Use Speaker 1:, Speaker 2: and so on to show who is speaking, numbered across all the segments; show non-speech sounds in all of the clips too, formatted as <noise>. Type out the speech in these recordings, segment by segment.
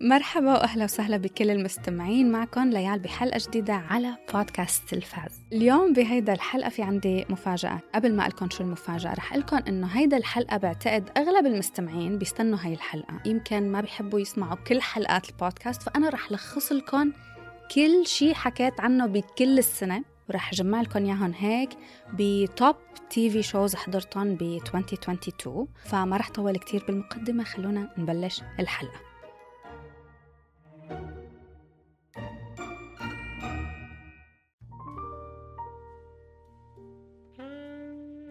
Speaker 1: مرحبا واهلا وسهلا بكل المستمعين معكم ليال بحلقه جديده على بودكاست الفاز اليوم بهيدا الحلقه في عندي مفاجاه قبل ما لكم شو المفاجاه رح لكم انه هيدا الحلقه بعتقد اغلب المستمعين بيستنوا هاي الحلقه يمكن ما بيحبوا يسمعوا كل حلقات البودكاست فانا رح لخص لكم كل شيء حكيت عنه بكل السنه ورح اجمع لكم اياهم هيك بتوب تي في شوز حضرتهم ب 2022 فما رح طول كتير بالمقدمه خلونا نبلش الحلقه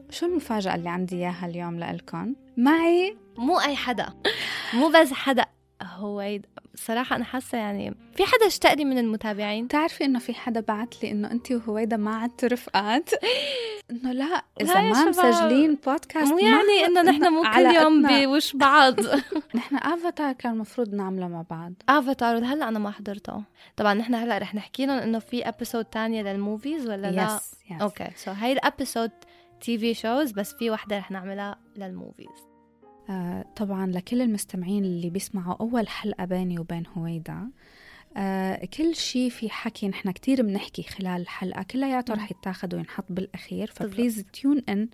Speaker 1: شو المفاجأة اللي عندي إياها اليوم لإلكم؟ معي
Speaker 2: مو اي حدا مو بس حدا هو يد- صراحة أنا حاسة يعني في حدا اشتاق لي من المتابعين
Speaker 1: بتعرفي إنه في حدا بعت لي إنه أنت وهويدا ما عدتوا رفقات؟ <laughs> إنه لا إذا
Speaker 2: لا يا
Speaker 1: ما
Speaker 2: شباب.
Speaker 1: مسجلين بودكاست
Speaker 2: مو
Speaker 1: مع-
Speaker 2: يعني إنه نحن مو كل يوم
Speaker 1: علاقتنا-
Speaker 2: بوش بعض
Speaker 1: <laughs> نحن افاتار كان المفروض نعمله مع بعض
Speaker 2: افاتار هلا أنا ما حضرته طبعا نحن هلا رح نحكي لهم إنه في أبيسود تانية للموفيز ولا لا
Speaker 1: يس يس
Speaker 2: أوكي سو هاي الأبيسود تي في شوز بس في وحدة رح نعملها للموفيز
Speaker 1: آه طبعا لكل المستمعين اللي بيسمعوا أول حلقة بيني وبين هويدا آه كل شيء في حكي نحن كتير بنحكي خلال الحلقة كلياته
Speaker 2: مم.
Speaker 1: رح يتاخد وينحط بالأخير
Speaker 2: بالضبط.
Speaker 1: فبليز تيون إن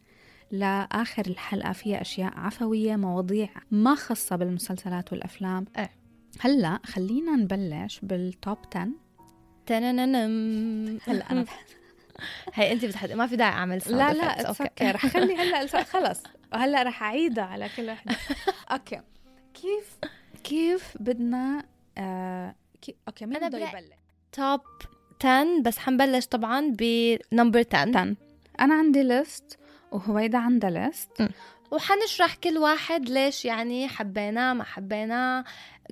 Speaker 1: لآخر الحلقة فيها أشياء عفوية مواضيع ما خاصة بالمسلسلات والأفلام
Speaker 2: إيه.
Speaker 1: هلا خلينا نبلش بالتوب 10
Speaker 2: تنننم
Speaker 1: هلا <laughs>
Speaker 2: <laughs>
Speaker 1: انا
Speaker 2: هي أنت بتحدي ما في داعي أعمل sound
Speaker 1: لا لا
Speaker 2: effects. أوكي.
Speaker 1: اتسكر رح خلي هلا
Speaker 2: <laughs>
Speaker 1: الس- خلص هلا رح اعيدها على كل وحده اوكي كيف كيف بدنا آه كي اوكي مين
Speaker 2: أنا
Speaker 1: بده
Speaker 2: برأي-
Speaker 1: يبلش؟
Speaker 2: توب 10 بس حنبلش طبعا بنمبر 10
Speaker 1: تن انا عندي ليست وهويدا عندها ليست
Speaker 2: م. وحنشرح كل واحد ليش يعني حبيناه ما حبيناه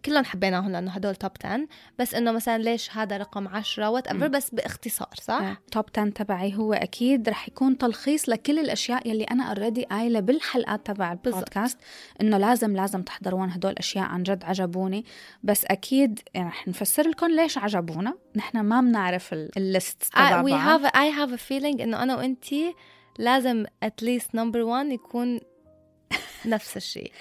Speaker 2: كلهم حبيناهم لانه هدول توب 10 بس انه مثلا ليش هذا رقم 10 وات ايفر
Speaker 1: مم.
Speaker 2: بس باختصار صح؟
Speaker 1: توب 10 آه، تبعي هو اكيد رح يكون تلخيص لكل الاشياء يلي انا اوريدي قايله بالحلقات تبع البودكاست انه لازم لازم تحضرون هدول اشياء عن جد عجبوني بس اكيد يعني رح نفسر لكم ليش عجبونا نحن ما بنعرف ال- الليست تبع
Speaker 2: وي
Speaker 1: بعض
Speaker 2: هاف اي هاف ا فيلينج انه انا وانتي لازم اتليست نمبر 1 يكون <laughs> نفس الشيء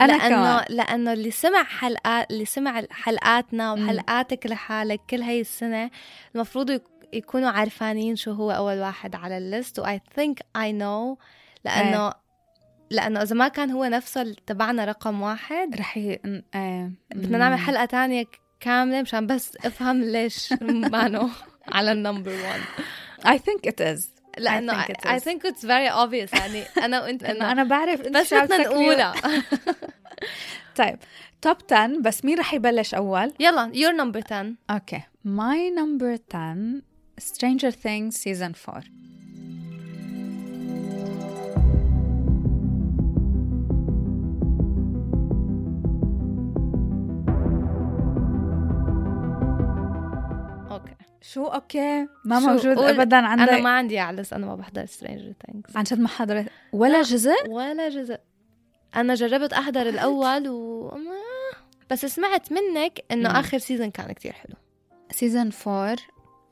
Speaker 1: أنا
Speaker 2: لانه لانه اللي سمع حلقات اللي سمع حلقاتنا
Speaker 1: مم.
Speaker 2: وحلقاتك لحالك كل هاي السنه المفروض يك- يكونوا عارفانين شو هو اول واحد على الليست واي ثينك اي نو
Speaker 1: إيه.
Speaker 2: لانه لانه اذا ما كان هو نفسه ال- تبعنا رقم واحد
Speaker 1: رح ي... ن- آه.
Speaker 2: بدنا نعمل حلقه تانية ك- كامله مشان بس افهم ليش
Speaker 1: <laughs>
Speaker 2: مانو على النمبر 1
Speaker 1: I think it is
Speaker 2: لانه
Speaker 1: think it
Speaker 2: اي
Speaker 1: is.
Speaker 2: ثينك اتس فيري اوبفيس يعني انا
Speaker 1: <laughs>
Speaker 2: وانت
Speaker 1: لانه
Speaker 2: انه
Speaker 1: انا بعرف انت
Speaker 2: بس
Speaker 1: شو عم
Speaker 2: بدنا
Speaker 1: تسكري.
Speaker 2: نقولها
Speaker 1: طيب توب 10 بس مين رح يبلش اول؟
Speaker 2: <laughs> يلا يور نمبر 10
Speaker 1: اوكي ماي نمبر 10 Stranger Things season 4
Speaker 2: اوكي
Speaker 1: شو اوكي ما
Speaker 2: شو؟
Speaker 1: موجود
Speaker 2: قول.
Speaker 1: ابدا عندك
Speaker 2: انا ما عندي على الليست انا ما بحضر سترينجر ثينكس
Speaker 1: عن جد ما حضرت ولا جزء
Speaker 2: ولا جزء انا جربت احضر الاول و ما- بس سمعت منك
Speaker 1: مم.
Speaker 2: انه اخر سيزون كان كتير حلو
Speaker 1: سيزون 4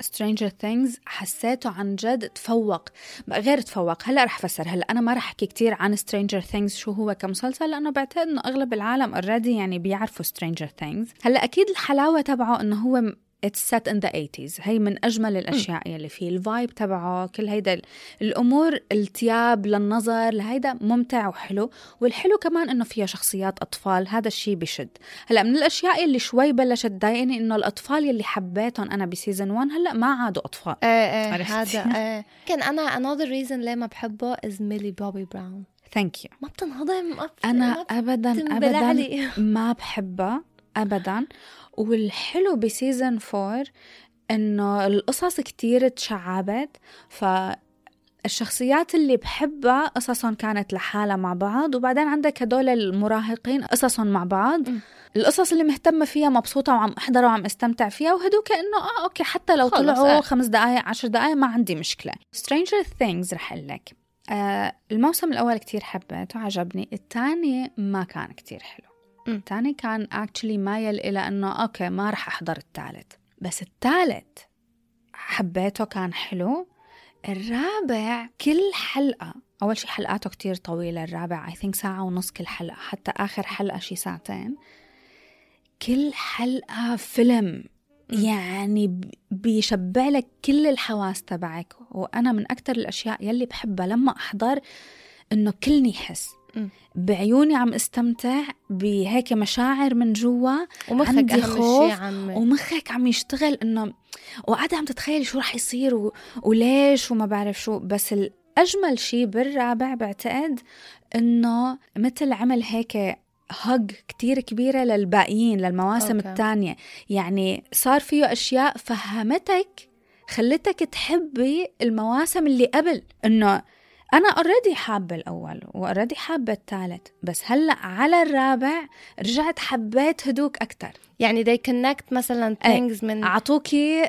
Speaker 1: Stranger Things حسيته عن جد تفوق غير تفوق هلا رح فسر هلا انا ما رح احكي كتير عن Stranger Things شو هو كمسلسل لانه بعتقد انه اغلب العالم اوريدي يعني بيعرفوا Stranger Things هلا اكيد الحلاوه تبعه انه هو م- It's set in the 80s هي من أجمل الأشياء يلي فيه الفايب تبعه كل هيدا ال- الأمور التياب للنظر لهيدا ممتع وحلو والحلو كمان إنه فيها شخصيات أطفال هذا الشيء بشد هلا من الاشياء اللي شوي بلشت تضايقني انه الاطفال يلي حبيتهم انا بسيزون 1 هلا ما عادوا اطفال
Speaker 2: ايه ايه
Speaker 1: عرفت.
Speaker 2: هذا
Speaker 1: إيه.
Speaker 2: ايه <laughs> كان انا another reason ليه ما بحبه is ميلي بوبي براون
Speaker 1: ثانك يو
Speaker 2: ما بتنهضم ما بت-
Speaker 1: انا
Speaker 2: ما
Speaker 1: ابدا
Speaker 2: بتنبلع
Speaker 1: ابدا <laughs>
Speaker 2: لي.
Speaker 1: ما بحبها ابدا والحلو بسيزون 4 انه القصص كتير تشعبت ف الشخصيات اللي بحبها قصصهم كانت لحالها مع بعض وبعدين عندك هدول المراهقين قصصهم مع بعض
Speaker 2: م.
Speaker 1: القصص اللي مهتمة فيها مبسوطة وعم أحضرها وعم أستمتع فيها وهدوك إنه آه أوكي حتى لو
Speaker 2: خلص،
Speaker 1: طلعوا
Speaker 2: آه.
Speaker 1: خمس دقايق عشر دقايق ما عندي مشكلة Stranger Things رح أقول لك آه الموسم الأول كتير حبيته عجبني الثاني ما كان كتير حلو
Speaker 2: م.
Speaker 1: الثاني كان actually مايل إلى إنه أوكي ما رح أحضر الثالث بس الثالث حبيته كان حلو الرابع كل حلقة أول شي حلقاته كتير طويلة الرابع I think ساعة ونص كل حلقة حتى آخر حلقة شي ساعتين كل حلقة فيلم
Speaker 2: <laughs>
Speaker 1: يعني ب- بيشبع لك كل الحواس تبعك وأنا من أكتر الأشياء يلي بحبها لما أحضر إنه كلني حس
Speaker 2: مم.
Speaker 1: بعيوني عم استمتع بهيك مشاعر من جوا
Speaker 2: ومخك
Speaker 1: عندي
Speaker 2: اهم
Speaker 1: خوف
Speaker 2: شيء عمي
Speaker 1: ومخك عم يشتغل انه وقاعدة عم تتخيلي شو رح يصير و... وليش وما بعرف شو بس الأجمل شيء بالرابع بعتقد انه مثل عمل هيك هج كتير كبيرة للباقيين للمواسم
Speaker 2: أوكي.
Speaker 1: الثانية يعني صار فيه أشياء فهمتك خلتك تحبي المواسم اللي قبل انه أنا اوريدي حابة الأول واوريدي حابة الثالث بس هلأ على الرابع رجعت حبيت هدوك أكتر
Speaker 2: يعني they connect مثلا
Speaker 1: إيه.
Speaker 2: things من
Speaker 1: اعطوكي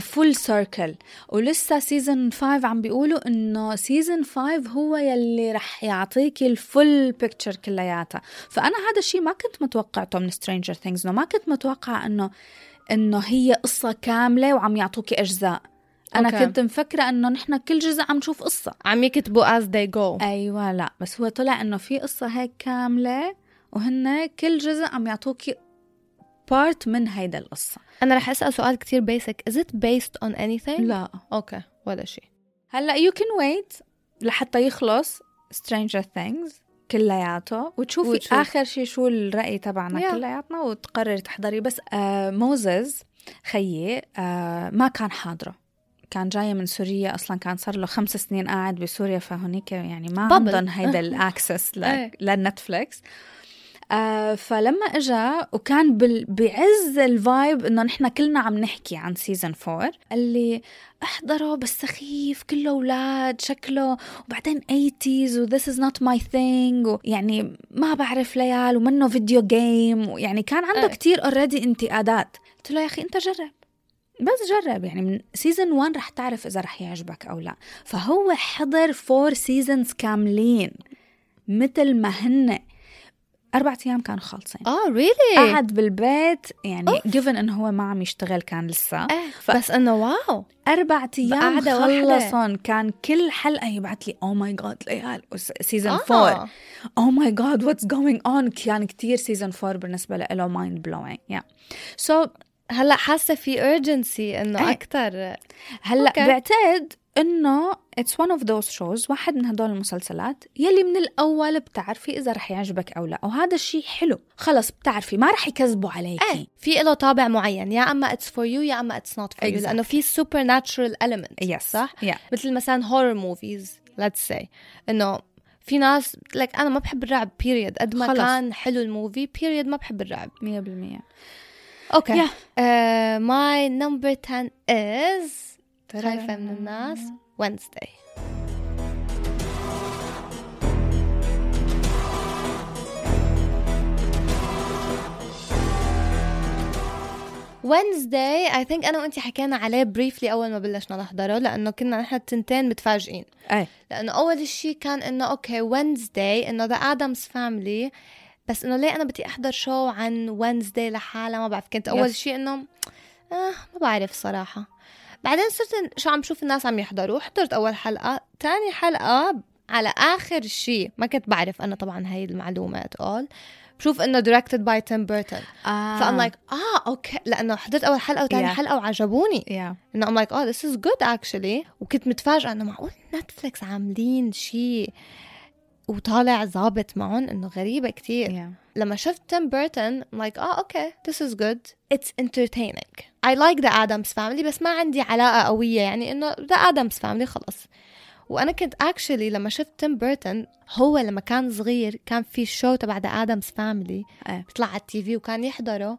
Speaker 1: فول سيركل ولسه سيزون 5 عم بيقولوا انه سيزون 5 هو يلي رح يعطيكي الفول بيكتشر كلياتها فانا هذا الشيء ما كنت متوقعته من سترينجر ثينجز ما كنت متوقعه انه انه هي قصه كامله وعم يعطوكي اجزاء انا
Speaker 2: أوكي.
Speaker 1: أوكي. كنت مفكره انه نحن كل جزء عم نشوف قصه
Speaker 2: عم يكتبوا as they go
Speaker 1: ايوه لا بس هو طلع انه في قصه هيك كامله وهن كل جزء عم يعطوكي بارت من هيدا القصه
Speaker 2: انا رح اسال سؤال كتير basic is it based on anything
Speaker 1: لا
Speaker 2: اوكي ولا شيء
Speaker 1: هلا يو كان ويت لحتى يخلص سترينجر ثينجز كلياته وتشوفي
Speaker 2: وتشوف.
Speaker 1: وتشوف. اخر شيء شو الراي تبعنا
Speaker 2: Yeah.
Speaker 1: yeah. كلياتنا وتقرري تحضري بس آه موزز خيي آه ما كان حاضره كان جاي من سوريا اصلا كان صار له خمس سنين قاعد بسوريا فهونيك يعني ما
Speaker 2: Bubble.
Speaker 1: عندهم هيدا
Speaker 2: <laughs>
Speaker 1: الاكسس
Speaker 2: إيه.
Speaker 1: ل... لنتفليكس آه فلما اجا وكان بال... بعز الفايب انه نحن كلنا عم نحكي عن سيزون 4 قال لي احضره آه، بس سخيف كله اولاد شكله وبعدين 80s وذس از نوت ماي ثينج ويعني يعني ما بعرف ليال ومنه فيديو جيم ويعني كان عنده
Speaker 2: إيه.
Speaker 1: أي. كتير اوريدي انتقادات قلت له يا اخي انت جرب بس جرب يعني من سيزون 1 رح تعرف اذا رح يعجبك او لا فهو حضر فور سيزونز كاملين مثل ما هن اربع ايام كانوا خالصين
Speaker 2: اه really
Speaker 1: قعد بالبيت يعني جيفن انه هو ما عم يشتغل كان لسه
Speaker 2: إيه.
Speaker 1: ف-
Speaker 2: بس انه واو
Speaker 1: أربع أيام
Speaker 2: بقعدة واحدة.
Speaker 1: خلصهم كان كل حلقة يبعت لي أو ماي جاد ليال سيزون
Speaker 2: آه.
Speaker 1: 4 أو ماي جاد واتس جوينج أون كان كتير سيزون 4 بالنسبة له مايند بلوينج يا سو
Speaker 2: هلا حاسه في urgency انه
Speaker 1: إيه.
Speaker 2: اكثر
Speaker 1: هلا
Speaker 2: Okay.
Speaker 1: بعتقد إنه اتس ون اوف ذوز شوز واحد من هدول المسلسلات يلي من الأول بتعرفي إذا رح يعجبك أو لا وهذا الشيء حلو خلص بتعرفي ما رح يكذبوا عليكي
Speaker 2: ايه في له طابع معين يا اما اتس فور يو يا اما اتس نوت فور يو
Speaker 1: Exactly.
Speaker 2: لانه في سوبر ناتشرال المنت
Speaker 1: Yes.
Speaker 2: إيه. صح
Speaker 1: Yeah.
Speaker 2: مثل مثلا هورر موفيز ليتس سي انه في ناس لك انا ما بحب الرعب بيريد قد ما
Speaker 1: خلص.
Speaker 2: كان حلو الموفي بيريد ما بحب الرعب Uh,
Speaker 1: 100%
Speaker 2: اوكي
Speaker 1: Yeah.
Speaker 2: ماي نمبر 10 از خايفه من الناس وينزداي Wednesday I think أنا وأنتي حكينا عليه بريفلي أول ما بلشنا نحضره لأنه كنا نحن التنتين متفاجئين
Speaker 1: ايه
Speaker 2: لأنه أول شيء كان إنه أوكي Wednesday إنه ذا آدمز فاملي بس إنه ليه أنا بدي أحضر شو عن Wednesday لحالها ما بعرف كنت أول
Speaker 1: Yes.
Speaker 2: شيء إنه آه ما بعرف صراحة بعدين صرت إن- شو عم شوف الناس عم يحضروا حضرت أول حلقة تاني حلقة على آخر شيء ما كنت بعرف أنا طبعا هاي المعلومة at all بشوف إنه directed by Tim Burton
Speaker 1: آه.
Speaker 2: فأم لايك آه أوكي لأنه حضرت أول حلقة وتاني
Speaker 1: Yeah.
Speaker 2: حلقة وعجبوني
Speaker 1: yeah.
Speaker 2: انه ام لايك اه ذس از جود اكشلي وكنت متفاجئه انه معقول نتفلكس عاملين شيء وطالع ظابط معهم انه غريبه كتير
Speaker 1: yeah.
Speaker 2: لما شفت تيم بيرتون لايك اه اوكي ذس از جود اتس entertaining اي لايك ذا ادمز فاميلي بس ما عندي علاقه قويه يعني انه ذا ادمز فاميلي خلص وانا كنت اكشلي لما شفت تيم بيرتون هو لما كان صغير كان في شو تبع ذا ادمز فاميلي
Speaker 1: إيه.
Speaker 2: بيطلع على التي في وكان يحضره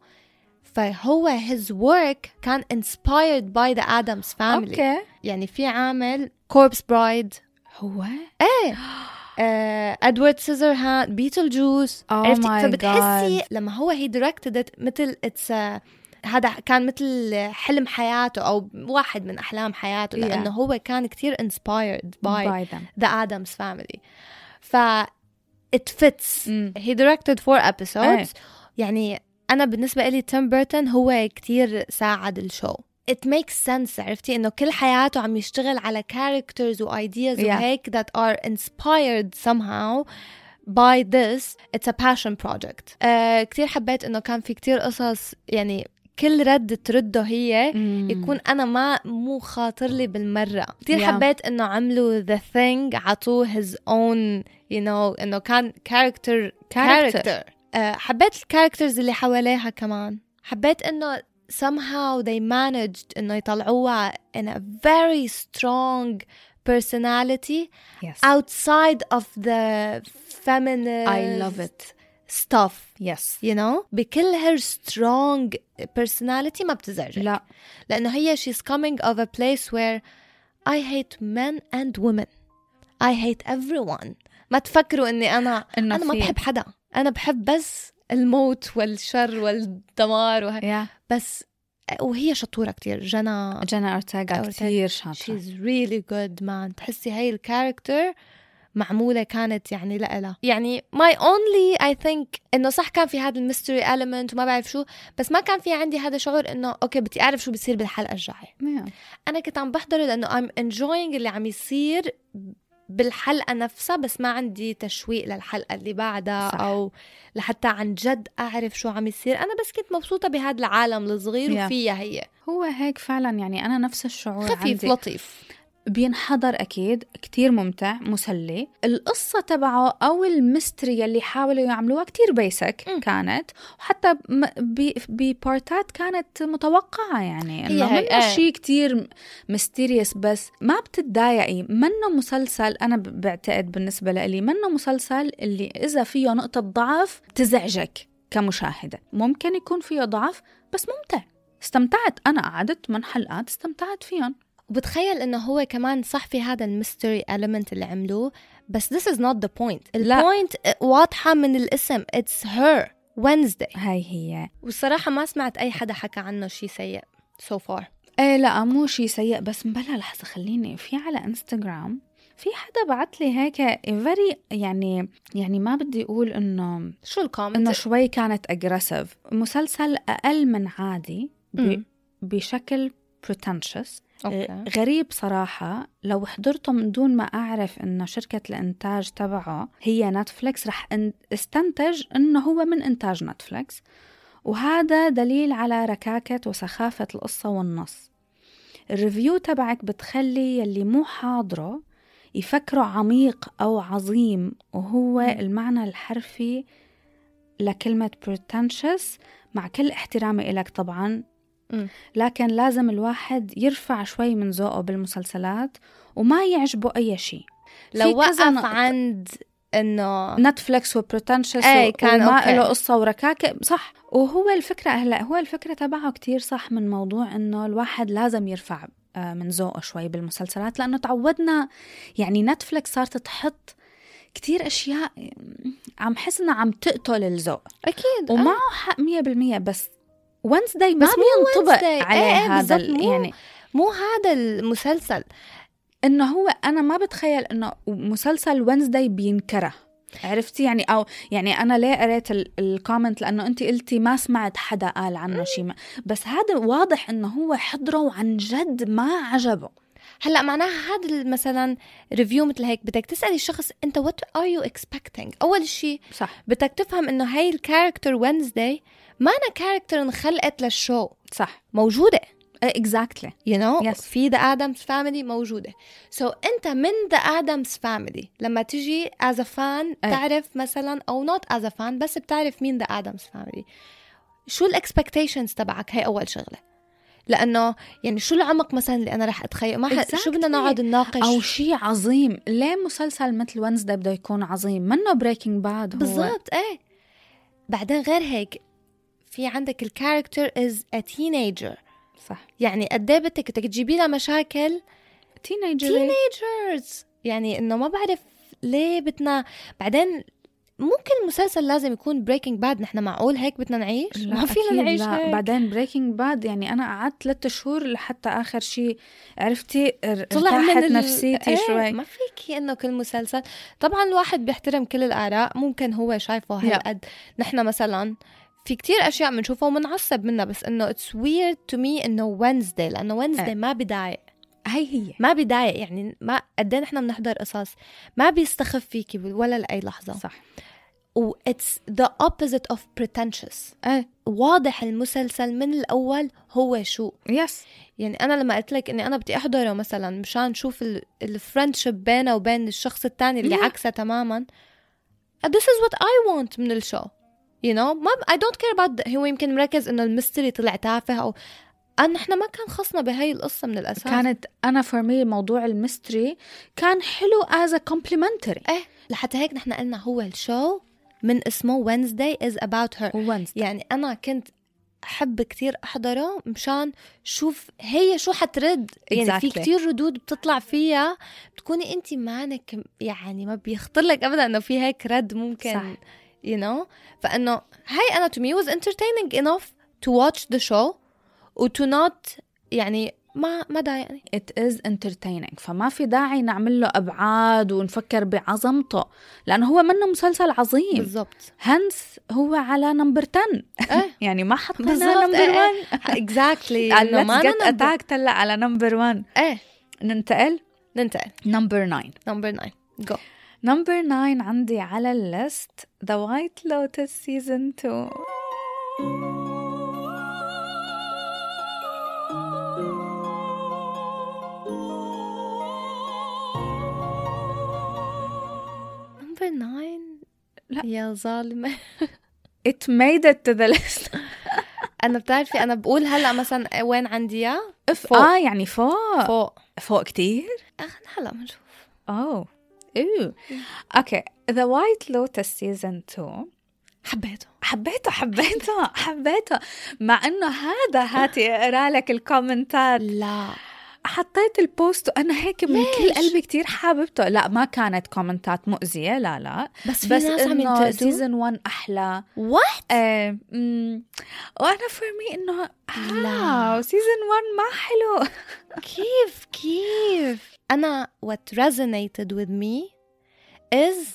Speaker 2: فهو his work كان inspired by the Adams family
Speaker 1: اوكي
Speaker 2: يعني في عامل Corpse Bride
Speaker 1: هو إيه.
Speaker 2: ايه ادوارد سيزر هاند بيتل جوس
Speaker 1: Oh my
Speaker 2: فبتحسي لما هو هي directed it مثل اتس هذا كان مثل حلم حياته او واحد من احلام حياته
Speaker 1: Yeah.
Speaker 2: لانه هو كان كتير inspired
Speaker 1: <gasps>
Speaker 2: by,
Speaker 1: باي ذم
Speaker 2: the Adams family ف it
Speaker 1: Mm.
Speaker 2: fits هي directed four episodes
Speaker 1: إيه.
Speaker 2: يعني أنا بالنسبة لي تيم بيرتون هو كتير ساعد الشو it makes sense عرفتي إنه كل حياته عم يشتغل على characters و ideas
Speaker 1: Yeah.
Speaker 2: وهيك that are inspired somehow by this it's a passion project آه كتير حبيت انه كان في كتير قصص يعني كل رد ترده هي
Speaker 1: مم.
Speaker 2: يكون انا ما مو خاطر لي بالمره كثير
Speaker 1: Yeah.
Speaker 2: yeah. حبيت انه عملوا ذا ثينج عطوه هيز اون يو نو انه كان كاركتر
Speaker 1: Character.
Speaker 2: كاركتر حبيت الكاركترز اللي حواليها كمان حبيت انه somehow they managed انه يطلعوها in a very strong personality
Speaker 1: yes.
Speaker 2: outside of the feminine
Speaker 1: I love it
Speaker 2: stuff
Speaker 1: yes
Speaker 2: you know بكل her strong personality ما بتزعجك
Speaker 1: لا
Speaker 2: لأنه هي she's coming of a place where I hate men and women I hate everyone ما تفكروا إني أنا
Speaker 1: إنه
Speaker 2: أنا ما
Speaker 1: في-
Speaker 2: بحب حدا أنا بحب بس الموت والشر والدمار وه...
Speaker 1: يا
Speaker 2: بس وهي شطورة كتير جنى
Speaker 1: جانا أورتيغا
Speaker 2: أورتيغا.
Speaker 1: كثير شاطرة
Speaker 2: she's really good man تحسي هاي الكاركتر معمولة كانت يعني لإلها يعني my only I think إنه صح كان في هذا الميستري element وما بعرف شو بس ما كان في عندي هذا شعور إنه أوكي بدي أعرف شو بصير بالحلقة الجاية
Speaker 1: Yeah.
Speaker 2: أنا كنت عم بحضره لأنه I'm enjoying اللي عم يصير بالحلقة نفسها بس ما عندي تشويق للحلقة اللي بعدها
Speaker 1: صح.
Speaker 2: صح. أو لحتى عن جد أعرف شو عم يصير أنا بس كنت مبسوطة بهذا العالم الصغير
Speaker 1: Yeah.
Speaker 2: وفيها هي
Speaker 1: هو هيك فعلا يعني أنا نفس الشعور
Speaker 2: خفيف
Speaker 1: عندي.
Speaker 2: لطيف
Speaker 1: بينحضر أكيد كتير ممتع مسلي القصة تبعه أو المستري اللي حاولوا يعملوها كتير بيسك
Speaker 2: مم.
Speaker 1: كانت وحتى م- ب- ببارتات كانت متوقعة يعني إنه
Speaker 2: هي-
Speaker 1: منه
Speaker 2: آه.
Speaker 1: شيء كتير ميستيريس بس ما بتتضايقي منه مسلسل أنا ب- بعتقد بالنسبة لإلي منه مسلسل اللي إذا فيه نقطة ضعف تزعجك كمشاهدة ممكن يكون فيه ضعف بس ممتع استمتعت أنا قعدت من حلقات استمتعت فيهم
Speaker 2: وبتخيل انه هو كمان صح في هذا الميستري element اللي عملوه بس this is not the point البوينت واضحة من الاسم it's her Wednesday
Speaker 1: هاي هي
Speaker 2: والصراحة ما سمعت اي حدا حكى عنه شيء سيء so far
Speaker 1: ايه لا مو شيء سيء بس بلا لحظة خليني في على انستغرام في حدا بعت لي هيك فيري يعني يعني ما بدي اقول انه
Speaker 2: شو الكومنت
Speaker 1: انه شوي كانت اجريسيف مسلسل اقل من عادي ب-
Speaker 2: مم.
Speaker 1: بشكل pretentious
Speaker 2: اوكي
Speaker 1: آه، غريب صراحة لو حضرته من دون ما أعرف إنه شركة الإنتاج تبعه هي نتفليكس رح ان- استنتج إنه هو من إنتاج نتفليكس وهذا دليل على ركاكة وسخافة القصة والنص الريفيو تبعك بتخلي يلي مو حاضره يفكره عميق أو عظيم وهو
Speaker 2: مم.
Speaker 1: المعنى الحرفي لكلمة pretentious مع كل احترامي إلك طبعاً لكن لازم الواحد يرفع شوي من ذوقه بالمسلسلات وما يعجبه أي شيء
Speaker 2: لو
Speaker 1: في كذا
Speaker 2: وقف
Speaker 1: نقطة.
Speaker 2: عند انه
Speaker 1: نتفليكس وبروتنشس
Speaker 2: إيه،
Speaker 1: و-
Speaker 2: كان
Speaker 1: وما
Speaker 2: أوكي.
Speaker 1: له قصة وركاكة صح وهو الفكرة هلا هو الفكرة تبعه كتير صح من موضوع إنه الواحد لازم يرفع آه، من ذوقه شوي بالمسلسلات لأنه تعودنا يعني نتفليكس صارت تحط كتير أشياء عم حس إنها عم تقتل الذوق
Speaker 2: اكيد
Speaker 1: ومعه حق 100% بس وينزداي بس بينطبق
Speaker 2: Wednesday.
Speaker 1: عليه
Speaker 2: إيه، إيه،
Speaker 1: هذا
Speaker 2: بالضبط،
Speaker 1: ال-
Speaker 2: مو-
Speaker 1: يعني
Speaker 2: مو هذا المسلسل
Speaker 1: انه هو انا ما بتخيل انه مسلسل وينزداي بينكره عرفتي يعني او يعني انا ليه قريت ال- الكومنت لانه انت قلتي ما سمعت حدا قال عنه شيء ما- بس هذا واضح انه هو حضره وعن جد ما عجبه
Speaker 2: هلا معناها هذا ال- مثلا ريفيو مثل هيك بدك تسالي الشخص انت what are you expecting اول شيء
Speaker 1: صح
Speaker 2: بدك تفهم انه هاي الكاركتر وينزداي ما انا كاركتر انخلقت للشو
Speaker 1: صح
Speaker 2: موجوده
Speaker 1: إيه، اكزاكتلي
Speaker 2: يو you know?
Speaker 1: Yes.
Speaker 2: في ذا ادمز فاميلي موجوده سو so انت من ذا ادمز فاميلي لما تجي از ا فان
Speaker 1: أي.
Speaker 2: تعرف مثلا او نوت از ا فان بس بتعرف مين ذا ادمز فاميلي شو الاكسبكتيشنز تبعك هي اول شغله لانه يعني شو العمق مثلا اللي انا رح اتخيل ما ح... شو بدنا
Speaker 1: Exactly.
Speaker 2: نقعد نناقش
Speaker 1: او شيء عظيم ليه مسلسل مثل وينزداي بده يكون عظيم منه بريكنج باد هو
Speaker 2: بالضبط ايه بعدين غير هيك في عندك الكاركتر از ا تينيجر
Speaker 1: صح
Speaker 2: يعني قد ايه بدك بدك تجيبي لها مشاكل
Speaker 1: تينيجر
Speaker 2: teenagers. يعني انه ما بعرف ليه بدنا بعدين مو كل مسلسل لازم يكون بريكنج باد نحن معقول هيك بدنا نعيش
Speaker 1: لا
Speaker 2: ما
Speaker 1: أكيد
Speaker 2: فينا نعيش
Speaker 1: لا.
Speaker 2: هيك
Speaker 1: بعدين بريكنج باد يعني انا قعدت ثلاثة شهور لحتى اخر شيء عرفتي ار-
Speaker 2: طلع من
Speaker 1: ارتاحت
Speaker 2: ال-
Speaker 1: نفسيتي
Speaker 2: إيه،
Speaker 1: شوي
Speaker 2: ما فيكي انه كل مسلسل طبعا الواحد بيحترم كل الاراء ممكن هو شايفه
Speaker 1: لا.
Speaker 2: هالقد نحن مثلا في كتير اشياء
Speaker 1: إيه.
Speaker 2: بنشوفها وبنعصب منها بس انه اتس ويرد تو مي انه وينزداي لانه وينزداي ما بضايق
Speaker 1: هي هي
Speaker 2: ما بيضايق يعني ما قد نحن بنحضر قصص ما بيستخف فيكي ولا لاي لحظه
Speaker 1: صح
Speaker 2: و it's the opposite of pretentious
Speaker 1: ايه
Speaker 2: واضح المسلسل من الاول هو شو
Speaker 1: يس
Speaker 2: يعني انا لما قلت لك اني انا بدي احضره مثلا مشان شوف الفرندشيب بينه وبين الشخص الثاني اللي
Speaker 1: Yeah.
Speaker 2: عكسه تماما this is what I want من الشو you know ما ب- I don't care about the- هو يمكن مركز انه الميستري طلع تافه او أنا نحن ما كان خصنا بهاي القصة من الأساس
Speaker 1: كانت انا فور مي موضوع الميستري كان حلو از كومبلمنتري
Speaker 2: إيه لحتى هيك نحن قلنا هو الشو من اسمه Wednesday is about her
Speaker 1: وانس
Speaker 2: يعني أنا كنت أحب كتير أحضره مشان شوف هي شو حترد يعني في
Speaker 1: Exactly.
Speaker 2: كتير ردود بتطلع فيها بتكوني أنت مانك يعني ما بيخطر لك أبدا إنه في هيك رد ممكن
Speaker 1: صح.
Speaker 2: you know فإنه هاي أنا to me was entertaining enough to watch the show و to not يعني ما يعني. ما ضايقني
Speaker 1: it is entertaining فما في داعي نعمل له ابعاد ونفكر بعظمته لانه هو منه مسلسل عظيم <laughs>
Speaker 2: بالضبط
Speaker 1: هنس هو على نمبر 10
Speaker 2: إيه.
Speaker 1: <laughs> يعني ما حطينا
Speaker 2: بالضبط
Speaker 1: نمبر
Speaker 2: إيه،
Speaker 1: 1 <laughs>
Speaker 2: إيه. <laughs> exactly إنه
Speaker 1: let's
Speaker 2: ما
Speaker 1: get
Speaker 2: ننبه.
Speaker 1: attacked هلا على نمبر 1
Speaker 2: إيه
Speaker 1: ننتقل
Speaker 2: ننتقل
Speaker 1: نمبر 9
Speaker 2: number 9 go
Speaker 1: نمبر 9 عندي على الليست ذا وايت لوتس سيزون 2
Speaker 2: نمبر 9
Speaker 1: لا.
Speaker 2: يا ظالمة
Speaker 1: it made it to the list
Speaker 2: <laughs> أنا بتعرفي أنا بقول هلا مثلا وين عندي إياه
Speaker 1: فوق.
Speaker 2: آه،
Speaker 1: اه يعني فوق فوق,
Speaker 2: فوق
Speaker 1: فوق كتير
Speaker 2: أخ، هلا آه، بنشوف
Speaker 1: اوه اوه اوكي ذا وايت لوتس سيزون 2
Speaker 2: حبيته
Speaker 1: حبيته
Speaker 2: <laughs>
Speaker 1: حبيته حبيته مع انه هذا هاتي اقرا لك الكومنتات
Speaker 2: لا
Speaker 1: حطيت البوست وانا هيك من
Speaker 2: ليش؟
Speaker 1: كل قلبي كتير حاببته لا ما كانت كومنتات مؤذيه لا لا
Speaker 2: بس في
Speaker 1: بس
Speaker 2: ناس عم
Speaker 1: انه
Speaker 2: ينتقدوا
Speaker 1: سيزون 1 احلى
Speaker 2: وات
Speaker 1: ايه أمم. وانا فور مي انه
Speaker 2: لا.
Speaker 1: لا سيزون 1 آه، ما حلو
Speaker 2: كيف كيف أنا what resonated with me is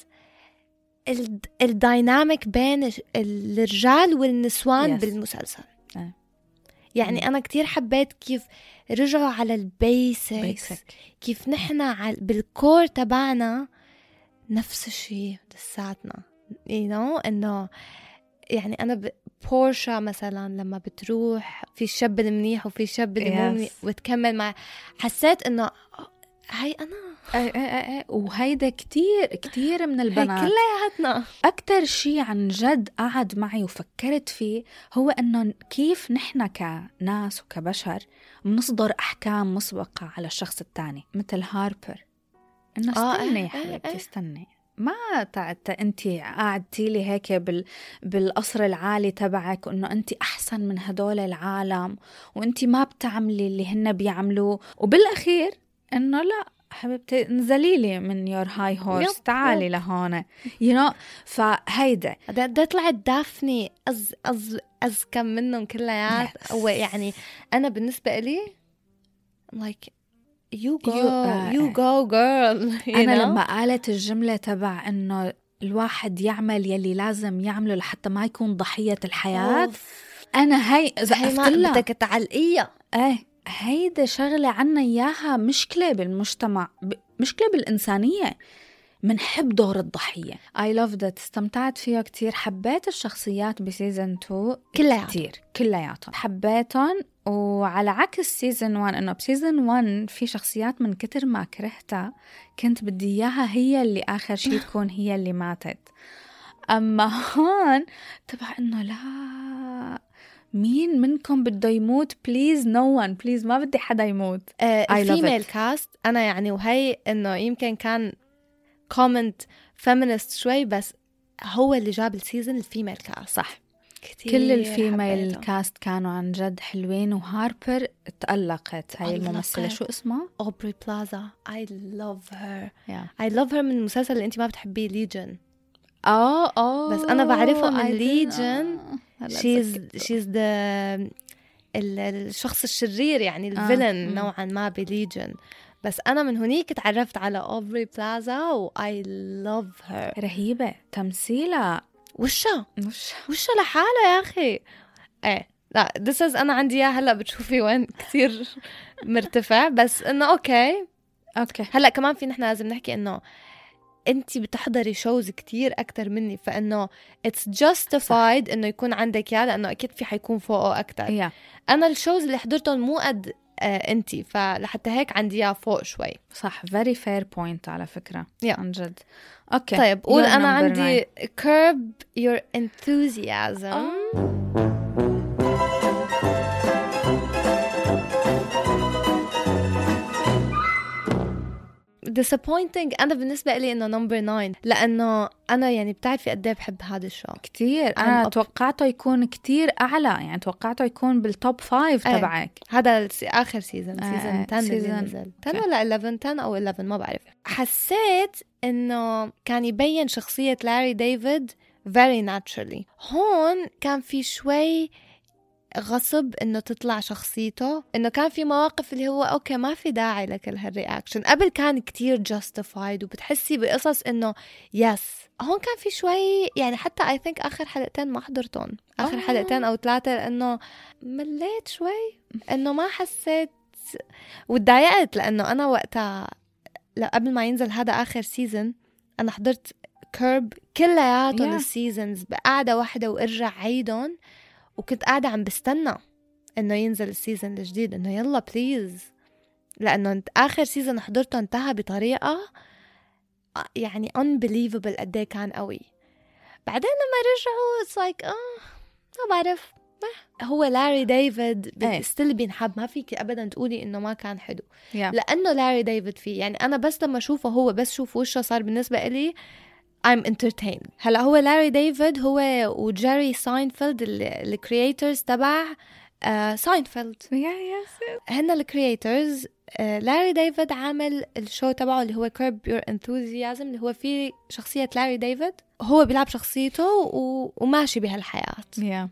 Speaker 2: ال- الديناميك بين ش- الرجال والنسوان
Speaker 1: Yes.
Speaker 2: بالمسلسل
Speaker 1: إيه.
Speaker 2: يعني أنا كتير حبيت كيف رجعوا على البيسكس كيف نحن عال- بالكور تبعنا نفس الشيء لساتنا you know انه يعني انا ب... بورشا مثلا لما بتروح في الشاب المنيح وفي الشاب اللي مو
Speaker 1: Yes.
Speaker 2: منيح وتكمل مع حسيت انه هاي انا
Speaker 1: ايه ايه ايه وهيدا كتير كتير من
Speaker 2: هاي
Speaker 1: البنات
Speaker 2: كلياتنا
Speaker 1: اكتر شيء عن جد قعد معي وفكرت فيه هو انه كيف نحن كناس وكبشر بنصدر احكام مسبقه على الشخص الثاني مثل هاربر انه
Speaker 2: آه،
Speaker 1: استني
Speaker 2: إيه،
Speaker 1: يا
Speaker 2: إيه، إيه.
Speaker 1: حبيبتي استني ما انت قعدتي لي هيك بال... بالقصر العالي تبعك وانه انت احسن من هدول العالم وانت ما بتعملي اللي هن بيعملوه وبالاخير انه لا حبيبتي انزلي لي من يور هاي
Speaker 2: يب،
Speaker 1: هورس تعالي لهون يو نو فهيدا
Speaker 2: ده, ده طلعت دافني أز أز أز كم منهم كليات
Speaker 1: Yes.
Speaker 2: هو يعني أنا بالنسبة لي like you go
Speaker 1: آه،
Speaker 2: you
Speaker 1: آه.
Speaker 2: go girl <laughs> you
Speaker 1: انا
Speaker 2: know?
Speaker 1: لما قالت الجمله تبع انه الواحد يعمل يلي لازم يعمله لحتى ما يكون ضحيه الحياه انا هي
Speaker 2: هي
Speaker 1: زقفت
Speaker 2: ما
Speaker 1: لها
Speaker 2: بدك تعلقيها
Speaker 1: ايه هيدا شغله عنا اياها مشكله بالمجتمع ب- مشكله بالانسانيه منحب دور الضحيه اي لاف ذات استمتعت فيه كتير حبيت الشخصيات بسيزون 2
Speaker 2: كلها يعني.
Speaker 1: كتير كلياتهم حبيتهم وعلى عكس سيزون 1 انه بسيزون 1 في شخصيات من كتر ما كرهتها كنت بدي اياها هي اللي اخر <laughs> شيء تكون هي اللي ماتت اما هون تبع انه لا مين منكم بده يموت بليز نو ون بليز ما بدي حدا يموت
Speaker 2: آه،
Speaker 1: I love
Speaker 2: الفيميل
Speaker 1: it.
Speaker 2: كاست انا يعني وهي انه يمكن كان كومنت فيمينست شوي بس هو اللي جاب السيزون الفيميل كاست
Speaker 1: صح
Speaker 2: كتير
Speaker 1: كل الفيميل
Speaker 2: حبيته.
Speaker 1: كاست كانوا عن جد حلوين وهاربر تألقت هاي الممثلة
Speaker 2: تألقت.
Speaker 1: شو اسمها؟
Speaker 2: اوبري بلازا اي لاف هير
Speaker 1: yeah.
Speaker 2: اي لاف هير من المسلسل اللي انت ما بتحبيه ليجن
Speaker 1: اه اه
Speaker 2: بس أنا بعرفها من
Speaker 1: I didn't-
Speaker 2: Legion.
Speaker 1: آه. هلا
Speaker 2: شيز
Speaker 1: تذكرت.
Speaker 2: شيز ذا الشخص الشرير يعني الفيلن
Speaker 1: مم.
Speaker 2: نوعا ما بليجن بس انا من هنيك تعرفت على اوبري بلازا واي لاف هير
Speaker 1: رهيبة تمثيلها
Speaker 2: وشها
Speaker 1: مش
Speaker 2: وشها لحالها يا اخي ايه لا ذس از انا عندي اياه هلا بتشوفي وين كثير مرتفع بس انه اوكي
Speaker 1: اوكي
Speaker 2: هلا كمان في نحن لازم نحكي انه انت بتحضري شوز كتير اكثر مني فانه اتس جاستيفايد انه يكون عندك اياه لانه اكيد في حيكون فوقه اكثر
Speaker 1: يا
Speaker 2: انا الشوز اللي حضرتهم مو قد آه انت فلحتى هيك عندي اياه فوق شوي
Speaker 1: صح very fair point على فكرة
Speaker 2: Yeah.
Speaker 1: عن جد اوكي
Speaker 2: طيب قول
Speaker 1: Your
Speaker 2: انا
Speaker 1: number
Speaker 2: عندي curb your
Speaker 1: آه.
Speaker 2: enthusiasm disappointing انا بالنسبه لي انه نمبر 9 لانه انا يعني بتعرفي قد ايه بحب هذا الشو
Speaker 1: كتير انا
Speaker 2: I'm up.
Speaker 1: توقعته يكون كتير اعلى يعني توقعته يكون بالتوب فايف
Speaker 2: إيه.
Speaker 1: تبعك
Speaker 2: هذا الس- اخر سيزون
Speaker 1: آه،
Speaker 2: سيزون 10 اللي
Speaker 1: season.
Speaker 2: نزل 10 ولا 11 10 او 11 ما بعرف حسيت انه كان يبين شخصيه لاري ديفيد very naturally هون كان في شوي غصب انه تطلع شخصيته انه كان في مواقف اللي هو اوكي ما في داعي لكل هالرياكشن قبل كان كتير justified وبتحسي بقصص انه يس هون كان في شوي يعني حتى اي ثينك اخر حلقتين ما حضرتهم اخر
Speaker 1: آه.
Speaker 2: حلقتين او ثلاثه لانه مليت شوي انه ما حسيت وتضايقت لانه انا وقتها لا قبل ما ينزل هذا اخر سيزون انا حضرت كيرب كلياتهم
Speaker 1: Yeah.
Speaker 2: السيزونز بقعده واحده وارجع عيدهم وكنت قاعده عم بستنى انه ينزل السيزون الجديد انه يلا بليز لانه انت- اخر سيزون حضرته انتهى بطريقه يعني unbelievable قد ايه كان قوي بعدين لما رجعوا اتس لايك اه ما بعرف ما- هو لاري ديفيد
Speaker 1: إيه.
Speaker 2: ستيل بينحب ما فيك ابدا تقولي انه ما كان حلو
Speaker 1: يا
Speaker 2: لانه لاري ديفيد فيه يعني انا بس لما اشوفه هو بس شوف وشه صار بالنسبه إلي I'm entertained هلا هو لاري ديفيد هو وجيري ساينفيلد الكرييترز تبع آه، ساينفيلد
Speaker 1: يا يا
Speaker 2: هن الكرييترز لاري ديفيد عامل الشو تبعه اللي هو كيرب يور enthusiasm اللي هو فيه شخصية لاري ديفيد هو بيلعب شخصيته و... وماشي بهالحياة
Speaker 1: يا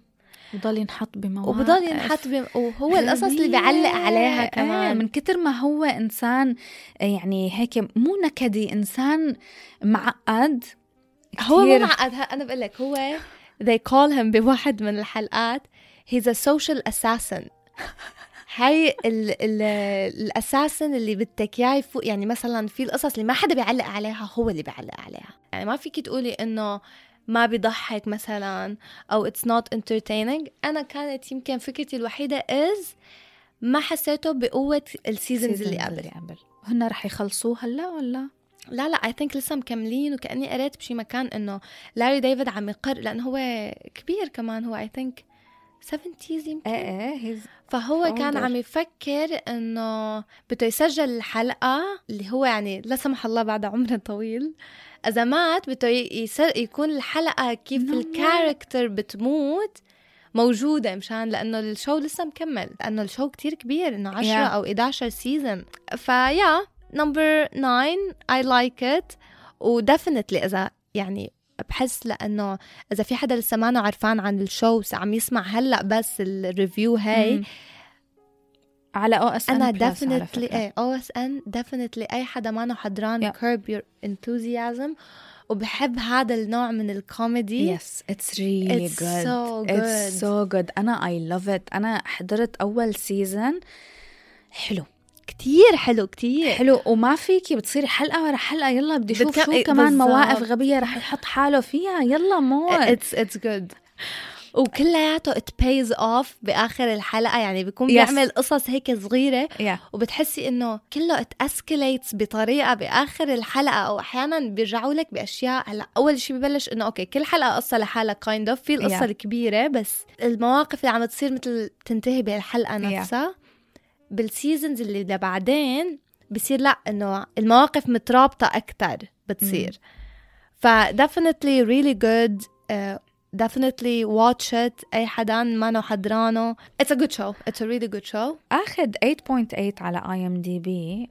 Speaker 1: وضل ينحط بمواقف
Speaker 2: وبضل ينحط بم... وهو القصص اللي
Speaker 1: غبية.
Speaker 2: بيعلق عليها
Speaker 1: <laughs> إيه،
Speaker 2: كمان
Speaker 1: من كتر ما هو انسان يعني هيك مو نكدي انسان معقد
Speaker 2: هو مو
Speaker 1: كتير.
Speaker 2: معقد ه- انا بقول لك هو they call him بواحد من الحلقات he's a social assassin هاي ال ال الاساسن اللي بدك اياه يفوق يعني مثلا في القصص اللي ما حدا بيعلق عليها هو اللي بيعلق عليها يعني ما فيك تقولي انه ما بيضحك مثلا او it's not entertaining انا كانت يمكن فكرتي الوحيده is ما حسيته بقوه السيزونز اللي قبل
Speaker 1: قبل هن رح يخلصوه هلا ولا
Speaker 2: لا لا اي ثينك لسه مكملين وكاني قريت بشي مكان انه لاري ديفيد عم يقر لانه هو كبير كمان هو اي ثينك 70 يمكن
Speaker 1: ايه
Speaker 2: فهو كان
Speaker 1: founder.
Speaker 2: عم يفكر انه بده يسجل الحلقه اللي هو يعني لا سمح الله بعد عمر طويل اذا مات بده ي- يس- يكون الحلقه كيف
Speaker 1: No way.
Speaker 2: الكاركتر بتموت موجوده مشان لانه الشو لسه مكمل لانه الشو كتير كبير انه 10
Speaker 1: Yeah.
Speaker 2: او 11 سيزون فيا نمبر 9 اي لايك ات ودفنتلي اذا يعني بحس لانه اذا في حدا لسه ما عرفان عن الشو عم يسمع هلا بس الريفيو هاي
Speaker 1: مم. على او اس
Speaker 2: انا ديفنتلي ايه او اس ان ديفنتلي اي حدا ما حضران
Speaker 1: Yeah.
Speaker 2: كيرب يور انثوزيازم وبحب هذا النوع من الكوميدي
Speaker 1: يس اتس ريلي
Speaker 2: It's
Speaker 1: جود
Speaker 2: so good.
Speaker 1: اتس سو جود انا اي لاف ات انا حضرت اول سيزون حلو
Speaker 2: كتير حلو كتير
Speaker 1: حلو وما فيكي بتصيري حلقه ورا حلقه يلا بدي اشوف
Speaker 2: بتك- إيه،
Speaker 1: شو كمان
Speaker 2: بالظبط.
Speaker 1: مواقف غبيه رح يحط حاله فيها يلا موت
Speaker 2: اتس اتس جود وكلياته it pays off باخر الحلقه يعني بيكون
Speaker 1: Yes.
Speaker 2: بيعمل قصص هيك صغيره
Speaker 1: yeah.
Speaker 2: وبتحسي انه كله اتاسكليتس بطريقه باخر الحلقه او احيانا بيرجعوا لك باشياء هلا اول شيء ببلش انه اوكي كل حلقه قصه لحالها كايند اوف في القصه
Speaker 1: Yeah.
Speaker 2: yeah. الكبيره بس المواقف اللي عم تصير مثل تنتهي بهالحلقه نفسها yeah. بالسيزونز اللي لبعدين بصير لا انه المواقف مترابطه اكثر بتصير ف definitely really good uh, definitely watch it اي حدا ما حضرانه it's a good show it's a really good show
Speaker 1: اخذ 8.8 على اي ام دي بي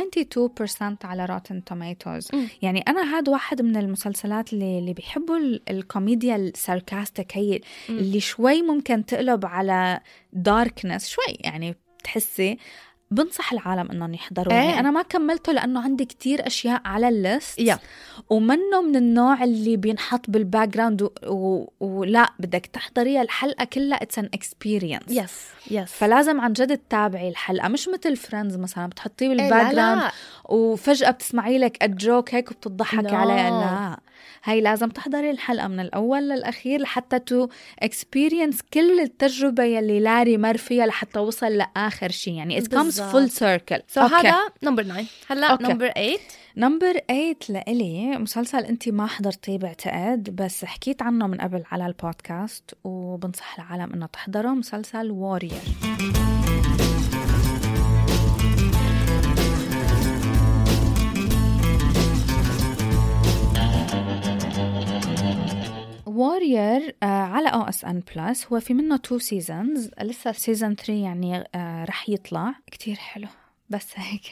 Speaker 1: و92% على روتن توميتوز
Speaker 2: مم.
Speaker 1: يعني انا هاد واحد من المسلسلات اللي, اللي بيحبوا ال- الكوميديا الساركاستيك هي
Speaker 2: مم.
Speaker 1: اللي شوي ممكن تقلب على داركنس شوي يعني بتحسي بنصح العالم انهم يحضروا
Speaker 2: إيه.
Speaker 1: انا ما كملته لانه عندي كتير اشياء على الليست
Speaker 2: يا.
Speaker 1: ومنه من النوع اللي بينحط بالباك جراوند و... و... ولا بدك تحضريها الحلقه كلها اتس ان اكسبيرينس
Speaker 2: يس يس
Speaker 1: فلازم عن جد تتابعي الحلقه مش مثل فريندز مثلا بتحطيه
Speaker 2: إيه،
Speaker 1: بالباك
Speaker 2: لا،
Speaker 1: جراوند
Speaker 2: لا.
Speaker 1: وفجأة بتسمعي لك الجوك هيك وبتضحكي
Speaker 2: لا.
Speaker 1: عليها لا هاي لازم تحضري الحلقة من الأول للأخير لحتى تو اكسبيرينس كل التجربة يلي لاري مر فيها لحتى وصل لآخر شيء يعني it comes
Speaker 2: بالظبط.
Speaker 1: full circle
Speaker 2: سو هذا نمبر 9 هلا
Speaker 1: أوكي.
Speaker 2: نمبر 8
Speaker 1: نمبر 8 لإلي مسلسل أنت ما حضرتيه بعتقد بس حكيت عنه من قبل على البودكاست وبنصح العالم إنه تحضره مسلسل وورير وورير آه، على او اس ان بلس هو في منه تو سيزونز لسه سيزون 3 يعني آه، رح يطلع كتير حلو بس هيك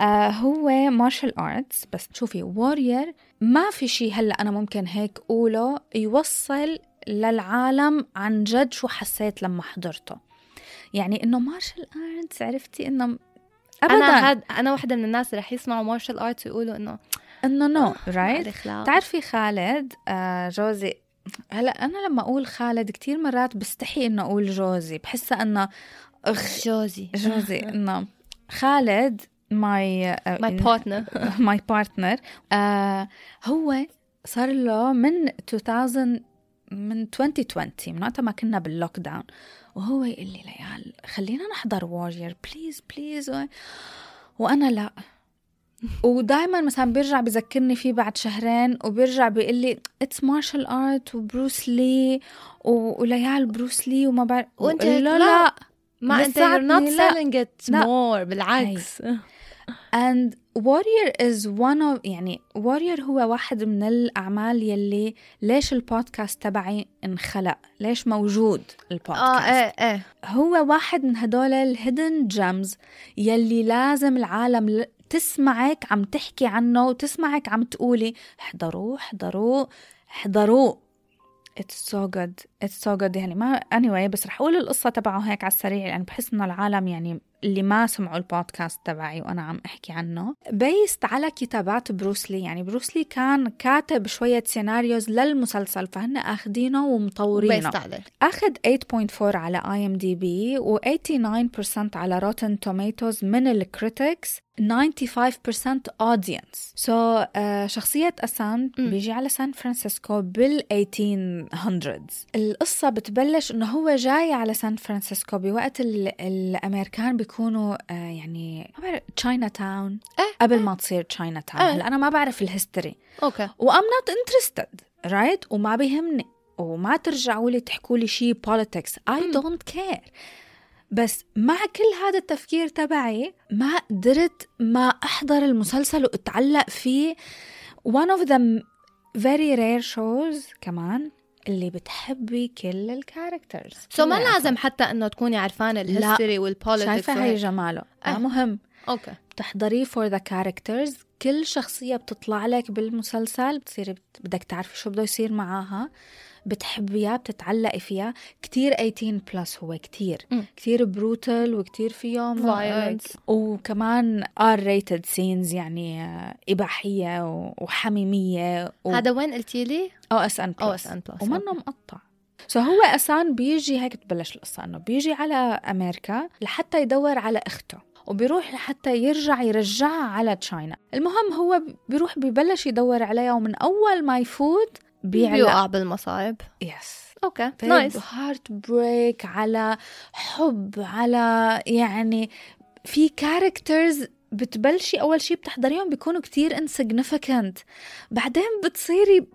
Speaker 1: آه، هو مارشال ارتس بس شوفي وورير ما في شيء هلا انا ممكن هيك قوله يوصل للعالم عن جد شو حسيت لما حضرته يعني انه مارشال ارتس عرفتي انه ابدا
Speaker 2: انا هاد انا وحده من الناس اللي رح يسمعوا مارشال ارت ويقولوا انه
Speaker 1: انه نو رايت
Speaker 2: right. اخلاق
Speaker 1: بتعرفي خالد آه، جوزي هلا انا لما اقول خالد كتير مرات بستحي انه اقول جوزي بحس انه اخ
Speaker 2: جوزي
Speaker 1: جوزي انه خالد آه، ماي
Speaker 2: ماي بارتنر
Speaker 1: <laughs> ماي بارتنر Uh, هو صار له من 2000 من 2020 من وقت ما كنا باللوك داون وهو يقول لي ليال خلينا نحضر وورير بليز بليز و... وانا لا ودائما مثلا بيرجع بذكرني فيه بعد شهرين وبيرجع بيقول لي اتس مارشال ارت وبروس لي و... وليال بروس لي وما بعرف
Speaker 2: وأنت
Speaker 1: وقل له
Speaker 2: لا. ما انت you're
Speaker 1: لساتني
Speaker 2: not
Speaker 1: لا.
Speaker 2: selling it
Speaker 1: لا.
Speaker 2: more بالعكس
Speaker 1: and warrior is one of يعني warrior هو واحد من الأعمال يلي ليش البودكاست تبعي انخلق ليش موجود
Speaker 2: اه
Speaker 1: البودكاست
Speaker 2: ايه ايه
Speaker 1: هو واحد من هدول الهيدن جيمز يلي لازم العالم ل- تسمعك عم تحكي عنه وتسمعك عم تقولي احضروه احضروه احضروه It's so good It's so good يعني ما anyway بس رح أقول القصة تبعه هيك على السريع لأن بحس إنه العالم يعني اللي ما سمعوا البودكاست تبعي وأنا عم أحكي عنه بيست على كتابات بروسلي يعني بروسلي كان كاتب شوية سيناريوز للمسلسل فهن أخدينه ومطورينه
Speaker 2: وبيست عليه
Speaker 1: أخذ 8.4 على اي ام دي بي و89% على روتن توميتوز من الكريتكس 95% اودينس سو so, uh, شخصية أسان
Speaker 2: مم.
Speaker 1: بيجي على سان فرانسيسكو بال 1800s القصة بتبلش إنه هو جاي على سان فرانسيسكو بوقت ال- الأمريكان بيكونوا آه، يعني ما بعرف تشاينا تاون
Speaker 2: إيه،
Speaker 1: قبل ما تصير تشاينا تاون
Speaker 2: إيه.
Speaker 1: هلا أنا ما بعرف الهيستوري
Speaker 2: اوكي
Speaker 1: وام نوت انترستد رايت وما بيهمني وما ترجعوا لي تحكوا لي شيء بوليتكس اي
Speaker 2: مم.
Speaker 1: دونت كير بس مع كل هذا التفكير تبعي ما قدرت ما احضر المسلسل واتعلق فيه one of the very rare shows كمان اللي بتحبي كل الكاركترز
Speaker 2: سو ما لازم حتى انه تكوني عرفانه الهيستوري والبوليتكس
Speaker 1: شايفه هي جماله ما
Speaker 2: إيه.
Speaker 1: مهم
Speaker 2: اوكي
Speaker 1: بتحضريه فور ذا كاركترز كل شخصية بتطلع لك بالمسلسل بتصيري بت- بدك تعرفي شو بده يصير معاها بتحبيها بتتعلقي فيها كتير 18 بلس هو كتير
Speaker 2: مم.
Speaker 1: كتير بروتل وكتير فيه
Speaker 2: Violence.
Speaker 1: violence. وكمان ار ريتد سينز يعني آه، إباحية و- وحميمية و...
Speaker 2: هذا وين قلتي لي؟
Speaker 1: او اس ان
Speaker 2: او اس ان بلس
Speaker 1: ومنه مقطع سو هو اسان بيجي هيك تبلش القصه انه بيجي على امريكا لحتى يدور على اخته وبيروح لحتى يرجع يرجعها على تشاينا المهم هو بيروح ببلش يدور عليها ومن اول ما يفوت بيعلق
Speaker 2: بيوقع بالمصايب
Speaker 1: يس
Speaker 2: اوكي
Speaker 1: نايس
Speaker 2: نايس
Speaker 1: هارت بريك على حب على يعني في كاركترز بتبلشي اول شيء بتحضريهم بيكونوا كتير انسيغنيفيكانت بعدين بتصيري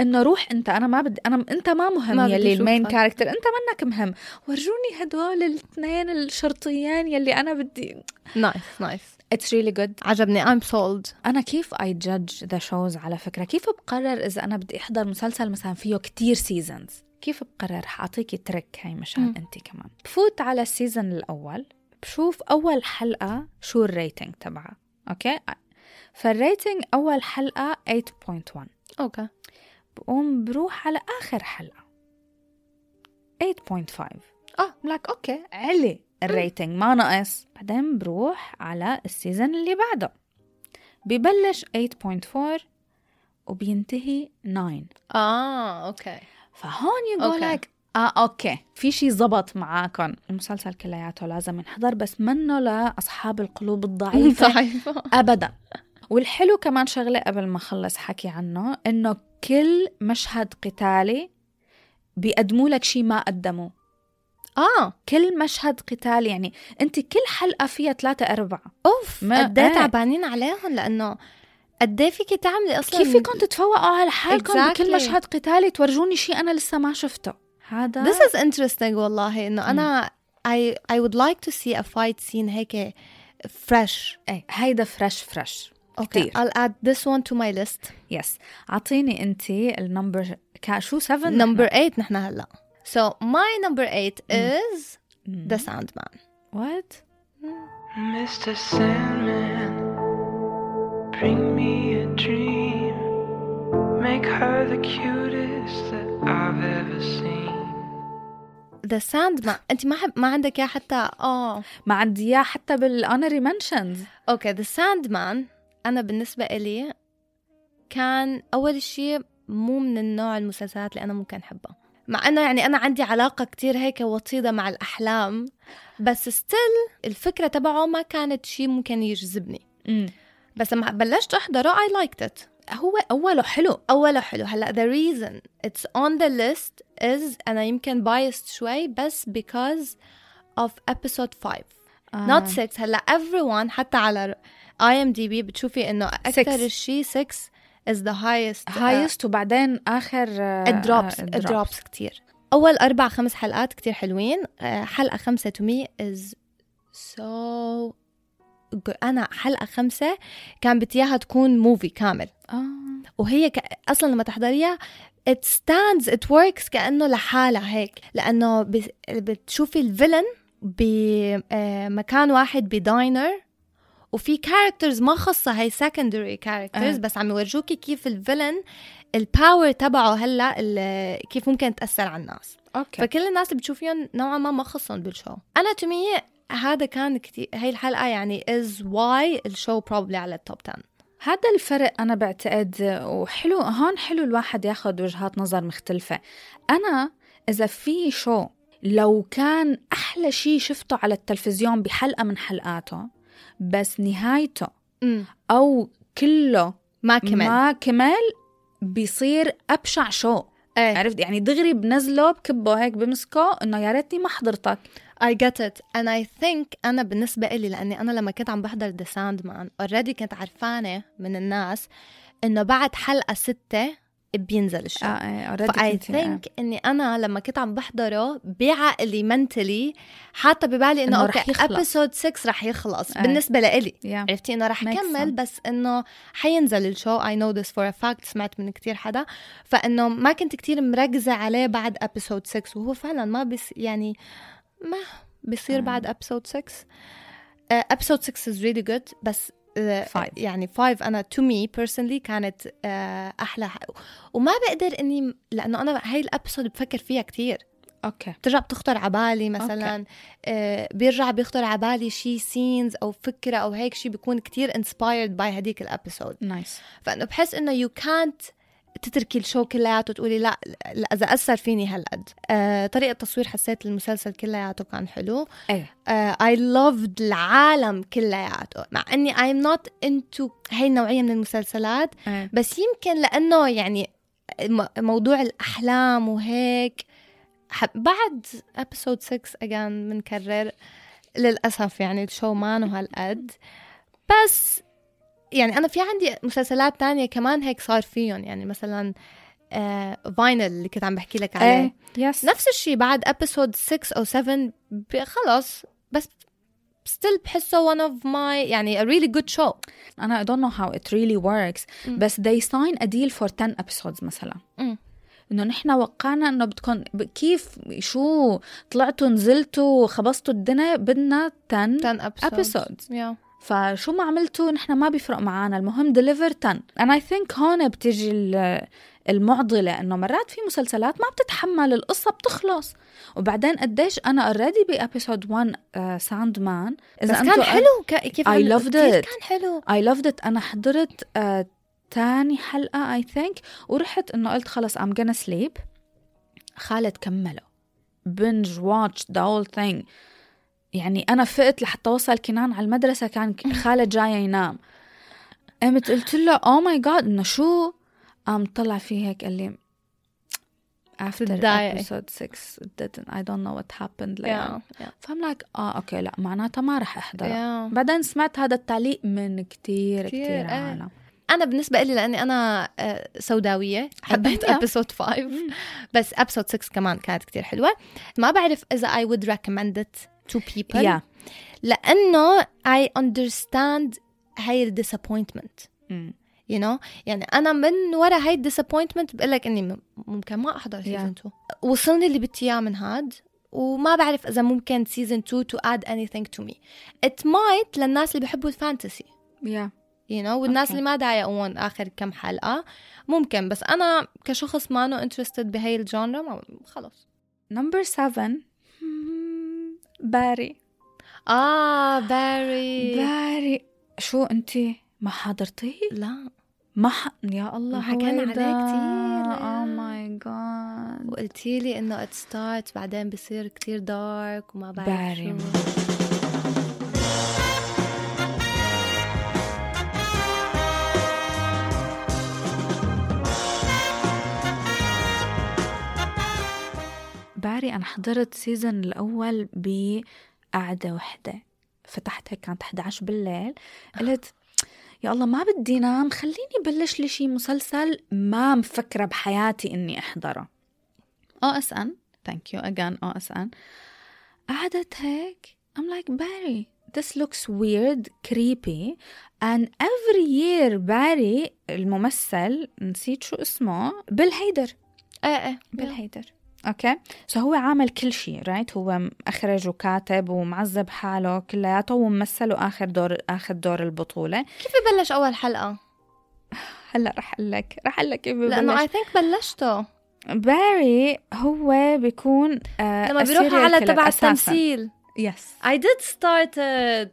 Speaker 1: انه روح انت انا ما بدي انا انت ما مهم
Speaker 2: ما بدي
Speaker 1: يلي المين
Speaker 2: أشوفك.
Speaker 1: كاركتر انت منك مهم ورجوني هدول الاثنين الشرطيان يلي انا بدي
Speaker 2: نايس نايس
Speaker 1: اتس ريلي جود
Speaker 2: عجبني I'm sold
Speaker 1: انا كيف اي جادج ذا شوز على فكره كيف بقرر اذا انا بدي احضر مسلسل مثلا فيه كتير سيزونز كيف بقرر حاعطيكي ترك هاي مشان
Speaker 2: مم.
Speaker 1: انت كمان بفوت على السيزون الاول بشوف اول حلقه شو الريتنج تبعها اوكي فالريتنج اول حلقه 8.1
Speaker 2: اوكي
Speaker 1: بقوم بروح على اخر حلقه 8.5
Speaker 2: آه.
Speaker 1: لك اوكي علي الريتنج ما نقص بعدين بروح على السيزن اللي بعده ببلش 8.4 وبينتهي 9
Speaker 2: اه اوكي
Speaker 1: فهون يقول
Speaker 2: أوكي.
Speaker 1: لك اه اوكي في شيء زبط معاكم المسلسل كلياته لازم ينحضر بس منه لاصحاب القلوب <laughs>
Speaker 2: <laughs>
Speaker 1: الضعيفه
Speaker 2: ضعيفة
Speaker 1: ابدا والحلو كمان شغله قبل ما اخلص حكي عنه انه كل مشهد قتالي بيقدموا لك شيء ما قدموه
Speaker 2: اه
Speaker 1: كل مشهد قتال يعني انت كل حلقه فيها ثلاثة أربعة
Speaker 2: اوف
Speaker 1: ما-
Speaker 2: قد
Speaker 1: إيه.
Speaker 2: ايه تعبانين عليهم لانه قد ايه فيكي تعملي اصلا
Speaker 1: كيف فيكم تتفوقوا على حالكم
Speaker 2: Exactly.
Speaker 1: بكل مشهد قتالي تورجوني شيء انا لسه ما شفته هذا
Speaker 2: This is interesting والله انه انا I I would like to see a fight scene هيك fresh
Speaker 1: ايه هيدا فريش فريش
Speaker 2: okay
Speaker 1: كتير.
Speaker 2: I'll add this one to my list
Speaker 1: يس اعطيني انت النمبر كا- شو 7
Speaker 2: number 8 نحن هلا so my number 8 is
Speaker 1: Mm.
Speaker 2: the Sandman
Speaker 1: وات
Speaker 3: Mr. Sandman, bring me a dream. Make her the cutest that I've ever seen.
Speaker 2: the Sandman انت ما حب ما عندك اياه حتى اه
Speaker 1: ما عندي اياه حتى بالاونري منشنز
Speaker 2: اوكي ذا ساندمان انا بالنسبه إلي كان اول شيء مو من النوع المسلسلات اللي انا ممكن احبها مع انه يعني انا عندي علاقه كتير هيك وطيده مع الاحلام بس ستيل الفكره تبعه ما كانت شيء ممكن يجذبني بس لما بلشت احضره اي لايكت ات
Speaker 1: هو اوله حلو
Speaker 2: اوله حلو هلا the reason it's on the list is انا يمكن biased شوي بس because of episode 5
Speaker 1: آه.
Speaker 2: not 6 هلا everyone حتى على اي ام دي بي بتشوفي انه اكثر
Speaker 1: Six.
Speaker 2: شيء 6 is the highest آه،
Speaker 1: هايست وبعدين اخر آه،
Speaker 2: الدروبس
Speaker 1: آه،
Speaker 2: الدروبس كثير اول اربع خمس حلقات كثير حلوين آه، حلقه خمسه to me is so good. انا حلقه خمسه كان بدي اياها تكون موفي كامل
Speaker 1: آه.
Speaker 2: وهي ك... اصلا لما تحضريها it stands it works كانه لحالها هيك لانه ب... بتشوفي الفيلن بمكان واحد بداينر وفي كاركترز ما خاصة هي secondary كاركترز
Speaker 1: آه.
Speaker 2: بس عم يورجوكي كيف الفيلن الباور تبعه هلا ال- كيف ممكن تأثر على الناس
Speaker 1: اوكي
Speaker 2: فكل الناس اللي بتشوفيهم نوعا ما ما خصهم بالشو انا تو مي هذا كان كتير هي الحلقة يعني is why الشو probably على التوب 10
Speaker 1: هذا الفرق انا بعتقد وحلو هون حلو الواحد ياخذ وجهات نظر مختلفه انا اذا في شو لو كان احلى شيء شفته على التلفزيون بحلقه من حلقاته بس نهايته
Speaker 2: مم.
Speaker 1: او كله
Speaker 2: ما كمان
Speaker 1: ما كمل بيصير ابشع شو
Speaker 2: ايه
Speaker 1: عرفت يعني دغري بنزله بكبه هيك بمسكه انه يا ريتني ما حضرتك
Speaker 2: I get it and I think أنا بالنسبة إلي لأني أنا لما كنت عم بحضر The Sandman already كنت عرفانة من الناس إنه بعد حلقة ستة بينزل الشو آه.
Speaker 1: إيه،
Speaker 2: فأي
Speaker 1: آه.
Speaker 2: ثينك إني أنا لما كنت عم بحضره بعقلي منتلي حاطة ببالي إنه
Speaker 1: إنه
Speaker 2: أوكي
Speaker 1: رح يخلص.
Speaker 2: episode 6 رح يخلص
Speaker 1: آه.
Speaker 2: آه. بالنسبة لإلي
Speaker 1: yeah.
Speaker 2: عرفتي انه رح
Speaker 1: Makes
Speaker 2: كمل بس انه حينزل الشو اي نو ذس فور ا فاكت سمعت من كتير حدا فانه ما كنت كتير مركزه عليه بعد ابيسود 6 وهو فعلا ما بس يعني ما بصير
Speaker 1: آه.
Speaker 2: بعد Uh, ابيسود 6 ابيسود 6 از ريلي جود بس آه،
Speaker 1: Five.
Speaker 2: يعني 5 انا تو مي بيرسونلي كانت آه، احلى ح- وما بقدر اني لانه انا هاي الابيسود بفكر فيها كتير
Speaker 1: اوكي
Speaker 2: بترجع بتخطر على بالي مثلا آه بيرجع بيخطر على بالي شي سينز او فكره او هيك شي بيكون كتير انسبايرد باي هديك الابيسود
Speaker 1: نايس
Speaker 2: فانه بحس انه يو كانت تتركي الشو كلياته وتقولي لا, لا اذا اثر فيني هالقد آه طريقه تصوير حسيت المسلسل كلياته كان حلو
Speaker 1: ايه
Speaker 2: اي لافد العالم كلياته مع اني I'm not into هاي النوعيه من المسلسلات
Speaker 1: إيه.
Speaker 2: بس يمكن لانه يعني م- موضوع الاحلام وهيك ح- بعد ابيسود 6 اجان بنكرر للاسف يعني الشو ما إنه هالقد بس يعني انا في عندي مسلسلات تانية كمان هيك صار فيهم يعني مثلا آه فاينل اللي كنت عم بحكي لك عليه
Speaker 1: ايه يس
Speaker 2: نفس الشيء بعد ابيسود 6 او 7 ب- خلص بس ستيل بحسه one of my يعني a really good show
Speaker 1: انا I don't know how it really works
Speaker 2: مم.
Speaker 1: بس they sign a deal for 10 episodes مثلا
Speaker 2: مم.
Speaker 1: انه نحن وقعنا انه بدكم ب- كيف شو طلعتوا نزلتوا خبصتوا الدنيا بدنا 10
Speaker 2: 10 episodes
Speaker 1: episodes
Speaker 2: yeah.
Speaker 1: فشو ما عملتوا نحن ما بيفرق معنا المهم ديليفر 10 and I think هون بتجي ال- المعضلة إنه مرات في مسلسلات ما بتتحمل القصة بتخلص وبعدين قديش أنا اوريدي بإبيسود 1 ساند مان
Speaker 2: بس كان حلو ك- كيف
Speaker 1: I
Speaker 2: عملوا-
Speaker 1: loved
Speaker 2: كتير
Speaker 1: it.
Speaker 2: كان حلو
Speaker 1: I loved it أنا حضرت آه، تاني حلقة I think ورحت إنه قلت خلص I'm gonna sleep خالد كمله binge watch the whole thing يعني أنا فقت لحتى وصل كنان على المدرسة كان ك- خالد جاي ينام قمت قلت له oh my god إنه شو قام طلع فيه هيك قال لي after
Speaker 2: بتضايقي.
Speaker 1: episode 6 didn't I don't know what happened like
Speaker 2: Yeah. Yeah.
Speaker 1: فهم لايك اه اوكي لا معناتها ما رح احضره
Speaker 2: Yeah.
Speaker 1: بعدين سمعت هذا التعليق من كتير
Speaker 2: كتير،
Speaker 1: كتير
Speaker 2: إيه.
Speaker 1: عالم
Speaker 2: انا بالنسبه لي لاني انا آه، سوداويه حبيت
Speaker 1: حبيتها.
Speaker 2: ابيسود 5 بس ابيسود 6 كمان كانت كتير حلوه ما بعرف اذا I would recommend it to people
Speaker 1: يا
Speaker 2: لانه I understand هاي ال disappointment you know يعني انا من ورا هاي ال disappointment بقول لك اني م- ممكن ما احضر سيزون 2 وصلني اللي بدي اياه من هاد وما بعرف اذا ممكن سيزون 2 to add anything to me it might للناس اللي بيحبوا الفانتسي
Speaker 1: يا
Speaker 2: you know والناس
Speaker 1: أوكي.
Speaker 2: اللي ما ضايقون اخر كم حلقه ممكن بس انا كشخص ما انه انترستد بهي الجانرا ما- خلص
Speaker 1: نمبر 7 باري
Speaker 2: اه باري
Speaker 1: باري شو انت ما حضرتيه
Speaker 2: لا
Speaker 1: ما ح... يا الله Oh
Speaker 2: حكينا عليه كتير.
Speaker 1: او ماي جاد
Speaker 2: وقلتي لي انه ات ستارت بعدين بصير كتير دارك وما بعرف
Speaker 1: باري.
Speaker 2: شو.
Speaker 1: باري انا حضرت سيزن الاول بقعده وحده فتحت هيك كانت 11 بالليل قلت يا الله ما بدي نام خليني بلش لي شي مسلسل ما مفكره بحياتي اني احضره او اس ان ثانك يو اجان او اس ان قعدت هيك I'm like Barry this looks weird creepy and every year باري الممثل نسيت شو اسمه بالهيدر
Speaker 2: ايه ايه
Speaker 1: بالهيدر اوكي سو هو عامل كل شيء رايت هو مخرج وكاتب ومعذب حاله كلياته وممثل واخر دور اخر دور البطوله
Speaker 2: كيف ببلش اول حلقه؟
Speaker 1: هلا رح اقول لك رح اقول لك كيف
Speaker 2: لانه
Speaker 1: ببلش
Speaker 2: اي ثينك بلشته
Speaker 1: باري هو بيكون آه
Speaker 2: لما بيروح على تبع التمثيل
Speaker 1: يس
Speaker 2: I did started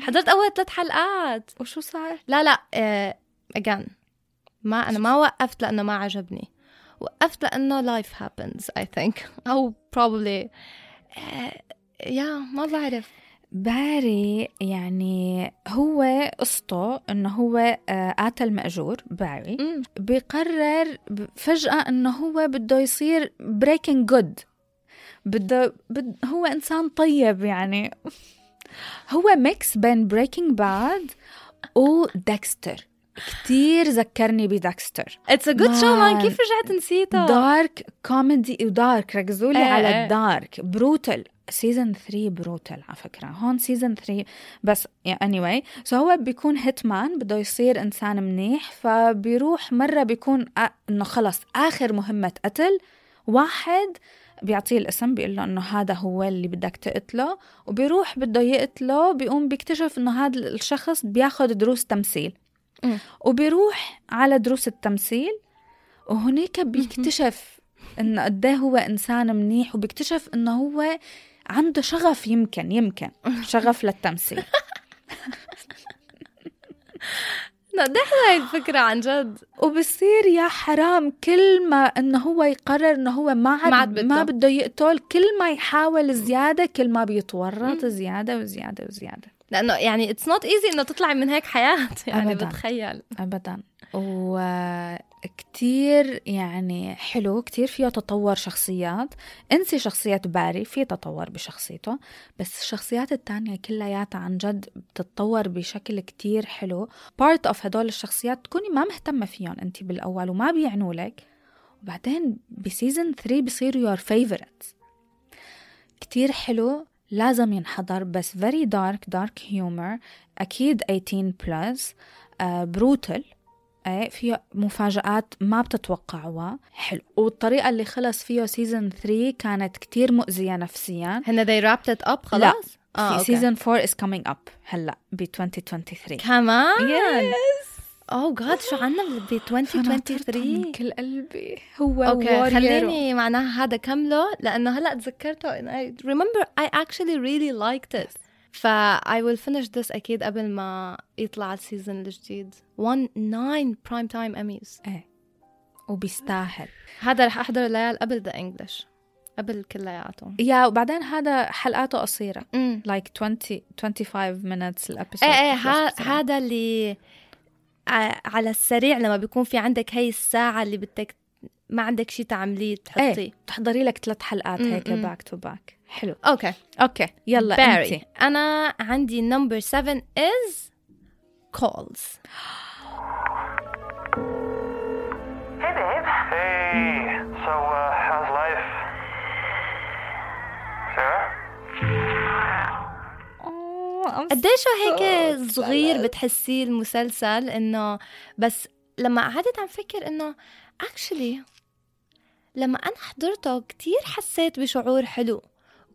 Speaker 2: حضرت اول ثلاث حلقات
Speaker 1: وشو صار؟
Speaker 2: لا لا اجان ما انا ما وقفت لانه ما عجبني وقفت لانه لايف هابنز اي <laughs> ثينك او probably آه، يا ما بعرف
Speaker 1: باري يعني هو قصته انه هو آه، قاتل مأجور باري
Speaker 2: مم.
Speaker 1: بقرر ب- فجأة انه هو بده يصير بريكنج جود بده بد هو انسان طيب يعني <laughs> هو ميكس بين بريكنج باد وديكستر كتير ذكرني بديكستر
Speaker 2: اتس ا جود شو مان
Speaker 1: مان.
Speaker 2: كيف رجعت نسيته
Speaker 1: دارك كوميدي ودارك ركزوا لي
Speaker 2: إيه إيه.
Speaker 1: على الدارك بروتل سيزون 3 بروتل على فكره هون سيزون 3 بس اني anyway سو هو بيكون هيتمان بده يصير انسان منيح فبيروح مره بيكون أ- انه خلص اخر مهمه قتل واحد بيعطيه الاسم بيقول له انه هذا هو اللي بدك تقتله وبيروح بده يقتله بيقوم بيكتشف انه هذا الشخص بياخد دروس تمثيل
Speaker 2: أمم.
Speaker 1: وبيروح على دروس التمثيل وهناك بيكتشف انه قد إيه هو انسان منيح وبيكتشف انه هو عنده شغف يمكن يمكن شغف للتمثيل
Speaker 2: لا، ده حلوة هاي الفكره عن جد
Speaker 1: وبصير يا حرام كل ما انه هو يقرر انه هو ما عاد
Speaker 2: ما عاد بده.
Speaker 1: ما بده يقتل كل ما يحاول زياده كل ما بيتورط زياده وزياده وزياده
Speaker 2: لانه يعني اتس نوت ايزي انه تطلعي من هيك حياه <laughs> يعني
Speaker 1: أبداً.
Speaker 2: بتخيل
Speaker 1: ابدا وكتير يعني حلو كتير فيه تطور شخصيات انسي شخصية باري في تطور بشخصيته بس الشخصيات التانية كلياتها عن جد بتتطور بشكل كتير حلو بارت اوف هدول الشخصيات تكوني ما مهتمة فيهم انت بالاول وما بيعنوا لك وبعدين بسيزن 3 بصيروا يور فيفورت كتير حلو لازم ينحضر بس very dark dark humor أكيد 18 plus آه، بروتل ايه فيه مفاجآت ما بتتوقعوها حلو والطريقة اللي خلص فيه سيزن 3 كانت كتير مؤذية نفسيا
Speaker 2: هن they wrapped it up خلاص آه،
Speaker 1: في
Speaker 2: أوكي.
Speaker 1: سيزون 4 از coming اب هلا ب 2023
Speaker 2: كمان
Speaker 1: Yes.
Speaker 2: اوه جاد شو عنا ب
Speaker 1: فأنا عطرته من
Speaker 2: 2023
Speaker 1: كل قلبي هو
Speaker 2: اوكي
Speaker 1: warrior.
Speaker 2: خليني معناها هذا كمله لانه هلا تذكرته and I remember I actually really liked it ف I will finish this اكيد قبل ما يطلع السيزون الجديد 1 9 برايم تايم اميز
Speaker 1: ايه وبيستاهل
Speaker 2: هذا رح احضره ليال قبل ذا انجلش قبل كلياته
Speaker 1: يا وبعدين هذا حلقاته قصيره
Speaker 2: امم
Speaker 1: like 20 25 minutes الابيسود
Speaker 2: ايه ايه ها- هذا اللي ع- على السريع لما بيكون في عندك هي الساعة اللي بدك ما عندك شيء تعمليه بتحطيه
Speaker 1: ايه تحضري لك ثلاث حلقات هيك
Speaker 2: م- م.
Speaker 1: باك تو باك حلو
Speaker 2: اوكي
Speaker 1: اوكي يلا
Speaker 2: باري
Speaker 1: انت
Speaker 2: انا عندي نمبر 7 از كولز
Speaker 4: Hey, babe.
Speaker 5: Hey, so, uh, how's life? Sarah?
Speaker 2: قديش
Speaker 1: آه،
Speaker 2: هيك صغير بتحسيه المسلسل انه بس لما قعدت عم فكر انه اكشلي لما انا حضرته كتير حسيت بشعور حلو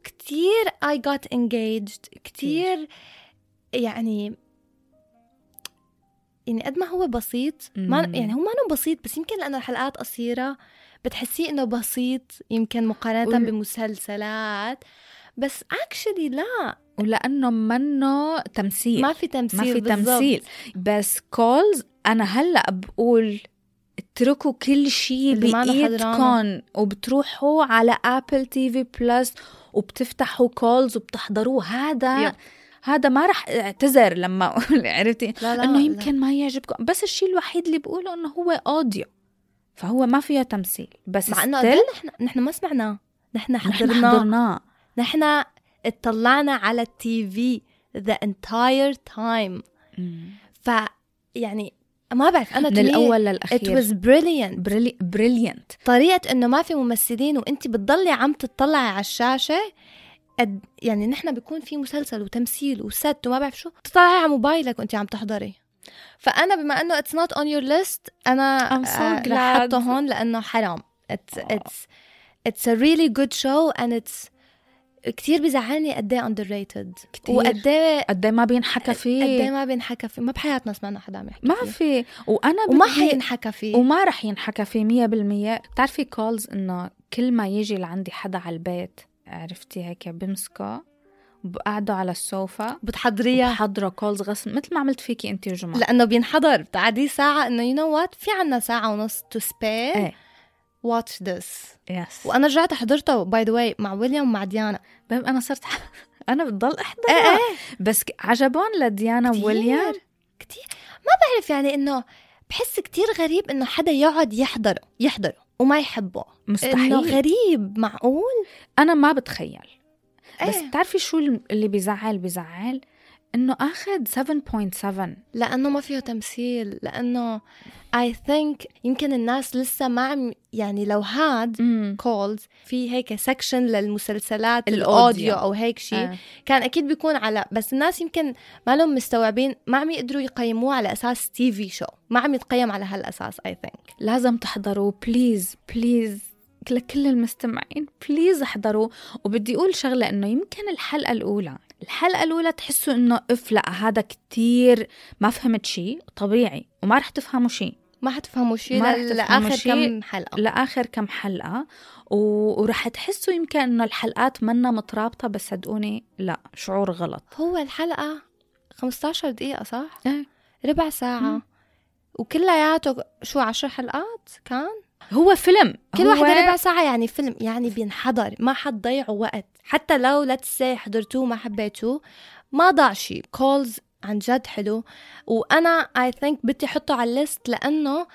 Speaker 2: كتير I got engaged كتير يعني يعني قد ما هو بسيط ما
Speaker 1: مم.
Speaker 2: يعني هو ما بسيط بس يمكن لانه الحلقات قصيره بتحسيه انه بسيط يمكن مقارنه
Speaker 1: وال-
Speaker 2: بمسلسلات بس اكشلي لا
Speaker 1: ولانه منه تمثيل
Speaker 2: ما في تمثيل
Speaker 1: ما في
Speaker 2: بالضبط.
Speaker 1: تمثيل بس كولز انا هلا بقول اتركوا كل شيء
Speaker 2: اللي ما له
Speaker 1: بايدكم
Speaker 2: حضرانه.
Speaker 1: وبتروحوا على ابل تي في بلس وبتفتحوا كولز وبتحضروه هذا
Speaker 2: يب.
Speaker 1: هذا ما رح اعتذر لما أقول- عرفتي
Speaker 2: لا لا
Speaker 1: انه
Speaker 2: لا.
Speaker 1: يمكن ما يعجبكم بس الشيء الوحيد اللي بقوله انه هو اوديو فهو ما فيه تمثيل بس
Speaker 2: مع انه
Speaker 1: still
Speaker 2: قديش نحن نحن ما سمعناه نحن
Speaker 1: نحن
Speaker 2: حضرناه
Speaker 1: حضرناه
Speaker 2: نحن اطلعنا على التي في the entire time ف يعني ما بعرف انا
Speaker 1: من
Speaker 2: to me
Speaker 1: الاول
Speaker 2: it
Speaker 1: للاخير
Speaker 2: was brilliant
Speaker 1: بريليانت
Speaker 2: طريقة انه ما في ممثلين وانت بتضلي عم تطلعي على الشاشة قد يعني نحن بيكون في مسلسل وتمثيل وست وما بعرف شو بتطلعي على موبايلك وانت عم تحضري فانا بما انه it's not on your list انا
Speaker 1: I'm so
Speaker 2: آه،
Speaker 1: glad.
Speaker 2: رح احطه هون لانه حرام it's it's it's a really good show and it's كتير بيزعلني قد ايه underrated
Speaker 1: كتير.
Speaker 2: وقد ايه
Speaker 1: قد إيه ما بينحكى فيه
Speaker 2: قد ايه ما بينحكى فيه ما بحياتنا سمعنا حدا عم يحكي
Speaker 1: ما
Speaker 2: فيه.
Speaker 1: في وانا
Speaker 2: وما
Speaker 1: بدي-
Speaker 2: حينحكى فيه
Speaker 1: وما رح ينحكى فيه مية بالمية بتعرفي كولز انه كل ما يجي لعندي حدا على البيت عرفتي هيك بمسكه بقعده على السوفا
Speaker 2: بتحضريها
Speaker 1: بحضره كولز غصب مثل ما عملت فيكي انت وجمال
Speaker 2: لانه بينحضر بتعديه ساعه انه يو نو وات في عنا ساعه ونص تو سبير
Speaker 1: ايه
Speaker 2: واتش ذس
Speaker 1: يس
Speaker 2: وانا رجعت حضرته باي ذا واي مع ويليام ومع ديانا
Speaker 1: بم انا صرت <laughs> انا بضل احضر
Speaker 2: إيه
Speaker 1: ايه بس ك- عجبهم لديانا
Speaker 2: كتير.
Speaker 1: ويليام
Speaker 2: كتير ما بعرف يعني انه بحس كتير غريب انه حدا يقعد يحضره يحضره وما يحبه انه
Speaker 1: مستحيل
Speaker 2: غريب معقول
Speaker 1: انا ما بتخيل بس
Speaker 2: إيه.
Speaker 1: بتعرفي شو اللي بيزعل بيزعل انه اخذ 7.7
Speaker 2: لانه ما فيه تمثيل لانه اي ثينك يمكن الناس لسه ما عم يعني لو هاد
Speaker 1: امم
Speaker 2: كولز في هيك سكشن للمسلسلات
Speaker 1: الأوديو.
Speaker 2: الاوديو او هيك شيء
Speaker 1: آه.
Speaker 2: كان اكيد بيكون على بس الناس يمكن ما لهم مستوعبين ما عم يقدروا يقيموه على اساس تي في شو ما عم يتقيم على هالاساس اي ثينك
Speaker 1: لازم تحضروا بليز بليز لكل المستمعين بليز احضروا وبدي اقول شغله انه يمكن الحلقه الاولى الحلقه الاولى تحسوا انه اف لا هذا كتير ما فهمت شيء طبيعي وما رح تفهموا شيء
Speaker 2: ما حتفهموا شيء
Speaker 1: ما رح تفهموا
Speaker 2: لاخر
Speaker 1: شيء.
Speaker 2: كم حلقه
Speaker 1: لاخر كم حلقه و- ورح تحسوا يمكن انه الحلقات منا مترابطه بس صدقوني لا شعور غلط
Speaker 2: هو الحلقه 15 دقيقه صح
Speaker 1: إيه.
Speaker 2: ربع ساعه
Speaker 1: مم.
Speaker 2: وكلياته شو عشر حلقات كان
Speaker 1: هو فيلم
Speaker 2: كل
Speaker 1: هو
Speaker 2: واحدة ربع ساعة يعني فيلم يعني بينحضر ما حتضيعوا وقت حتى لو لا تسي حضرتوه ما حبيتوه ما ضاع شيء كولز عن جد حلو وانا اي ثينك بدي احطه على الليست لانه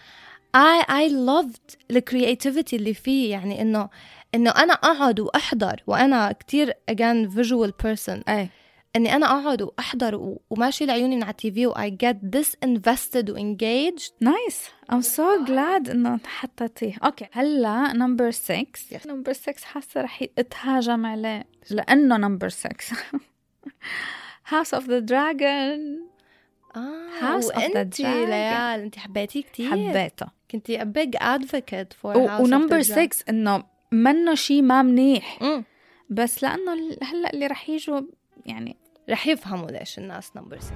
Speaker 2: I I loved الكرياتيفيتي اللي فيه يعني انه انه انا اقعد واحضر وانا كتير again visual person
Speaker 1: ايه
Speaker 2: اني انا اقعد واحضر و- وماشي لعيوني من على التي في و I get this invested و engaged
Speaker 1: نايس I'm so glad انه حطيتيه اوكي هلا نمبر 6 نمبر 6 حاسه رح ي- اتهاجم عليه لانه نمبر 6 <laughs> House of the Dragon
Speaker 2: اه
Speaker 1: House of the
Speaker 2: وانتي
Speaker 1: Dragon.
Speaker 2: ليال انت حبيتيه كتير
Speaker 1: حبيته
Speaker 2: كنتي a big advocate for House of
Speaker 1: ونمبر
Speaker 2: the Mm. Dragon.
Speaker 1: 6 انه منه شيء ما منيح
Speaker 2: مم.
Speaker 1: بس لانه ال- هلا اللي رح يجوا يعني
Speaker 2: رح يفهموا ليش الناس نمبر 6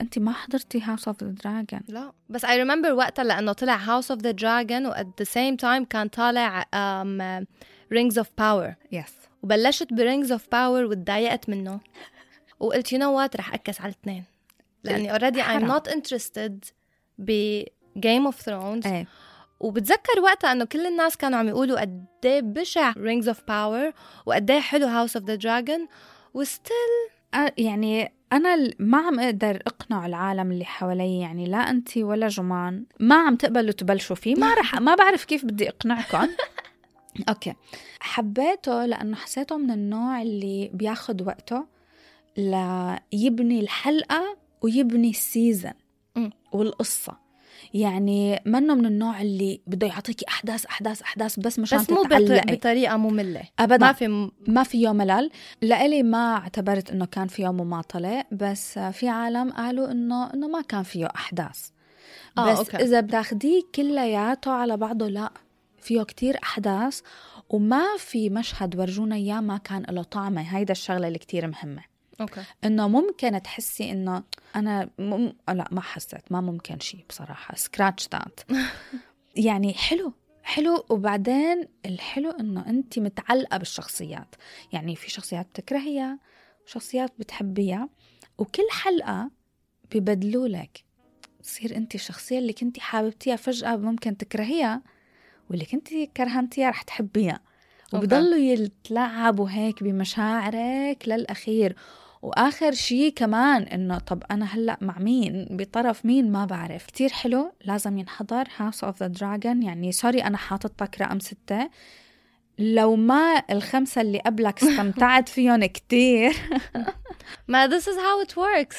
Speaker 1: انت ما حضرتي هاوس اوف ذا دراجون
Speaker 2: لا بس I remember وقتها لأنه طلع هاوس اوف ذا دراجون و at the same time كان طالع um, رينجز اوف باور
Speaker 1: يس
Speaker 2: وبلشت برينجز اوف باور وتضايقت منه وقلت يو نو وات رح أكس على الاثنين لأني already I'm
Speaker 1: حرام.
Speaker 2: not interested ب Game of Thrones
Speaker 1: ايه
Speaker 2: وبتذكر وقتها انه كل الناس كانوا عم يقولوا قد ايه بشع رينجز اوف باور وقد ايه حلو هاوس اوف ذا دراجون وستيل
Speaker 1: أ- يعني أنا ال- ما عم أقدر أقنع العالم اللي حوالي يعني لا أنت ولا جمان ما عم تقبلوا تبلشوا فيه ما
Speaker 2: <laughs>
Speaker 1: رح ما بعرف كيف بدي أقنعكم أوكي حبيته لأنه حسيته من النوع اللي بياخد وقته ليبني الحلقة ويبني السيزن
Speaker 2: مم.
Speaker 1: والقصة يعني منه من النوع اللي بده يعطيكي أحداث أحداث أحداث بس مشان
Speaker 2: بس مو بط-
Speaker 1: تتعلقي
Speaker 2: بطريقه ممله
Speaker 1: أبدا
Speaker 2: ما في م-
Speaker 1: ما فيه ملل لإلي ما اعتبرت انه كان فيه مماطله بس في عالم قالوا انه انه ما كان فيه احداث
Speaker 2: آه،
Speaker 1: بس
Speaker 2: أوكي.
Speaker 1: اذا بتاخديه كلياته على بعضه لا فيه كتير احداث وما في مشهد ورجونا اياه ما كان له طعمه هيدا الشغله اللي كتير مهمه
Speaker 2: اوكي
Speaker 1: انه ممكن تحسي انه انا مم... لا ما حسيت ما ممكن شيء بصراحه سكراتش ذات يعني حلو حلو وبعدين الحلو انه انت متعلقه بالشخصيات يعني في شخصيات بتكرهيها وشخصيات بتحبيها وكل حلقه ببدلوا لك تصير انت الشخصيه اللي كنت حاببتيها فجاه ممكن تكرهيها واللي كنت كرهنتيها رح تحبيها
Speaker 2: أوكي.
Speaker 1: وبضلوا يتلعبوا هيك بمشاعرك للاخير واخر شيء كمان انه طب انا هلا مع مين بطرف مين ما بعرف كتير حلو لازم ينحضر هاوس اوف ذا دراجون يعني سوري انا حاطتك رقم ستة لو ما الخمسة اللي قبلك استمتعت فيهم كتير
Speaker 2: ما this is how it works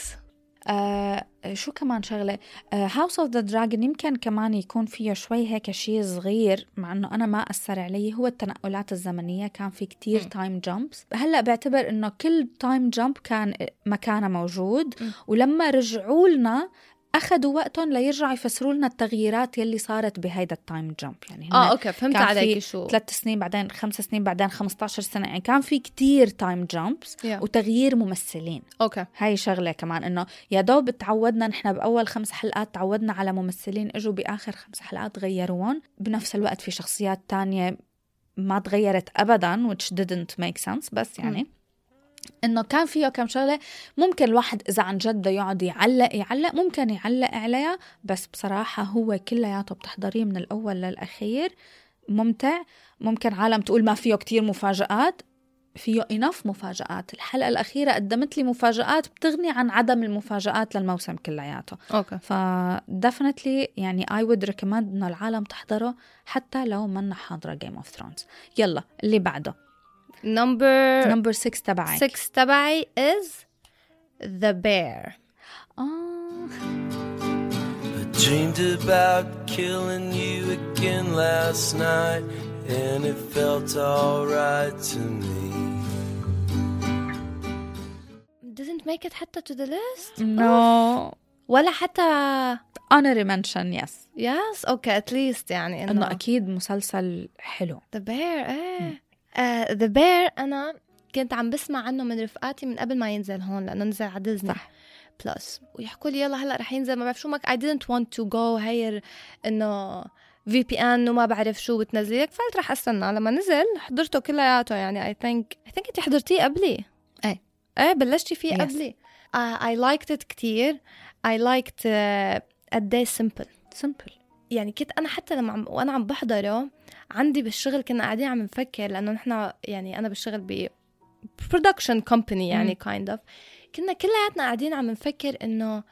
Speaker 1: آه شو كمان شغلة آه، هاوس اوف ذا دراجون يمكن كمان يكون فيه شوي هيك شيء صغير مع انه انا ما اثر علي هو التنقلات الزمنية كان في كتير
Speaker 2: مم.
Speaker 1: تايم جامبس هلا بعتبر انه كل تايم جامب كان مكانه موجود
Speaker 2: مم.
Speaker 1: ولما رجعوا لنا اخذوا وقتهم ليرجعوا يفسروا لنا التغييرات يلي صارت بهيدا التايم جامب يعني
Speaker 2: اه اوكي فهمت
Speaker 1: كان في
Speaker 2: عليك شو
Speaker 1: ثلاث سنين بعدين خمس سنين بعدين 15 سنة يعني كان في كتير تايم جامبس
Speaker 2: Yeah.
Speaker 1: وتغيير ممثلين
Speaker 2: اوكي
Speaker 1: هاي شغلة كمان إنه يا دوب تعودنا نحن بأول خمس حلقات تعودنا على ممثلين إجوا بآخر خمس حلقات غيروهم بنفس الوقت في شخصيات تانية ما تغيرت أبدا which didn't make sense بس يعني إنه كان فيه كم شغلة ممكن الواحد إذا عن جد بده يقعد يعلق يعلق ممكن يعلق عليها بس بصراحة هو كلياته بتحضريه من الأول للأخير ممتع ممكن عالم تقول ما فيه كتير مفاجآت فيه إناف مفاجآت الحلقة الأخيرة قدمت لي مفاجآت بتغني عن عدم المفاجآت للموسم كلياته
Speaker 2: اوكي
Speaker 1: ف definitely يعني I would recommend إنه العالم تحضره حتى لو منا حاضرة Game of Thrones يلا اللي بعده
Speaker 2: نمبر
Speaker 1: نمبر 6 تبعك
Speaker 2: 6 تبعي is the bear
Speaker 1: آه
Speaker 6: I dreamed about killing you again last night, and it felt alright to me.
Speaker 2: didn't make it حتى to the list
Speaker 1: no
Speaker 2: ولا حتى
Speaker 1: honorary mention yes
Speaker 2: yes okay at least يعني
Speaker 1: انه
Speaker 2: انه
Speaker 1: اكيد مسلسل حلو
Speaker 2: The Bear ايه آه The Bear أنا كنت عم بسمع عنه من رفقاتي من قبل ما ينزل هون لأنه نزل على ديزني
Speaker 1: صح.
Speaker 2: بلس ويحكوا لي يلا هلا رح ينزل ما بعرف شو مك I didn't want to go هير إنه في بي ان وما بعرف شو بتنزلي لك فقلت رح استنى لما نزل حضرته كلياته يعني I think I think انت حضرتيه قبلي
Speaker 1: إيه.
Speaker 2: ايه بلشتي فيه
Speaker 1: Yes.
Speaker 2: قبلي uh, I liked it كتير I liked uh, قد ايه simple
Speaker 1: سمبل
Speaker 2: يعني كنت انا حتى لما عم وانا عم بحضره عندي بالشغل كنا قاعدين عم نفكر لانه نحن يعني انا بالشغل ب برودكشن كومباني يعني كايند kind اوف of. كنا كلياتنا قاعدين عم نفكر انه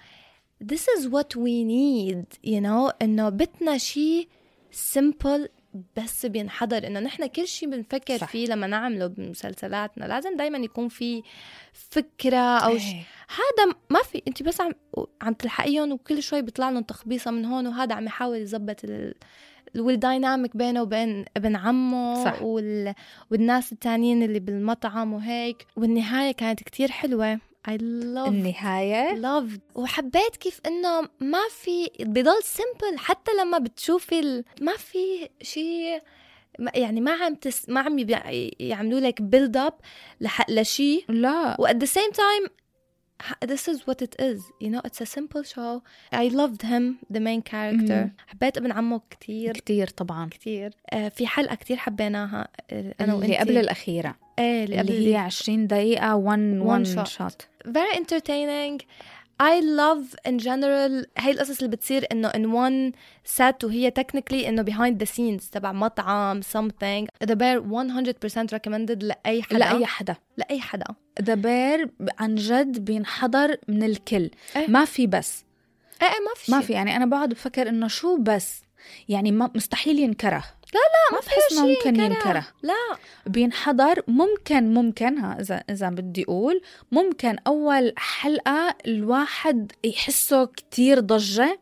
Speaker 2: this is what we need you know انه بدنا شيء simple بس بينحضر انه نحن كل شيء بنفكر
Speaker 1: صح.
Speaker 2: صح. فيه لما نعمله بمسلسلاتنا لازم دائما يكون في فكره او
Speaker 1: إيه.
Speaker 2: شيء هذا ما في انت بس عم عم تلحقيهم وكل شوي بيطلع لهم تخبيصه من هون وهذا عم يحاول يظبط ال... والدايناميك بينه وبين ابن عمه
Speaker 1: صح.
Speaker 2: وال... والناس التانيين اللي بالمطعم وهيك والنهايه كانت كتير حلوه I love
Speaker 1: النهاية
Speaker 2: loved وحبيت كيف انه ما في بضل سمبل حتى لما بتشوفي ال... ما في شيء يعني ما عم تس... ما عم يبع- يعملوا لك بيلد اب لح... لشيء
Speaker 1: لا
Speaker 2: وات ذا سيم تايم this is what it is you know it's a simple show I loved him the main character
Speaker 1: مم.
Speaker 2: حبيت ابن عمه كتير
Speaker 1: كتير طبعا
Speaker 2: Mm-hmm. كتير آه في حلقة كتير حبيناها آه، أنا وأنتي
Speaker 1: اللي قبل الأخيرة
Speaker 2: إيه اللي قبل
Speaker 1: اللي هي 20 دقيقة one,
Speaker 2: One
Speaker 1: one,
Speaker 2: shot.
Speaker 1: shot.
Speaker 2: very entertaining I love in general هاي القصص اللي بتصير انه in one set وهي technically انه behind the scenes تبع مطعم something The Bear 100% recommended لأي حدا
Speaker 1: لا أي حدا
Speaker 2: لأي حدا
Speaker 1: ذا بير عن جد بينحضر من الكل
Speaker 2: إيه.
Speaker 1: ما في بس
Speaker 2: ايه ايه ما في
Speaker 1: ما
Speaker 2: شي.
Speaker 1: في يعني انا بقعد بفكر انه شو بس يعني ما مستحيل ينكره
Speaker 2: لا ما
Speaker 1: بحس
Speaker 2: فيها
Speaker 1: إنه
Speaker 2: شي
Speaker 1: ممكن ينكره.
Speaker 2: لا
Speaker 1: بينحضر ممكن ممكن ها اذا اذا بدي اقول ممكن اول حلقه الواحد يحسه كتير ضجه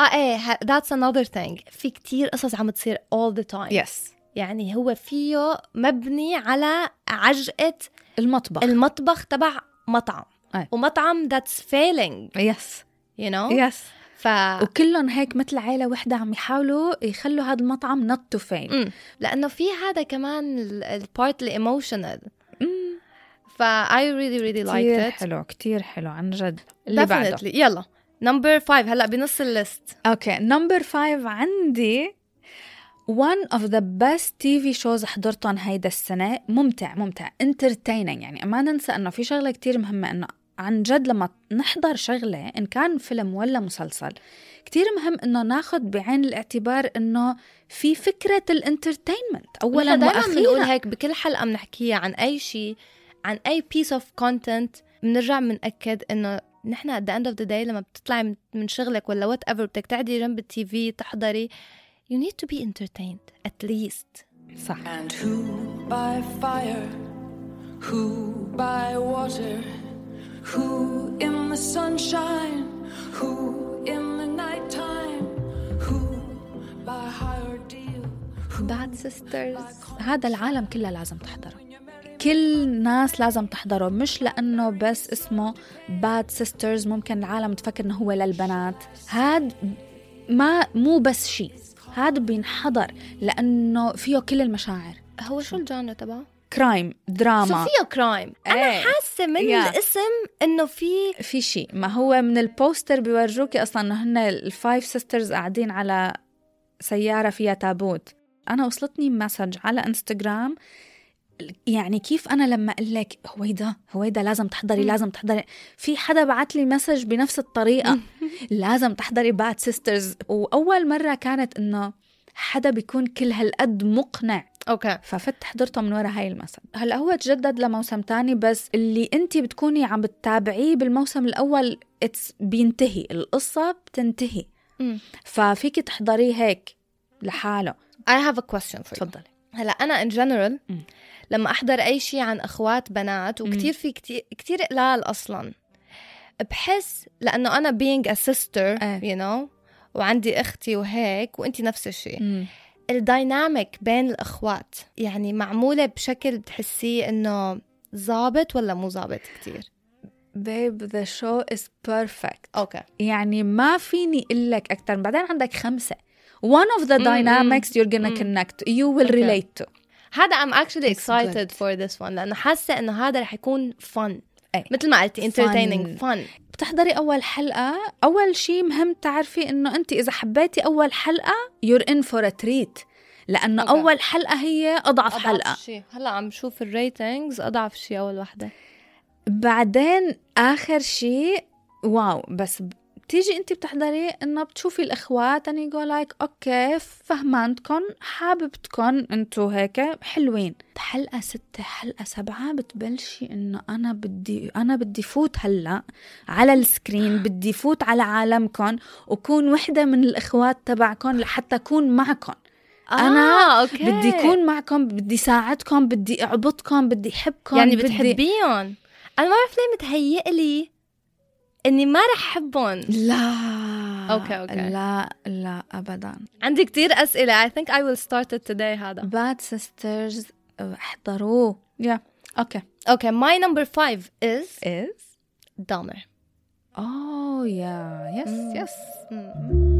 Speaker 2: اه ايه ه- that's another thing في كتير قصص عم تصير all the time
Speaker 1: يس
Speaker 2: يعني هو فيه مبني على عجقة
Speaker 1: المطبخ
Speaker 2: المطبخ تبع مطعم
Speaker 1: إيه.
Speaker 2: ومطعم that's failing
Speaker 1: يس
Speaker 2: you know
Speaker 1: يس
Speaker 2: ف
Speaker 1: وكلهم هيك مثل عيله وحده عم يحاولوا يخلوا هذا المطعم نوت تو فين
Speaker 2: مم. لانه في هذا كمان البارت الايموشنال ف I really really liked
Speaker 1: كتير
Speaker 2: it
Speaker 1: حلو كتير حلو عن جد اللي بعده
Speaker 2: definitely يلا نمبر 5 هلا بنص الليست
Speaker 1: اوكي نمبر 5 عندي one of the best TV shows حضرتهم هيدا السنة ممتع ممتع entertaining يعني ما ننسى انه في شغلة كتير مهمة انه عن جد لما نحضر شغلة ان كان فيلم ولا مسلسل كتير مهم انه ناخد بعين الاعتبار انه في فكرة الانترتينمنت اولا
Speaker 2: نحن دايما بنقول
Speaker 1: واخيرا
Speaker 2: هيك بكل حلقه بنحكيها عن اي شيء عن اي piece of content بنرجع بنأكد انه نحن at the end of the day لما بتطلعي من- من شغلك ولا وات ايفر بدك تعدي جنب التي في تحضري you need to be entertained at least
Speaker 1: صح
Speaker 7: And who by fire? Who by water? Who in the sunshine? Who in the nighttime? Who by higher deal?
Speaker 2: bad sisters
Speaker 1: هذا العالم كله لازم تحضره كل الناس لازم تحضره مش لأنه بس اسمه باد سيسترز ممكن العالم تفكر إنه هو للبنات هاد ما مو بس شيء هاد بينحضر لأنه فيه كل المشاعر
Speaker 2: هو شو الجانر تبعه؟
Speaker 1: كرايم دراما
Speaker 2: سو فيه كرايم انا
Speaker 1: إيه.
Speaker 2: حاسه من
Speaker 1: Yeah.
Speaker 2: الاسم انه في
Speaker 1: في شيء ما هو من البوستر بيورجوكي اصلا انه هن الفايف سيسترز قاعدين على سياره فيها تابوت انا وصلتني مسج على انستغرام يعني كيف انا لما اقول لك هويدا هويدا لازم تحضري لازم تحضري في حدا بعت لي مسج بنفس الطريقه <laughs> لازم تحضري باد سيسترز واول مره كانت انه حدا بيكون كل هالقد مقنع
Speaker 2: اوكي
Speaker 1: ففت حضرته من ورا هاي المسد هلا هو تجدد لموسم تاني بس اللي انت بتكوني عم بتتابعيه بالموسم الاول اتس بينتهي القصه بتنتهي
Speaker 2: مم.
Speaker 1: ففيك تحضريه هيك لحاله
Speaker 2: I have a question for you
Speaker 1: تفضلي
Speaker 2: هلا انا in general
Speaker 1: مم.
Speaker 2: لما احضر اي شيء عن اخوات بنات وكتير في كتير كتير قلال اصلا بحس لانه انا being a sister
Speaker 1: إيه.
Speaker 2: you know وعندي اختي وهيك وانت نفس الشيء الدايناميك بين الاخوات يعني معموله بشكل بتحسيه انه ظابط ولا مو ظابط كتير
Speaker 1: بيب ذا شو از بيرفكت
Speaker 2: اوكي
Speaker 1: يعني ما فيني اقول لك اكثر بعدين عندك خمسه one of the
Speaker 2: مم،
Speaker 1: dynamics you're gonna
Speaker 2: مم.
Speaker 1: connect you will
Speaker 2: Okay.
Speaker 1: relate to
Speaker 2: هذا I'm actually
Speaker 1: It's
Speaker 2: excited
Speaker 1: good.
Speaker 2: for this one لأنه حاسة إنه هذا رح يكون fun
Speaker 1: أي.
Speaker 2: مثل ما قلتي
Speaker 1: إيه. Fun.
Speaker 2: entertaining fun
Speaker 1: بتحضري اول حلقه اول شيء مهم تعرفي انه انت اذا حبيتي اول حلقه يور ان فور ا تريت لانه
Speaker 2: أوكي.
Speaker 1: اول حلقه هي اضعف حلقه
Speaker 2: شيء هلا عم شوف الريتنجز أضعف شيء أول وحدة
Speaker 1: بعدين اخر شيء واو بس ب- بتيجي انت بتحضري انه بتشوفي الاخوات and you go like اوكي فهمانتكم حاببتكم انتو هيك حلوين بحلقه ستة حلقه سبعة بتبلشي انه انا بدي انا بدي فوت هلا على السكرين بدي فوت على عالمكم وكون وحده من الاخوات تبعكم لحتى اكون معكم أنا
Speaker 2: آه، أوكي.
Speaker 1: بدي اكون معكم بدي ساعدكم بدي اعبطكم بدي احبكم
Speaker 2: يعني
Speaker 1: بدي-
Speaker 2: بتحبيهم أنا ما بعرف ليه متهيألي إني ما رح أحبهم
Speaker 1: لا
Speaker 2: أوكي، أوكي.
Speaker 1: لا لا ابدا
Speaker 2: عندي كتير أسئلة I think I will start it today هذا
Speaker 1: باد سيسترز احضروه يا اوكي
Speaker 2: Okay my number five is
Speaker 1: از
Speaker 2: Dahmer.
Speaker 1: Oh, yeah. Yes,
Speaker 2: Mm.
Speaker 1: yes.
Speaker 2: Mm.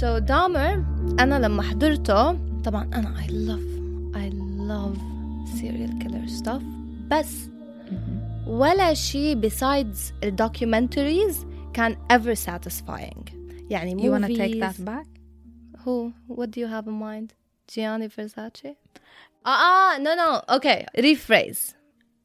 Speaker 2: So Dahmer أنا لما حضرته طبعا أنا I love I love serial killer stuff بس
Speaker 1: مهم.
Speaker 2: ولا شيء besides الدوكيومنتريز كان ever satisfying يعني movies
Speaker 1: You want to take that back?
Speaker 2: Who? What do you have in mind? Gianni Versace? Ah, ah, no, no. Okay, rephrase.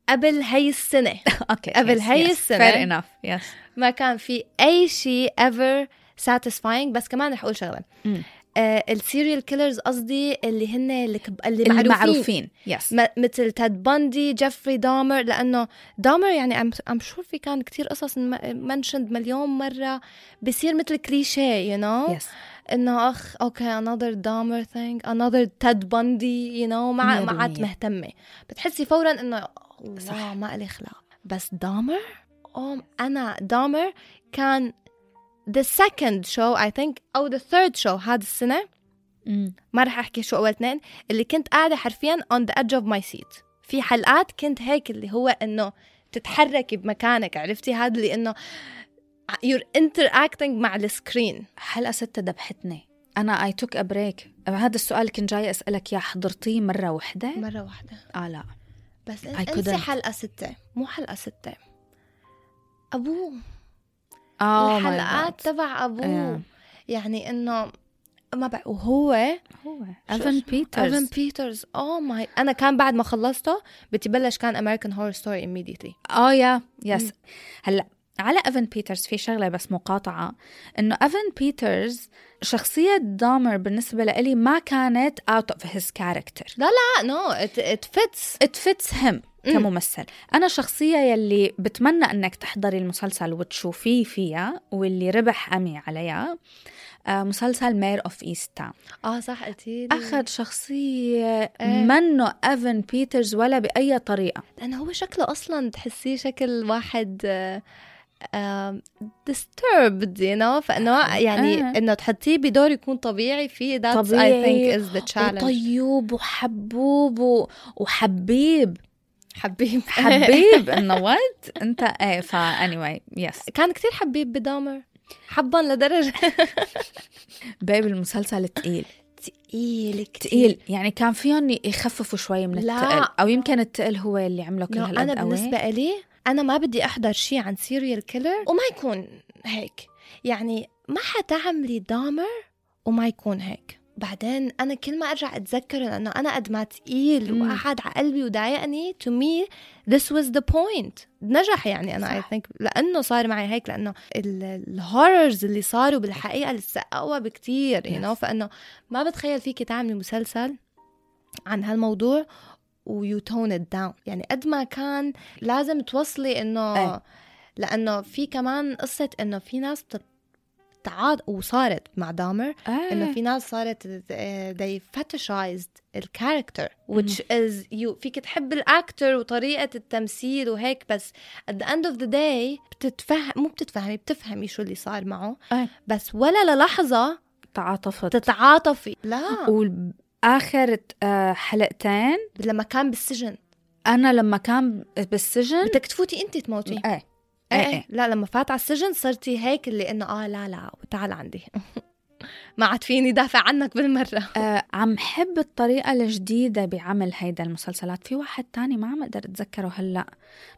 Speaker 2: قبل هاي <laughs> السنة
Speaker 1: Okay.
Speaker 2: قبل
Speaker 1: yes,
Speaker 2: هاي
Speaker 1: yes.
Speaker 2: السنة.
Speaker 1: Fair enough. Yes.
Speaker 2: ما كان في أي شيء ever satisfying بس كمان رح أقول شغلة
Speaker 1: مم.
Speaker 2: آه السيريال كيلرز قصدي اللي هن اللي, كب... اللي,
Speaker 1: المعروفين.
Speaker 2: معروفين,
Speaker 1: Yes.
Speaker 2: م... مثل تاد بندي جيفري دامر لأنه دامر يعني أم أم شور في كان كتير قصص منشند مليون مرة بصير مثل كليشيه يو you know
Speaker 1: Yes.
Speaker 2: انه اخ اوكي another Dahmer thing another Ted Bundy you know ما
Speaker 1: مية
Speaker 2: ما عاد
Speaker 1: بالمية.
Speaker 2: مهتمه بتحسي فورا انه
Speaker 1: صح.
Speaker 2: الله ما لي خلق بس دامر اوم انا دامر كان the second show I think او the third show هاد السنه
Speaker 1: مم.
Speaker 2: ما رح احكي شو اول اثنين اللي كنت قاعده حرفيا on the edge of my seat في حلقات كنت هيك اللي هو انه تتحركي بمكانك عرفتي هذا اللي انه you're interacting مع السكرين
Speaker 1: حلقة ستة ذبحتني أنا I took a break هذا السؤال كنت جاي أسألك يا حضرتيه مرة وحدة؟
Speaker 2: مره واحده
Speaker 1: آه لا
Speaker 2: بس
Speaker 1: I
Speaker 2: انسى
Speaker 1: couldn't.
Speaker 2: حلقة ستة مو حلقة ستة أبوه
Speaker 1: آه Oh my
Speaker 2: الحلقات
Speaker 1: God.
Speaker 2: تبع أبوه
Speaker 1: Yeah.
Speaker 2: يعني إنه ما بقى وهو
Speaker 1: هو
Speaker 2: شو
Speaker 1: ايفن
Speaker 2: اسمه؟ ايفن
Speaker 1: بيترز
Speaker 2: بيترز اوه ماي انا كان بعد ما خلصته بدي بلش كان امريكان هور ستوري immediately
Speaker 1: اه يا يس هلا على ايفن بيترز في شغله بس مقاطعه انه ايفن بيترز شخصيه دامر بالنسبه لإلي ما كانت اوت اوف هيز كاركتر
Speaker 2: لا نو ات فيتس
Speaker 1: ات فيتس هيم كممثل انا شخصيه يلي بتمنى انك تحضري المسلسل وتشوفيه فيها واللي ربح امي عليها آه، مسلسل مير اوف ايست تاون
Speaker 2: اه صح قلتي
Speaker 1: اخذ شخصيه
Speaker 2: إيه.
Speaker 1: منه ايفن بيترز ولا باي طريقه
Speaker 2: لانه هو شكله اصلا تحسيه شكل واحد آه، آه، disturbed you know فانه يعني
Speaker 1: آه.
Speaker 2: انه تحطيه بدور يكون طبيعي فيه that's I
Speaker 1: طبيعي طيب،
Speaker 2: think is the challenge
Speaker 1: وطيوب طيب وحبوب و- وحبيب
Speaker 2: حبيب <laughs>
Speaker 1: حبيب انه وات انت
Speaker 2: إيه،
Speaker 1: ايه فا anyway يس
Speaker 2: كان كتير حبيب بدامر حبا لدرجة
Speaker 1: بيب المسلسل تقيل
Speaker 2: <laughs> تقيل
Speaker 1: تقيل يعني كان فيهم يخففوا شوي من
Speaker 2: لا.
Speaker 1: التقل او يمكن التقل هو اللي عمله كل
Speaker 2: نو
Speaker 1: هالقد
Speaker 2: أنا
Speaker 1: قوي.
Speaker 2: بالنسبة إلي أنا ما بدي أحضر شيء عن سيريال كيلر وما يكون هيك يعني ما حتعملي دامر وما يكون هيك بعدين أنا كل ما أرجع أتذكر إنه أنا قد ما تقيل
Speaker 1: مم.
Speaker 2: وقعد على قلبي وضايقني to me this was the point نجح يعني أنا
Speaker 1: صح.
Speaker 2: I think لأنه صار معي هيك لأنه الهوررز اللي صاروا بالحقيقة لسه أقوى بكتير you know
Speaker 1: Yes.
Speaker 2: فإنه ما بتخيل فيكي تعملي مسلسل عن هالموضوع ويو تون ات داون يعني قد ما كان لازم توصلي انه
Speaker 1: إيه.
Speaker 2: لانه في كمان قصه انه في ناس بت- بتعاض وصارت مع دامر
Speaker 1: إيه.
Speaker 2: انه في ناس صارت آه، they fetishized الكاركتر which is you فيك تحب الاكتر وطريقه التمثيل وهيك بس at the end of the day بتتفهم مو بتتفهمي بتفهمي شو اللي صار معه
Speaker 1: إيه.
Speaker 2: بس ولا للحظه
Speaker 1: تعاطفت
Speaker 2: تتعاطفي لا
Speaker 1: واخر آه، حلقتين
Speaker 2: لما كان بالسجن
Speaker 1: انا لما كان بالسجن
Speaker 2: بدك تفوتي انت تموتي
Speaker 1: ايه
Speaker 2: ايه
Speaker 1: إيه.
Speaker 2: ايه لا لما فات على السجن صرتي هيك اللي انه اه لا لا تعال عندي <laughs> ما عاد فيني دافع عنك بالمره
Speaker 1: آه، عم حب الطريقة الجديدة بعمل هيدا المسلسلات في واحد تاني ما عم اقدر اتذكره هلا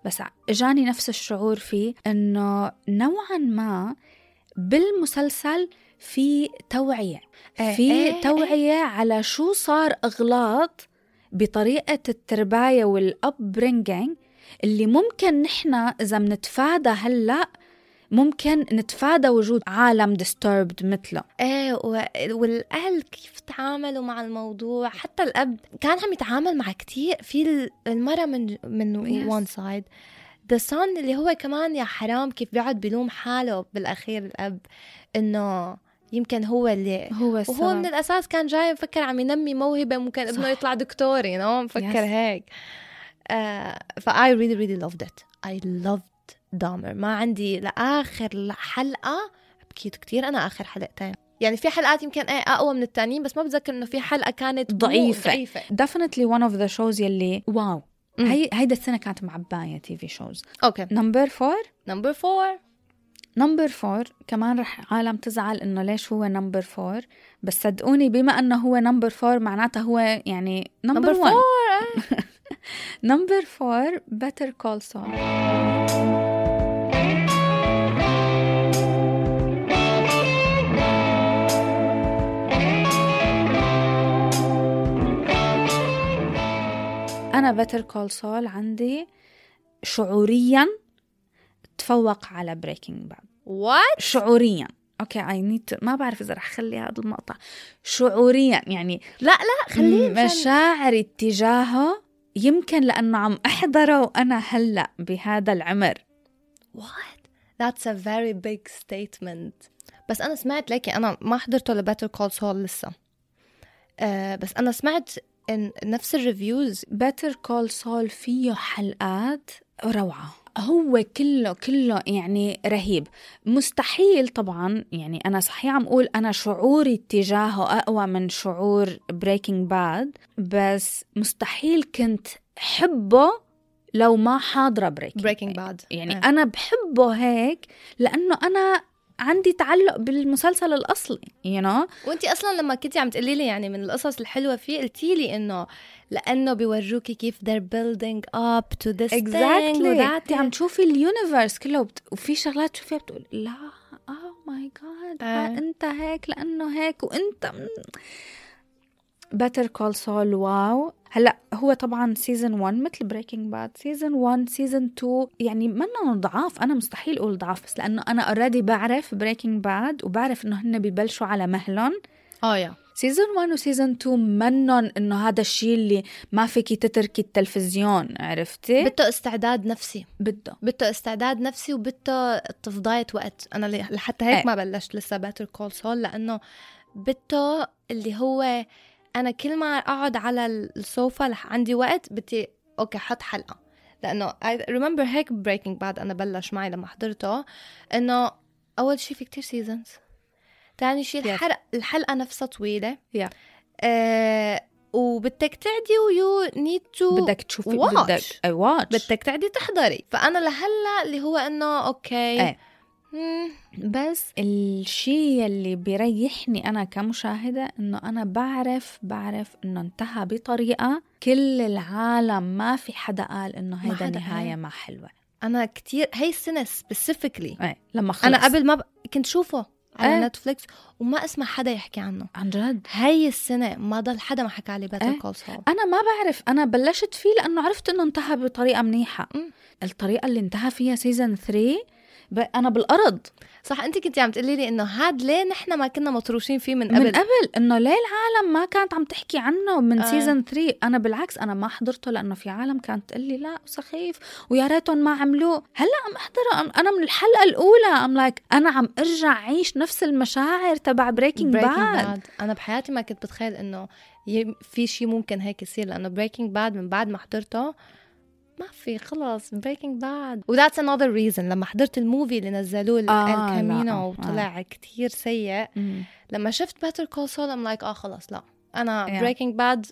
Speaker 1: بس ع- اجاني نفس الشعور فيه انه نوعا ما بالمسلسل في توعية
Speaker 2: إيه،
Speaker 1: في
Speaker 2: إيه،
Speaker 1: توعية على شو صار اغلاط بطريقة الترباية والابرينجينج اللي ممكن نحن اذا بنتفادى هلا ممكن نتفادى وجود عالم disturbed مثله
Speaker 2: ايه و- والاهل كيف تعاملوا مع الموضوع حتى الاب كان عم يتعامل مع كتير في ال- المره من من
Speaker 1: Yes.
Speaker 2: وان سايد ذا سون اللي هو كمان يا حرام كيف بيقعد بيلوم حاله بالاخير الاب انه يمكن هو اللي
Speaker 1: هو
Speaker 2: وهو
Speaker 1: السبب
Speaker 2: من الاساس كان جاي مفكر عم ينمي موهبه ممكن
Speaker 1: صح.
Speaker 2: ابنه يطلع دكتور يو نو مفكر
Speaker 1: Yes.
Speaker 2: هيك آه ف I really really loved it I loved دامر ما عندي لاخر حلقه بكيت كتير انا اخر حلقتين يعني في حلقات يمكن ايه اقوى من التانيين بس ما بتذكر انه في حلقه كانت مو
Speaker 1: ضعيفة.
Speaker 2: ضعيفه
Speaker 1: definitely one of the shows يلي واو
Speaker 2: مم.
Speaker 1: هي هيدا السنة كانت معباية تي في شوز
Speaker 2: اوكي
Speaker 1: نمبر فور
Speaker 2: نمبر فور
Speaker 1: نمبر فور كمان رح عالم تزعل انه ليش هو نمبر فور بس صدقوني بما انه هو نمبر فور معناته هو يعني نمبر
Speaker 2: نمبر
Speaker 1: ون
Speaker 2: فور
Speaker 1: نمبر فور بيتر كول سول أنا بيتر كول سول عندي شعوريا تفوق على بريكنج باد
Speaker 2: وات
Speaker 1: شعوريا اوكي اي نيد ما بعرف اذا رح اخلي هذا المقطع شعوريا يعني
Speaker 2: لا لا خليه مشان-
Speaker 1: مشاعري اتجاهه يمكن لانه عم احضره وانا هلا بهذا العمر
Speaker 2: What? That's a very big statement. بس أنا سمعت لكن أنا ما حضرته لباتر كول سول لسه. أه بس أنا سمعت إن نفس الريفيوز
Speaker 1: بيتر كول سول فيه حلقات روعة هو كله كله يعني رهيب مستحيل طبعا يعني أنا صحيح عم أقول أنا شعوري اتجاهه أقوى من شعور بريكنج باد بس مستحيل كنت حبه لو ما حاضرة بريكنج
Speaker 2: بريكنج باد
Speaker 1: يعني أنا بحبه هيك لأنه أنا عندي تعلق بالمسلسل الأصلي you know
Speaker 2: وانتي اصلا لما كنتي عم تقولي لي يعني من القصص الحلوه فيه قلتي لي انه لانه بيورجوكي كيف they're building up to this thing
Speaker 1: انت عم تشوفي اليونيفرس كله وبت... وفي شغلات تشوفيها بتقول لا oh اوه ماي جاد
Speaker 2: آه.
Speaker 1: انت هيك لانه هيك وانت باتر كول سول واو هلا هو طبعا سيزون 1 مثل بريكنج باد سيزون 1 سيزون 2 يعني منهم ضعاف انا مستحيل اقول ضعاف بس لانه انا اوريدي بعرف بريكنج باد وبعرف انه هن ببلشوا على مهلهم آه،
Speaker 2: اه يا
Speaker 1: سيزون 1 وسيزون 2 منن انه هذا الشيء اللي ما فيكي تتركي التلفزيون عرفتي؟
Speaker 2: بده استعداد نفسي
Speaker 1: بده
Speaker 2: بده استعداد نفسي وبده تفضاية وقت انا ل- لحتى هيك
Speaker 1: إيه.
Speaker 2: ما بلشت لسه باتر كول سول لانه بده اللي هو انا كل ما اقعد على السوفا رح عندي وقت بدي اوكي حط حلقه لانه I remember هيك بريكنج باد انا بلش معي لما حضرته انه اول شيء في كتير سيزونز تاني شيء
Speaker 1: Yes.
Speaker 2: الحلقه الحلقه نفسها طويله
Speaker 1: Yeah.
Speaker 2: آه وبدك تعدي ويو نيد تو
Speaker 1: بدك تشوفي
Speaker 2: watch.
Speaker 1: بدك اي واتش
Speaker 2: بدك تعدي تحضري فانا لهلا اللي هو انه اوكي
Speaker 1: إيه.
Speaker 2: مم،
Speaker 1: بس الشيء اللي بيريحني انا كمشاهده انه انا بعرف بعرف انه انتهى بطريقه كل العالم ما في حدا قال انه
Speaker 2: ما
Speaker 1: هيدا
Speaker 2: حدا
Speaker 1: نهايه
Speaker 2: قال.
Speaker 1: ما حلوه
Speaker 2: انا كتير هي السنه سبيسيفيكلي
Speaker 1: ايه لما خلص
Speaker 2: انا قبل ما ب... كنت شوفه على
Speaker 1: إيه.
Speaker 2: نتفليكس وما اسمع حدا يحكي عنه
Speaker 1: عن جد
Speaker 2: هي السنه ما ضل حدا ما حكى علي باتر
Speaker 1: إيه.
Speaker 2: كول سول
Speaker 1: انا ما بعرف انا بلشت فيه لانه عرفت انه انتهى بطريقه منيحه
Speaker 2: أمم.
Speaker 1: الطريقه اللي انتهى فيها سيزون 3 ب... انا بالارض
Speaker 2: صح انت كنت عم تقولي لي انه هاد ليه نحن ما كنا مطروشين فيه من
Speaker 1: من
Speaker 2: قبل
Speaker 1: قبل, قبل انه ليه العالم ما كانت عم تحكي عنه من
Speaker 2: آه.
Speaker 1: سيزون 3 انا بالعكس انا ما حضرته لانه في عالم كانت تقول لي لا سخيف ويا ريتهم ما عملوه هلا عم احضره أم- انا من الحلقه الاولى ام لايك انا عم ارجع اعيش نفس المشاعر تبع بريكنج باد
Speaker 2: باد انا بحياتي ما كنت بتخيل انه ي- في شيء ممكن هيك يصير لانه بريكنج باد من بعد ما حضرته ما في خلص بريكنج باد وذاتس انذر ريزن لما حضرت الموفي اللي نزلوه
Speaker 1: آه،
Speaker 2: آه
Speaker 1: لا،
Speaker 2: الكامينو
Speaker 1: آه.
Speaker 2: وطلع كتير سيء لما شفت باتر كول سول ام لايك اه خلص لا انا
Speaker 1: Yeah.
Speaker 2: بريكنج باد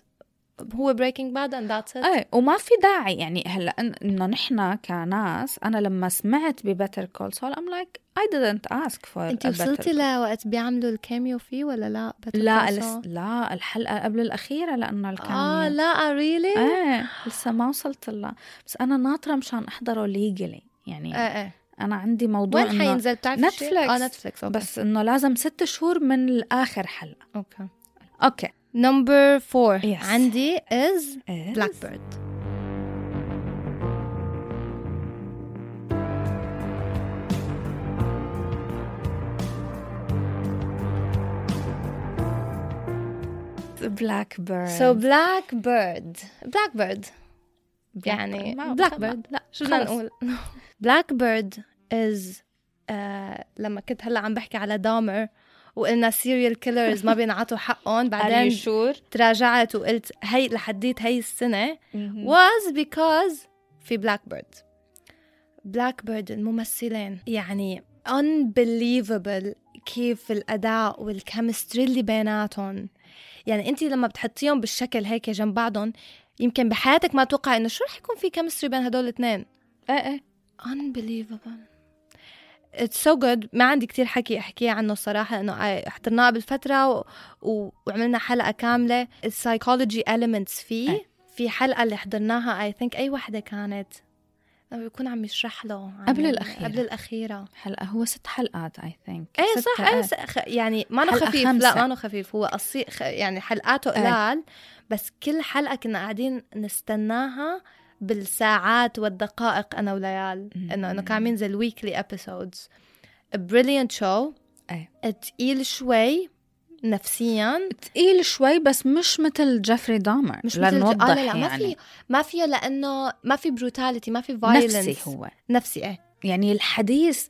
Speaker 2: هو بريكنج باد اند ذاتس ات
Speaker 1: ايه وما في داعي يعني هلا إن- انه نحن كناس انا لما سمعت ببتر كول سول ام لايك اي didn't اسك فور
Speaker 2: انت وصلتي لوقت بيعملوا الكاميو فيه ولا لا Better
Speaker 1: لا
Speaker 2: Call
Speaker 1: لس...
Speaker 2: Saul؟
Speaker 1: لا الحلقه قبل الاخيره لانه الكاميو
Speaker 2: اه لا ريلي
Speaker 1: ايه لسه ما وصلت لها بس انا ناطره مشان احضره ليجلي يعني
Speaker 2: ايه ايه
Speaker 1: انا عندي موضوع
Speaker 2: وين
Speaker 1: إنه
Speaker 2: حينزل بتعرفي شيء؟ اه
Speaker 1: Netflix.
Speaker 2: نتفليكس اوكي
Speaker 1: بس انه لازم ست شهور من اخر حلقه
Speaker 2: اوكي
Speaker 1: اوكي
Speaker 2: نمبر فور
Speaker 1: Yes.
Speaker 2: عندي از بلاك بيرد
Speaker 1: بلاك بيرد
Speaker 2: سو بلاك بيرد بلاك بيرد يعني Blackbird.
Speaker 1: لا
Speaker 2: شو بدنا
Speaker 1: خلص.
Speaker 2: نقول بلاك بيرد از آه، لما كنت هلا عم بحكي على دامر وقلنا سيريال كيلرز ما بينعطوا حقهم
Speaker 1: Are you
Speaker 2: بعدين
Speaker 1: sure?
Speaker 2: تراجعت وقلت هي لحديت هي السنه was because في بلاك بيرد بلاك بيرد الممثلين يعني unbelievable كيف الاداء والكيمستري اللي بيناتهم يعني انت لما بتحطيهم بالشكل هيك جنب بعضهم يمكن بحياتك ما توقع انه شو رح يكون في كيمستري بين هدول الاثنين
Speaker 1: ايه ايه
Speaker 2: unbelievable اتس سو جود ما عندي كتير حكي احكيه عنه الصراحه انه حضرناه قبل فتره و... و... وعملنا حلقه كامله السايكولوجي elements فيه أي. في حلقه اللي حضرناها اي ثينك اي وحده كانت لما بيكون عم يشرح له عن
Speaker 1: قبل الأخيرة.
Speaker 2: قبل الاخيره
Speaker 1: حلقه هو ست حلقات اي ثينك
Speaker 2: اي إيه، صح اي صح يعني ما
Speaker 1: إيه. حلقة
Speaker 2: خفيف
Speaker 1: خمسة.
Speaker 2: لا ما خفيف هو قصي خ- يعني حلقاته
Speaker 1: إيه.
Speaker 2: قلال بس كل حلقه كنا قاعدين نستناها بالساعات والدقائق انا وليال انه انه كان ينزل ويكلي ابيسودز بريليانت شو
Speaker 1: إيه.
Speaker 2: تقيل شوي نفسيا
Speaker 1: ثقيل شوي بس مش مثل جيفري دامر
Speaker 2: مش مثل
Speaker 1: لنوضح
Speaker 2: آه لا لا
Speaker 1: يعني.
Speaker 2: ما في ما فيه لانه ما في بروتاليتي ما في فايلنس
Speaker 1: نفسي هو
Speaker 2: نفسي ايه
Speaker 1: يعني الحديث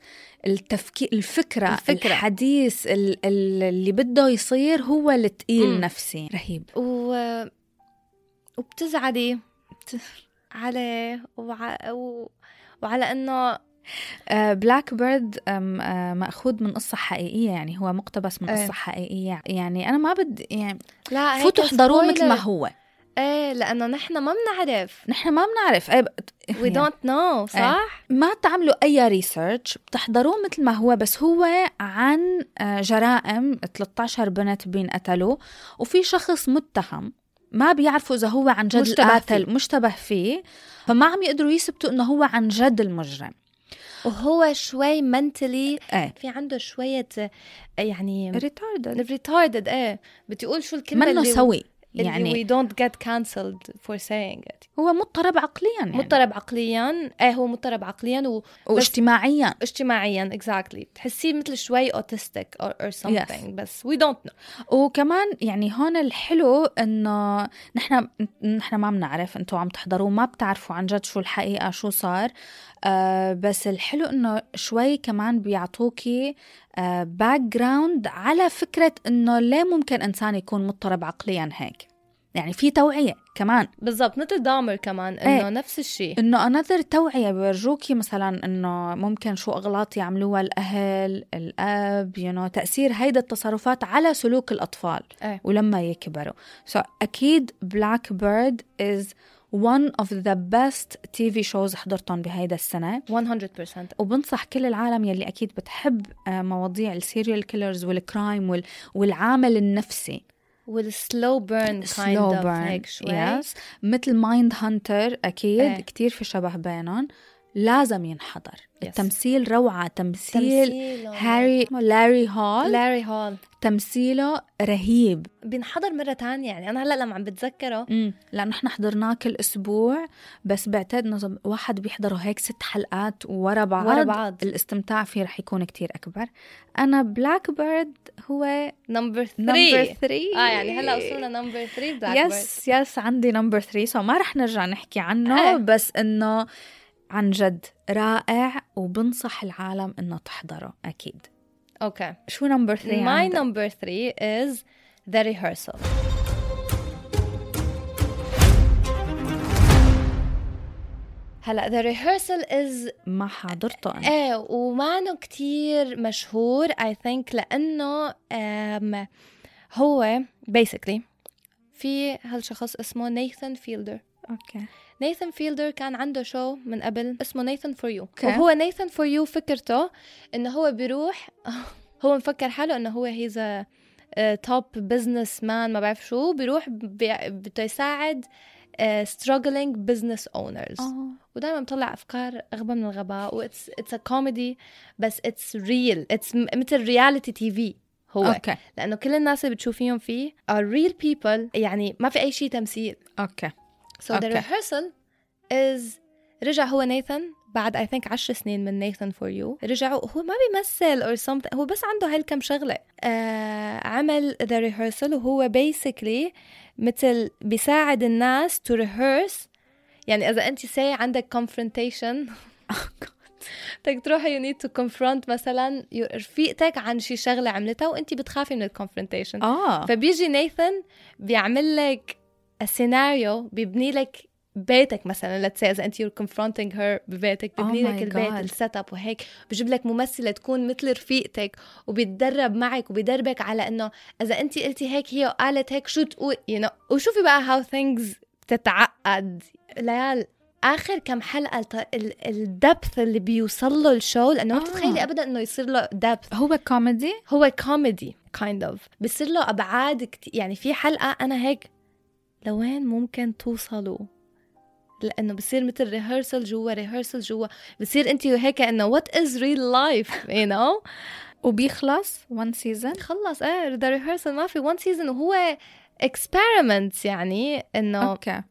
Speaker 1: التفكير الفكرة,
Speaker 2: الفكرة.
Speaker 1: الحديث ال- ال- اللي بده يصير هو التقيل
Speaker 2: مم.
Speaker 1: نفسي رهيب
Speaker 2: و... وبتزعلي عليه وع... و... وعلى انه
Speaker 1: بلاك بيرد آه، مأخوذ من قصة حقيقية يعني هو مقتبس من
Speaker 2: إيه.
Speaker 1: قصة حقيقية يعني أنا ما بدي يعني
Speaker 2: لا هيك
Speaker 1: فوتوا احضروه مثل ما
Speaker 2: spoiler.
Speaker 1: هو
Speaker 2: ايه لانه نحن ما بنعرف
Speaker 1: نحن ما بنعرف إيه، ب-
Speaker 2: وي
Speaker 1: يعني
Speaker 2: دونت نو صح؟
Speaker 1: ما تعملوا أي ريسيرش بتحضروه مثل ما هو بس هو عن آه، جرائم 13 بنت بينقتلوا وفي شخص متهم ما بيعرفوا إذا هو عن جد
Speaker 2: مشتبه
Speaker 1: القاتل مشتبه فيه فما عم يقدروا يثبتوا إنه هو عن جد المجرم
Speaker 2: وهو شوي منتلي
Speaker 1: إيه
Speaker 2: في عنده شوية آه، يعني
Speaker 1: ريتاردد
Speaker 2: ريتاردد ايه بدي اقول شو الكلمة
Speaker 1: إيه. منه
Speaker 2: اللي
Speaker 1: سوي
Speaker 2: يعني
Speaker 1: يعني
Speaker 2: وي دونت جيت كانسلد فور saying it
Speaker 1: هو مضطرب عقليا يعني
Speaker 2: مضطرب عقليا ايه هو مضطرب عقليا و...
Speaker 1: واجتماعيا
Speaker 2: اجتماعيا exactly بتحسيه مثل شوي autistic or, or something
Speaker 1: Yes.
Speaker 2: بس we don't know
Speaker 1: وكمان يعني هون الحلو انه نحن نحن ما بنعرف انتم عم تحضروا ما بتعرفوا عن جد شو الحقيقه شو صار آه بس الحلو انه شوي كمان بيعطوكي باك جراوند على فكره انه ليه ممكن انسان يكون مضطرب عقليا هيك يعني في توعيه كمان
Speaker 2: بالضبط مثل دامر كمان انه
Speaker 1: إيه.
Speaker 2: نفس الشيء
Speaker 1: انه انذر توعيه بيورجوكي مثلا انه ممكن شو اغلاط يعملوها الاهل الاب يو you know, تاثير هيدا التصرفات على سلوك الاطفال
Speaker 2: إيه.
Speaker 1: ولما يكبروا سو so, اكيد بلاك بيرد از one of the best TV shows حضرتهم بهيدا السنة
Speaker 2: 100%
Speaker 1: وبنصح كل العالم يلي أكيد بتحب آه، مواضيع السيريال كيلرز والكرايم وال... والعامل النفسي
Speaker 2: والسلو بيرن kind
Speaker 1: سلو
Speaker 2: of
Speaker 1: بيرن
Speaker 2: هيك شوي
Speaker 1: yes. مثل مايند هانتر اكيد
Speaker 2: إيه.
Speaker 1: ايه. كتير في شبه بينهم لازم ينحضر
Speaker 2: Yes.
Speaker 1: التمثيل روعه تمثيل هاري لاري هول لا.
Speaker 2: لاري هول
Speaker 1: تمثيله رهيب
Speaker 2: بينحضر مرة تانية يعني أنا هلا لما عم بتذكره
Speaker 1: مم. لانه احنا حضرناه كل اسبوع بس بعتقد انه زم- واحد بيحضره هيك ست حلقات ورا بعض,
Speaker 2: ورا بعض
Speaker 1: الاستمتاع فيه رح يكون كتير اكبر انا بلاك بيرد هو
Speaker 2: نمبر 3
Speaker 1: نمبر 3
Speaker 2: اه يعني هلا وصلنا نمبر 3 بلاك بيرد
Speaker 1: يس يس عندي نمبر 3 سو ما رح نرجع نحكي عنه
Speaker 2: إيه.
Speaker 1: بس انه عن جد رائع وبنصح العالم انه تحضره اكيد
Speaker 2: اوكي
Speaker 1: شو نمبر 3
Speaker 2: My number 3 is The Rehearsal هلا The Rehearsal is
Speaker 1: ما حضرته انا
Speaker 2: ايه ومعنه كتير مشهور I think لأنه um, هو basically في هالشخص اسمه نيثان فيلدر
Speaker 1: اوكي
Speaker 2: نيثان فيلدر كان عنده شو من قبل اسمه نيثان فور يو
Speaker 1: Okay.
Speaker 2: وهو نيثان فور يو فكرته انه هو بيروح <laughs> هو مفكر حاله انه هو هيز توب بزنس مان ما بعرف شو بيروح بي- بده يساعد آه، ستراجلينج بزنس اونرز
Speaker 1: آه.
Speaker 2: ودائما بطلع افكار اغبى من الغباء واتس اتس ا كوميدي بس اتس ريل اتس مثل رياليتي تي في هو
Speaker 1: اوكي
Speaker 2: لانه كل الناس اللي بتشوفيهم فيه ار ريل بيبل يعني ما في اي شيء تمثيل
Speaker 1: اوكي
Speaker 2: So okay. the
Speaker 1: Okay.
Speaker 2: rehearsal is رجع هو نيثان بعد I think 10 سنين من نيثان فور يو رجعوا هو ما بيمثل or something هو بس عنده هالكم شغلة آه عمل the rehearsal وهو basically مثل بيساعد الناس to rehearse يعني إذا أنت say عندك confrontation بدك تروحي you need to confront مثلا your- رفيقتك عن شي شغلة عملتها وأنت بتخافي من الconfrontation
Speaker 1: اه
Speaker 2: فبيجي نيثن بيعمل لك السيناريو بيبني لك ببيتك مثلا لتس اذا انت يور confronting هير ببيتك
Speaker 1: Oh
Speaker 2: ببني لك
Speaker 1: my
Speaker 2: البيت
Speaker 1: God.
Speaker 2: السيت اب وهيك بجيب لك ممثله تكون مثل رفيقتك وبيتدرب معك وبيدربك على انه اذا انت قلتي هيك هي قالت هيك شو تقول you know. وشوفي بقى how things تتعقد ليال اخر كم حلقه الت- ال- الدبث اللي بيوصل له الشو لانه ما
Speaker 1: آه.
Speaker 2: بتتخيلي ابدا انه يصير له دبث
Speaker 1: هو كوميدي
Speaker 2: هو كوميدي كايند اوف بصير له ابعاد كتير يعني في حلقه انا هيك لوين ممكن توصلوا لانه بصير مثل ريهرسل جوا ريهرسل جوا بصير انت هيك انه وات از ريل لايف يو نو
Speaker 1: وبيخلص وان سيزون
Speaker 2: <laughs> خلص ايه ذا ريهرسل ما في وان سيزون وهو اكسبيرمنت يعني انه
Speaker 1: اوكي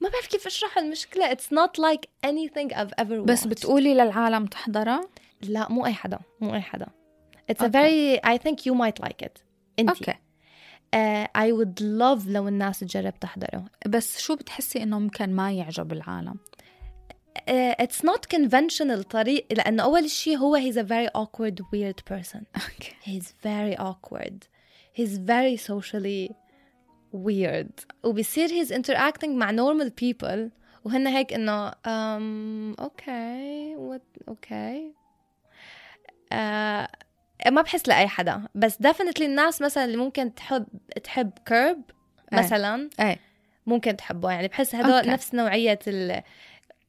Speaker 2: ما بعرف كيف اشرح المشكله اتس نوت لايك anything I've ever
Speaker 1: بس
Speaker 2: watched.
Speaker 1: بتقولي للعالم تحضرها
Speaker 2: لا مو اي حدا مو اي حدا It's a
Speaker 1: Okay.
Speaker 2: very I think you might like it انت
Speaker 1: اوكي
Speaker 2: uh, I would love لو الناس تجرب تحضره
Speaker 1: بس شو بتحسي انه ممكن ما يعجب العالم
Speaker 2: uh, it's not conventional طريق لأنه أول شيء هو he's a very awkward weird person
Speaker 1: اوكي
Speaker 2: he's very awkward he's very socially weird وبصير he's interacting مع normal people وهن هيك إنه um, okay what okay uh, ما بحس لأي حدا بس definitely الناس مثلا اللي ممكن تحب تحب كيرب
Speaker 1: إيه.
Speaker 2: مثلا
Speaker 1: إيه.
Speaker 2: ممكن تحبه يعني بحس هدول
Speaker 1: أوكي.
Speaker 2: نفس نوعية ال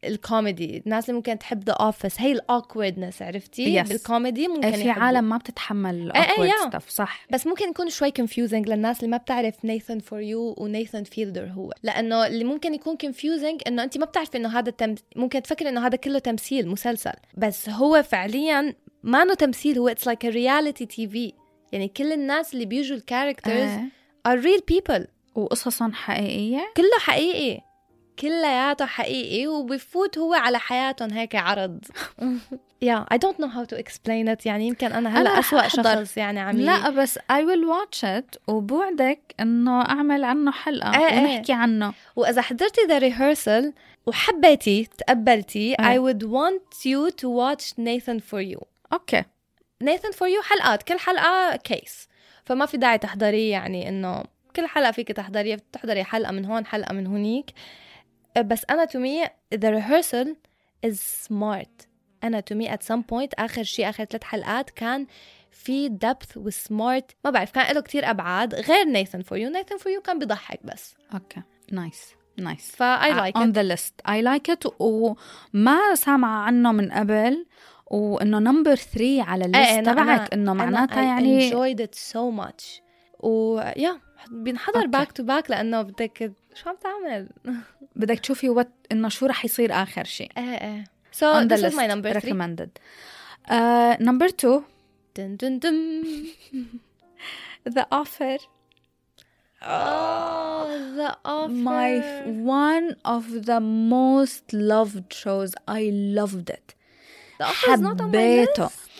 Speaker 2: الكوميدي الناس اللي ممكن تحب ذا اوفيس هي الاوكوردنس عرفتي
Speaker 1: Yes. إيه،
Speaker 2: بالكوميدي ممكن
Speaker 1: في
Speaker 2: يحبوا.
Speaker 1: عالم ما بتتحمل
Speaker 2: إيه، إيه،
Speaker 1: awkward
Speaker 2: yeah.
Speaker 1: stuff صح
Speaker 2: بس ممكن يكون شوي confusing للناس اللي ما بتعرف نيثن فور يو ونيثن فيلدر هو لانه اللي ممكن يكون confusing انه انت ما بتعرفي انه هذا التم... ممكن تفكري انه هذا كله تمثيل مسلسل بس هو فعليا ما انه تمثيل هو اتس لايك رياليتي تي في يعني كل الناس اللي بيجوا الكاركترز
Speaker 1: إيه.
Speaker 2: ار ريل بيبل
Speaker 1: وقصصهم حقيقيه
Speaker 2: كله حقيقي كلياته حقيقي وبفوت هو على حياتهم
Speaker 1: <laughs>
Speaker 2: هيك عرض يا اي دونت نو هاو تو اكسبلين ات يعني يمكن انا
Speaker 1: أنا
Speaker 2: هلا
Speaker 1: رح
Speaker 2: اسوء
Speaker 1: أحضر.
Speaker 2: شخص يعني عم
Speaker 1: لا بس I will watch it وبوعدك انه اعمل عنه حلقة
Speaker 2: إيه، إيه.
Speaker 1: ونحكي عنه
Speaker 2: واذا حضرتي ذا ريهرسل وحبيتي تقبلتي
Speaker 1: إيه.
Speaker 2: I would want you to watch Nathan for you
Speaker 1: اوكي
Speaker 2: Nathan for you حلقات كل حلقة كيس فما في داعي تحضريه يعني انه كل حلقة فيك تحضريه بتحضري حلقة من هون حلقة من هونيك بس انا to me the rehearsal is smart انا to me at some point اخر شيء اخر ثلاث حلقات كان في depth وسمارت ما بعرف كان له كتير ابعاد غير Nathan for you Nathan for you كان بيضحك بس
Speaker 1: اوكي نايس نايس
Speaker 2: ف I like
Speaker 1: آه، on
Speaker 2: it
Speaker 1: the list I like it وما سامعة عنه من قبل وانه نمبر 3 على
Speaker 2: إيه،
Speaker 1: الليست
Speaker 2: أنا-
Speaker 1: تبعك
Speaker 2: أنا-
Speaker 1: انه معناتها
Speaker 2: أنا I
Speaker 1: يعني
Speaker 2: enjoyed it so much و yeah بينحضر
Speaker 1: أوكي.
Speaker 2: باك تو باك لانه بدك شو عم تعمل؟
Speaker 1: بدك تشوفي وات انه شو رح يصير اخر شيء
Speaker 2: ايه ايه سو
Speaker 1: on the
Speaker 2: ذس از
Speaker 1: list
Speaker 2: ماي نمبر 3
Speaker 1: recommended Uh, نمبر 2
Speaker 2: دن دن دن
Speaker 1: The Offer
Speaker 2: Oh, ذا اوفر
Speaker 1: Ah. my f- one of the most loved shows I loved it
Speaker 2: ذا اوفر از نوت اون ماي
Speaker 1: حبيته
Speaker 2: ليست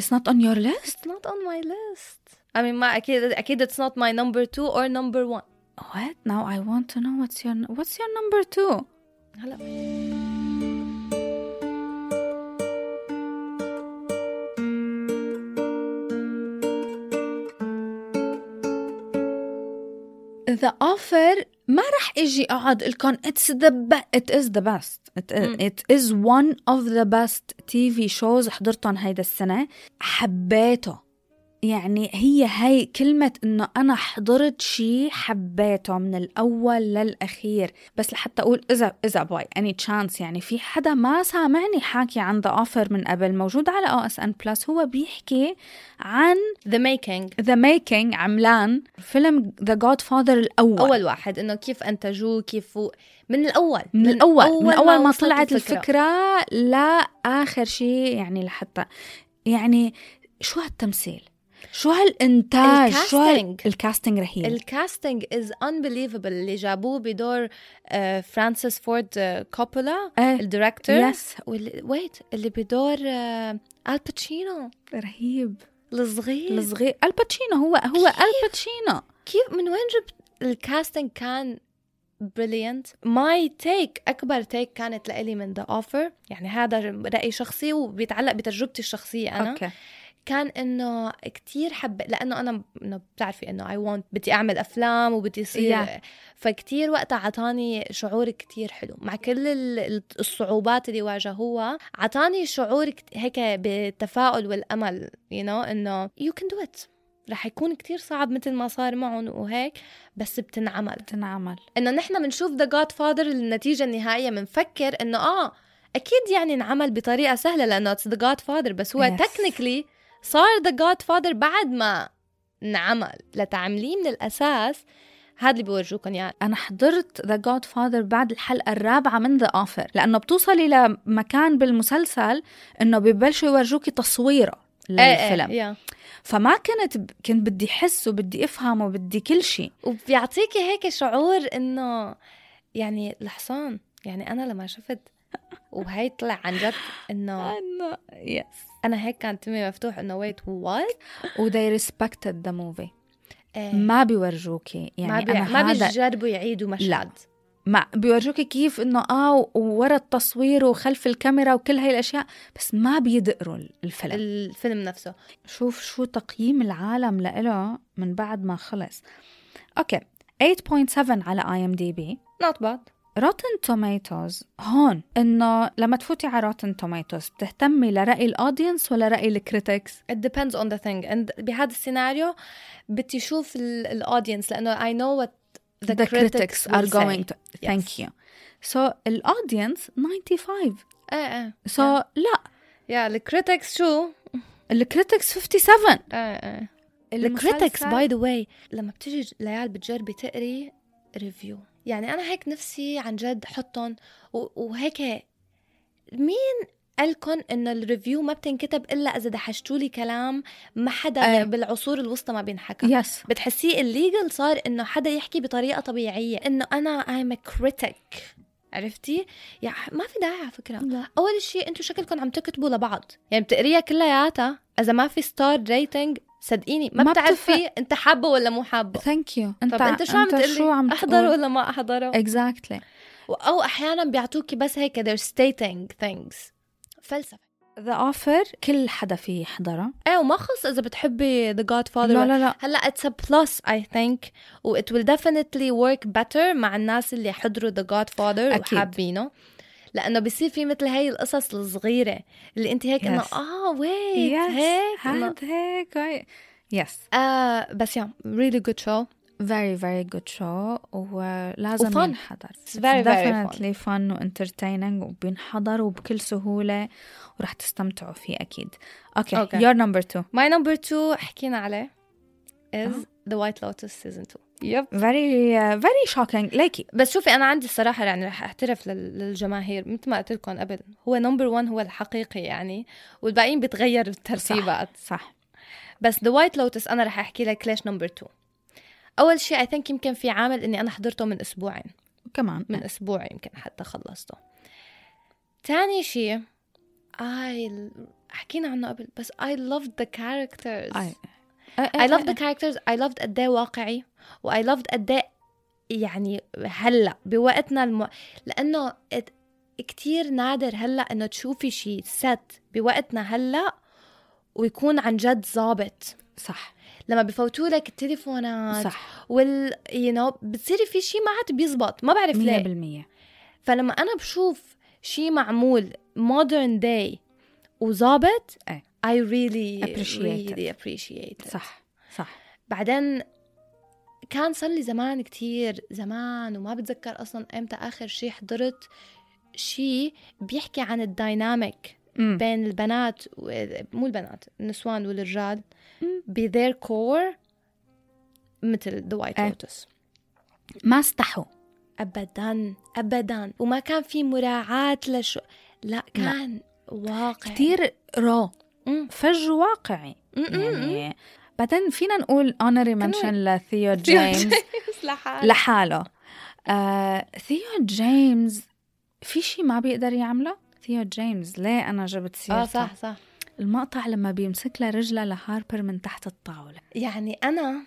Speaker 1: It's not on your list
Speaker 2: نوت اون ماي ليست I mean ما اكيد اكيد اتس نوت ماي نمبر 2 اور نمبر 1
Speaker 1: what now I want to know what's your what's your number two
Speaker 2: هلا
Speaker 1: The Offer ما رح اجي اقعد لكم it's the be- it is the best it,
Speaker 2: مم.
Speaker 1: it is one of the best TV shows حضرتهم هيدا السنة حبيته يعني هي هي كلمة إنه أنا حضرت شيء حبيته من الأول للأخير بس لحتى أقول إذا إذا باي أني تشانس يعني في حدا ما سامعني حاكي عن ذا أوفر من قبل موجود على أو إس إن بلس هو بيحكي عن
Speaker 2: ذا ميكينج
Speaker 1: ذا ميكينج عملان فيلم ذا جاد فاذر الأول
Speaker 2: اول واحد انه كيف انتجوه كيف هو- من الاول
Speaker 1: من الاول من اول ما
Speaker 2: وصلت
Speaker 1: طلعت الفكره لاخر شيء يعني لحتى يعني شو هالتمثيل شو هالانتاج شو هال...
Speaker 2: الكاستنج.
Speaker 1: الكاستنج رهيب
Speaker 2: الكاستنج از انبليفبل اللي جابوه بدور آه، فرانسيس فورد آه، كوبولا
Speaker 1: ايه
Speaker 2: الدايركتور
Speaker 1: يس
Speaker 2: واللي ويت اللي بدور آه، الباتشينو
Speaker 1: رهيب
Speaker 2: الصغير
Speaker 1: الصغير الباتشينو هو هو الباتشينو
Speaker 2: كيف من وين جبت الكاستنج كان بريليانت ماي تيك اكبر تيك كانت لإلي من ذا اوفر يعني هذا رايي شخصي وبيتعلق بتجربتي الشخصيه انا
Speaker 1: اوكي
Speaker 2: كان انه كتير حب لانه انا انه بتعرفي انه اي ونت بدي اعمل افلام وبدي يصير
Speaker 1: Yeah.
Speaker 2: فكتير وقتها عطاني شعور كتير حلو مع كل ال- الصعوبات اللي واجهوها عطاني شعور كت- هيك بالتفاؤل والامل يو you know, انه يو كان دو ات رح يكون كتير صعب مثل ما صار معهم وهيك بس بتنعمل
Speaker 1: بتنعمل
Speaker 2: انه نحن بنشوف ذا جاد فادر النتيجه النهائيه بنفكر انه اه اكيد يعني انعمل بطريقه سهله لانه اتس ذا جاد فادر بس هو
Speaker 1: Yes.
Speaker 2: تكنيكلي صار ذا جاد فادر بعد ما انعمل لتعمليه من الاساس هذا اللي بورجوكم يعني
Speaker 1: انا حضرت ذا جاد فاذر بعد الحلقه الرابعه من ذا اوفر لانه بتوصلي لمكان بالمسلسل انه ببلشوا يورجوكي تصويره
Speaker 2: إيه،
Speaker 1: للفيلم
Speaker 2: يا
Speaker 1: فما كنت ب... كنت بدي احس وبدي افهم وبدي كل شيء
Speaker 2: وبيعطيكي هيك شعور انه يعني الحصان يعني انا لما شفت وهي طلع عن جد انه
Speaker 1: انه يس
Speaker 2: انا هيك كانت تمي مفتوح انه ويت وات
Speaker 1: وذي ريسبكتد ذا موفي ما بيورجوكي يعني
Speaker 2: إيه، ما, بي...
Speaker 1: أنا
Speaker 2: ما
Speaker 1: هذا
Speaker 2: بيجربوا يعيدوا مشهد
Speaker 1: ما بيورجوكي كيف انه اه وورا التصوير وخلف الكاميرا وكل هاي الاشياء بس ما بيدقروا الفيلم
Speaker 2: الفيلم نفسه
Speaker 1: شوف شو تقييم العالم لإله من بعد ما خلص اوكي 8.7 على اي ام دي بي
Speaker 2: نوت باد
Speaker 1: روتن توميتوز هون انه لما تفوتي على روتن توميتوز بتهتمي لرأي الاودينس ولا رأي الكريتكس
Speaker 2: it depends on the thing and بهذا السيناريو بدي شوف الاودينس لانه I know what the, critics,
Speaker 1: are
Speaker 2: will
Speaker 1: going
Speaker 2: say.
Speaker 1: to thank you so الاودينس 95
Speaker 2: ايه ايه
Speaker 1: so لا
Speaker 2: يا الكريتكس شو؟
Speaker 1: الكريتكس 57
Speaker 2: ايه ايه الكريتكس
Speaker 1: المسلسل-
Speaker 2: باي ذا واي لما بتيجي ليال بتجربي تقري ريفيو يعني انا هيك نفسي عن جد حطهم و- وهيك مين قالكن انه الريفيو ما بتنكتب الا اذا دحشتوا لي كلام ما حدا
Speaker 1: إيه.
Speaker 2: بالعصور الوسطى ما بينحكى
Speaker 1: يس
Speaker 2: بتحسيه الليجل صار انه حدا يحكي بطريقه طبيعيه انه انا ايم ا كريتيك عرفتي؟ يا ح- ما في داعي على فكره
Speaker 1: لا.
Speaker 2: اول شيء انتم شكلكم عم تكتبوا لبعض يعني بتقريها كلياتها اذا ما في ستار ريتنج صدقيني ما,
Speaker 1: ما
Speaker 2: ما بتعرفي انت حابه ولا مو حابه
Speaker 1: ثانك يو
Speaker 2: طب انت شو عم تقلي
Speaker 1: شو عم
Speaker 2: احضر ولا ما احضره
Speaker 1: اكزاكتلي
Speaker 2: او احيانا بيعطوكي بس هيك they're stating things فلسفه
Speaker 1: ذا اوفر كل حدا فيه يحضره
Speaker 2: ايه وما خص اذا بتحبي ذا جاد فاذر
Speaker 1: لا لا لا
Speaker 2: هلا اتس ا بلس اي ثينك و it will definitely work better مع الناس اللي حضروا The Godfather
Speaker 1: أكيد.
Speaker 2: وحابينه لأنه بصير في مثل هاي القصص الصغيرة اللي أنت هيك إنه
Speaker 1: Yes.
Speaker 2: آه ويت هيك
Speaker 1: يس
Speaker 2: إنه-
Speaker 1: هاد هيك هاي يس
Speaker 2: آه بس يا really good show
Speaker 1: فيري فيري جود شو ولازم
Speaker 2: وfun.
Speaker 1: ينحضر
Speaker 2: It's very, very fun.
Speaker 1: definitely fun وانترتيننج وبينحضر وبكل سهولة ورح تستمتعوا فيه أكيد اوكي
Speaker 2: Okay.
Speaker 1: your number two
Speaker 2: my number two حكينا عليه
Speaker 1: آه.
Speaker 2: is The White Lotus season 2 يب
Speaker 1: very uh, very shocking ليكي
Speaker 2: بس شوفي انا عندي الصراحه يعني رح اعترف لل- للجماهير مثل ما قلت لكم قبل هو نمبر 1 هو الحقيقي يعني والباقيين بتغير الترتيبات
Speaker 1: صح
Speaker 2: بس ذا وايت لوتس انا رح احكي لك ليش نمبر 2 اول شيء اي ثينك يمكن في عامل اني انا حضرته من اسبوعين
Speaker 1: كمان
Speaker 2: من اسبوع يمكن حتى خلصته تاني شيء اي حكينا عنه قبل بس I loved the characters
Speaker 1: I,
Speaker 2: I loved the characters I loved قد ايه واقعي و I loved قد ايه يعني هلا بوقتنا الم... لانه it... كتير نادر هلا انه تشوفي شيء ست بوقتنا هلا ويكون عن جد ظابط
Speaker 1: صح
Speaker 2: لما بفوتوا لك التليفونات صح.
Speaker 1: صح
Speaker 2: وال يو نو بتصيري في شيء ما عاد بيزبط ما بعرف ليه
Speaker 1: 100%
Speaker 2: فلما انا بشوف شيء معمول مودرن داي وظابط
Speaker 1: إيه.
Speaker 2: I really
Speaker 1: Appreciate it.
Speaker 2: really appreciate it.
Speaker 1: صح صح
Speaker 2: بعدين كان صار لي زمان كتير زمان وما بتذكر اصلا امتى اخر شيء حضرت شيء بيحكي عن الدايناميك
Speaker 1: مم.
Speaker 2: بين البنات و... مو البنات النسوان والرجال بذير كور مثل ذا وايت
Speaker 1: إيه.
Speaker 2: لوتس
Speaker 1: ما استحوا
Speaker 2: ابدا ابدا وما كان في مراعاة لشو لا كان واقع
Speaker 1: كتير رو
Speaker 2: مم.
Speaker 1: فج واقعي
Speaker 2: مم.
Speaker 1: يعني بعدين فينا نقول honorary mention
Speaker 2: <laughs>
Speaker 1: لثيو جيمس
Speaker 2: جيمس <laughs> لحاله
Speaker 1: لحاله آه، ثيو جيمس في شيء ما بيقدر يعمله ثيو جيمس ليه انا جبت سيرته
Speaker 2: اه صح صح
Speaker 1: المقطع لما بيمسك لها رجلها لهاربر من تحت الطاوله
Speaker 2: يعني انا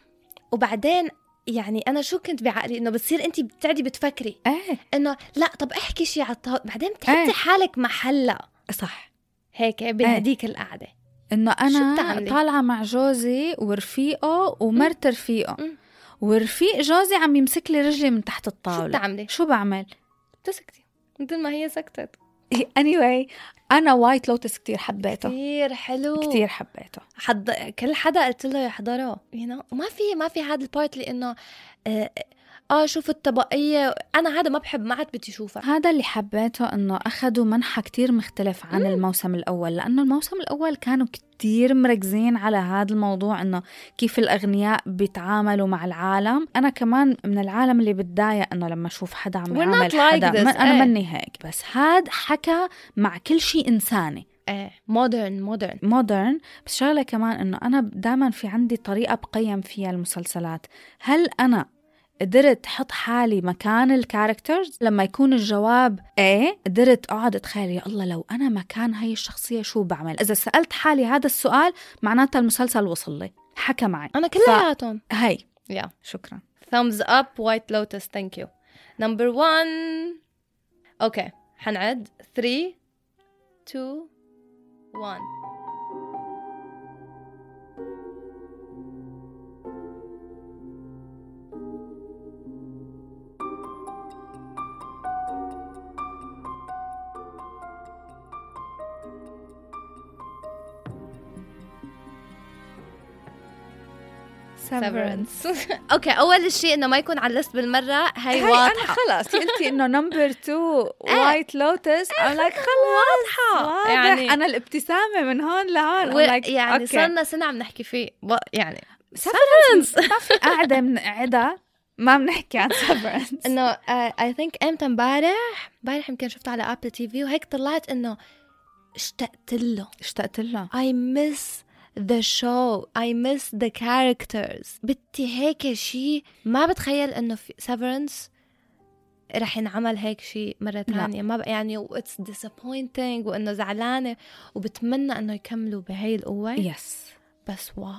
Speaker 2: وبعدين يعني انا شو كنت بعقلي انه بتصير انت بتعدي بتفكري
Speaker 1: ايه
Speaker 2: انه لا طب احكي شيء على الطاوله بعدين بتحطي
Speaker 1: إيه.
Speaker 2: حالك محلها
Speaker 1: صح
Speaker 2: هيك بهديك القعده
Speaker 1: انه انا
Speaker 2: شو بتعملي؟
Speaker 1: طالعه مع جوزي ورفيقه ومرت رفيقه
Speaker 2: مم.
Speaker 1: ورفيق جوزي عم يمسك لي رجلي من تحت الطاوله
Speaker 2: شو بتعملي؟
Speaker 1: شو بعمل <laughs>
Speaker 2: بتسكتي مثل ما هي سكتت
Speaker 1: anyway انا وايت لوتس كتير حبيته
Speaker 2: كثير حلو
Speaker 1: كتير حبيته
Speaker 2: حض... كل حدا قلت له يحضره you know? ما في ما في هذا البارت اللي انه آه، اه شوفوا الطبقيه انا هذا ما بحب ما عاد بدي اشوفها
Speaker 1: هذا اللي حبيته انه اخذوا منحى كتير مختلف عن
Speaker 2: مم.
Speaker 1: الموسم الاول لانه الموسم الاول كانوا كتير مركزين على هذا الموضوع انه كيف الاغنياء بيتعاملوا مع العالم انا كمان من العالم اللي بتضايق انه لما اشوف حدا عم
Speaker 2: We're
Speaker 1: يعامل
Speaker 2: not like
Speaker 1: حدا
Speaker 2: this.
Speaker 1: من انا
Speaker 2: إيه.
Speaker 1: مني هيك بس هاد حكى مع كل شيء انساني
Speaker 2: ايه مودرن مودرن
Speaker 1: مودرن بس شغله كمان انه انا دائما في عندي طريقه بقيم فيها المسلسلات هل انا قدرت حط حالي مكان الكاركترز لما يكون الجواب ايه قدرت اقعد اتخيل يا الله لو انا مكان هاي الشخصيه شو بعمل اذا سالت حالي هذا السؤال معناتها المسلسل وصل لي حكى معي
Speaker 2: انا كلياتهم
Speaker 1: هي
Speaker 2: يا
Speaker 1: شكرا
Speaker 2: thumbs up white lotus thank you number 1 اوكي حنعد 3 2 1 severance <laughs> اوكي اول شيء انه ما يكون على الليست بالمره هي
Speaker 1: هي انا <laughs>
Speaker 2: واضحه
Speaker 1: خلص قلتي انه نمبر 2
Speaker 2: <laughs> إيه.
Speaker 1: وايت لوتس ام لايك خلص واضح يعني
Speaker 2: يعني-
Speaker 1: انا الابتسامه من هون لهون I'm
Speaker 2: و-
Speaker 1: like,
Speaker 2: يعني
Speaker 1: okay.
Speaker 2: صرنا سنه عم نحكي فيه و- يعني
Speaker 1: <laughs> سفرنس ما في طيب، قاعدة بنقعدها ما بنحكي عن سفرنس
Speaker 2: انه اي ثينك امتى امبارح امبارح يمكن شفته على ابل تي في وهيك طلعت انه اشتقت له
Speaker 1: اشتقت لها
Speaker 2: I miss the show I miss the characters بدي هيك شيء ما بتخيل انه في severance رح ينعمل هيك شيء مرة ثانية ما بقى يعني اتس disappointing وانه زعلانة وبتمنى انه يكملوا بهي القوة
Speaker 1: يس
Speaker 2: بس واو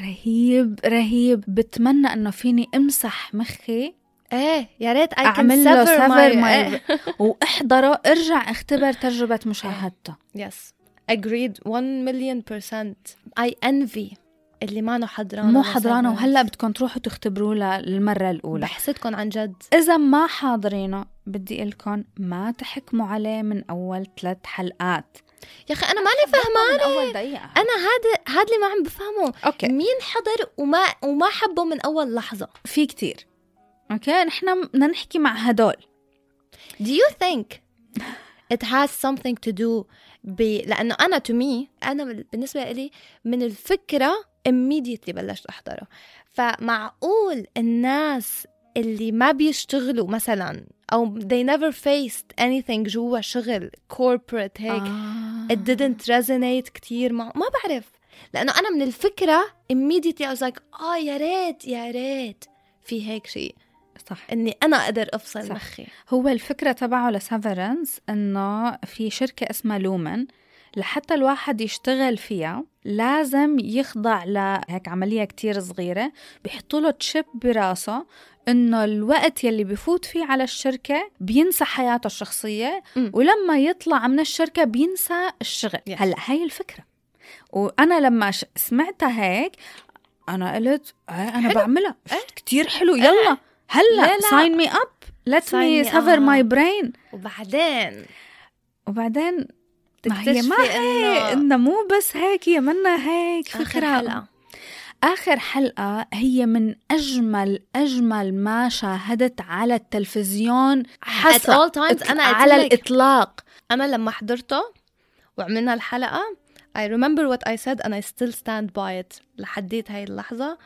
Speaker 1: رهيب رهيب بتمنى انه فيني امسح مخي
Speaker 2: ايه يا ريت I can
Speaker 1: اعمل له
Speaker 2: sever
Speaker 1: سفر
Speaker 2: my-
Speaker 1: ماي
Speaker 2: إيه.
Speaker 1: <laughs> واحضره ارجع اختبر تجربة مشاهدته
Speaker 2: Yes. Agreed 1 million percent. I envy اللي مانو حضرانه
Speaker 1: مو
Speaker 2: ولا
Speaker 1: حضرانه
Speaker 2: سمعت.
Speaker 1: وهلا بدكم تروحوا تختبروه للمرة الأولى
Speaker 2: بحسدكم عن جد
Speaker 1: إذا ما حاضرينه بدي لكم ما تحكموا عليه من أول ثلاث حلقات
Speaker 2: يا اخي انا ماني
Speaker 1: من
Speaker 2: فهمانه
Speaker 1: أول دقيقة
Speaker 2: انا هذا هذا اللي ما عم بفهمه
Speaker 1: أوكي
Speaker 2: مين حضر وما وما حبه من اول لحظه
Speaker 1: في كتير اوكي نحن بدنا نحكي مع هدول
Speaker 2: Do you think it has something to do ب... لأنه أنا to me أنا بال- بالنسبة لي من الفكرة immediately بلشت أحضره فمعقول الناس اللي ما بيشتغلوا مثلا أو they never faced anything جوا شغل corporate هيك
Speaker 1: آه.
Speaker 2: it didn't resonate كتير مع ما بعرف لأنه أنا من الفكرة immediately I was like آه يا ريت يا ريت في هيك شيء
Speaker 1: صح
Speaker 2: إني أنا أقدر أفصل
Speaker 1: صح.
Speaker 2: مخي
Speaker 1: هو الفكرة تبعه لسافرنس انه في شركة اسمها لومن لحتى الواحد يشتغل فيها لازم يخضع لهيك عملية كتير صغيرة بيحطوا له تشيب براسه انه الوقت يلي بفوت فيه على الشركة بينسى حياته الشخصية
Speaker 2: مم.
Speaker 1: ولما يطلع من الشركة بينسى الشغل
Speaker 2: Yes.
Speaker 1: هلا هاي الفكرة وانا لما ش- سمعتها هيك انا قلت آه انا
Speaker 2: حلو.
Speaker 1: بعملها
Speaker 2: إيه.
Speaker 1: كتير حلو يلا هلا
Speaker 2: لا، لا.
Speaker 1: ساين مي اب ليت مي
Speaker 2: Sign me
Speaker 1: سفر
Speaker 2: up.
Speaker 1: ماي برين
Speaker 2: وبعدين
Speaker 1: وبعدين ما هي
Speaker 2: تكتشفي
Speaker 1: ما هي
Speaker 2: إنه
Speaker 1: انه مو بس هيك هي منا هيك
Speaker 2: آخر
Speaker 1: فكره
Speaker 2: حلقة.
Speaker 1: آخر حلقة هي من أجمل أجمل ما شاهدت على التلفزيون
Speaker 2: At
Speaker 1: حسب
Speaker 2: all times أنا
Speaker 1: على
Speaker 2: على الإط...
Speaker 1: الإطلاق
Speaker 2: أنا لما حضرته وعملنا الحلقة I remember what I said and I still stand by it لحديت هاي اللحظة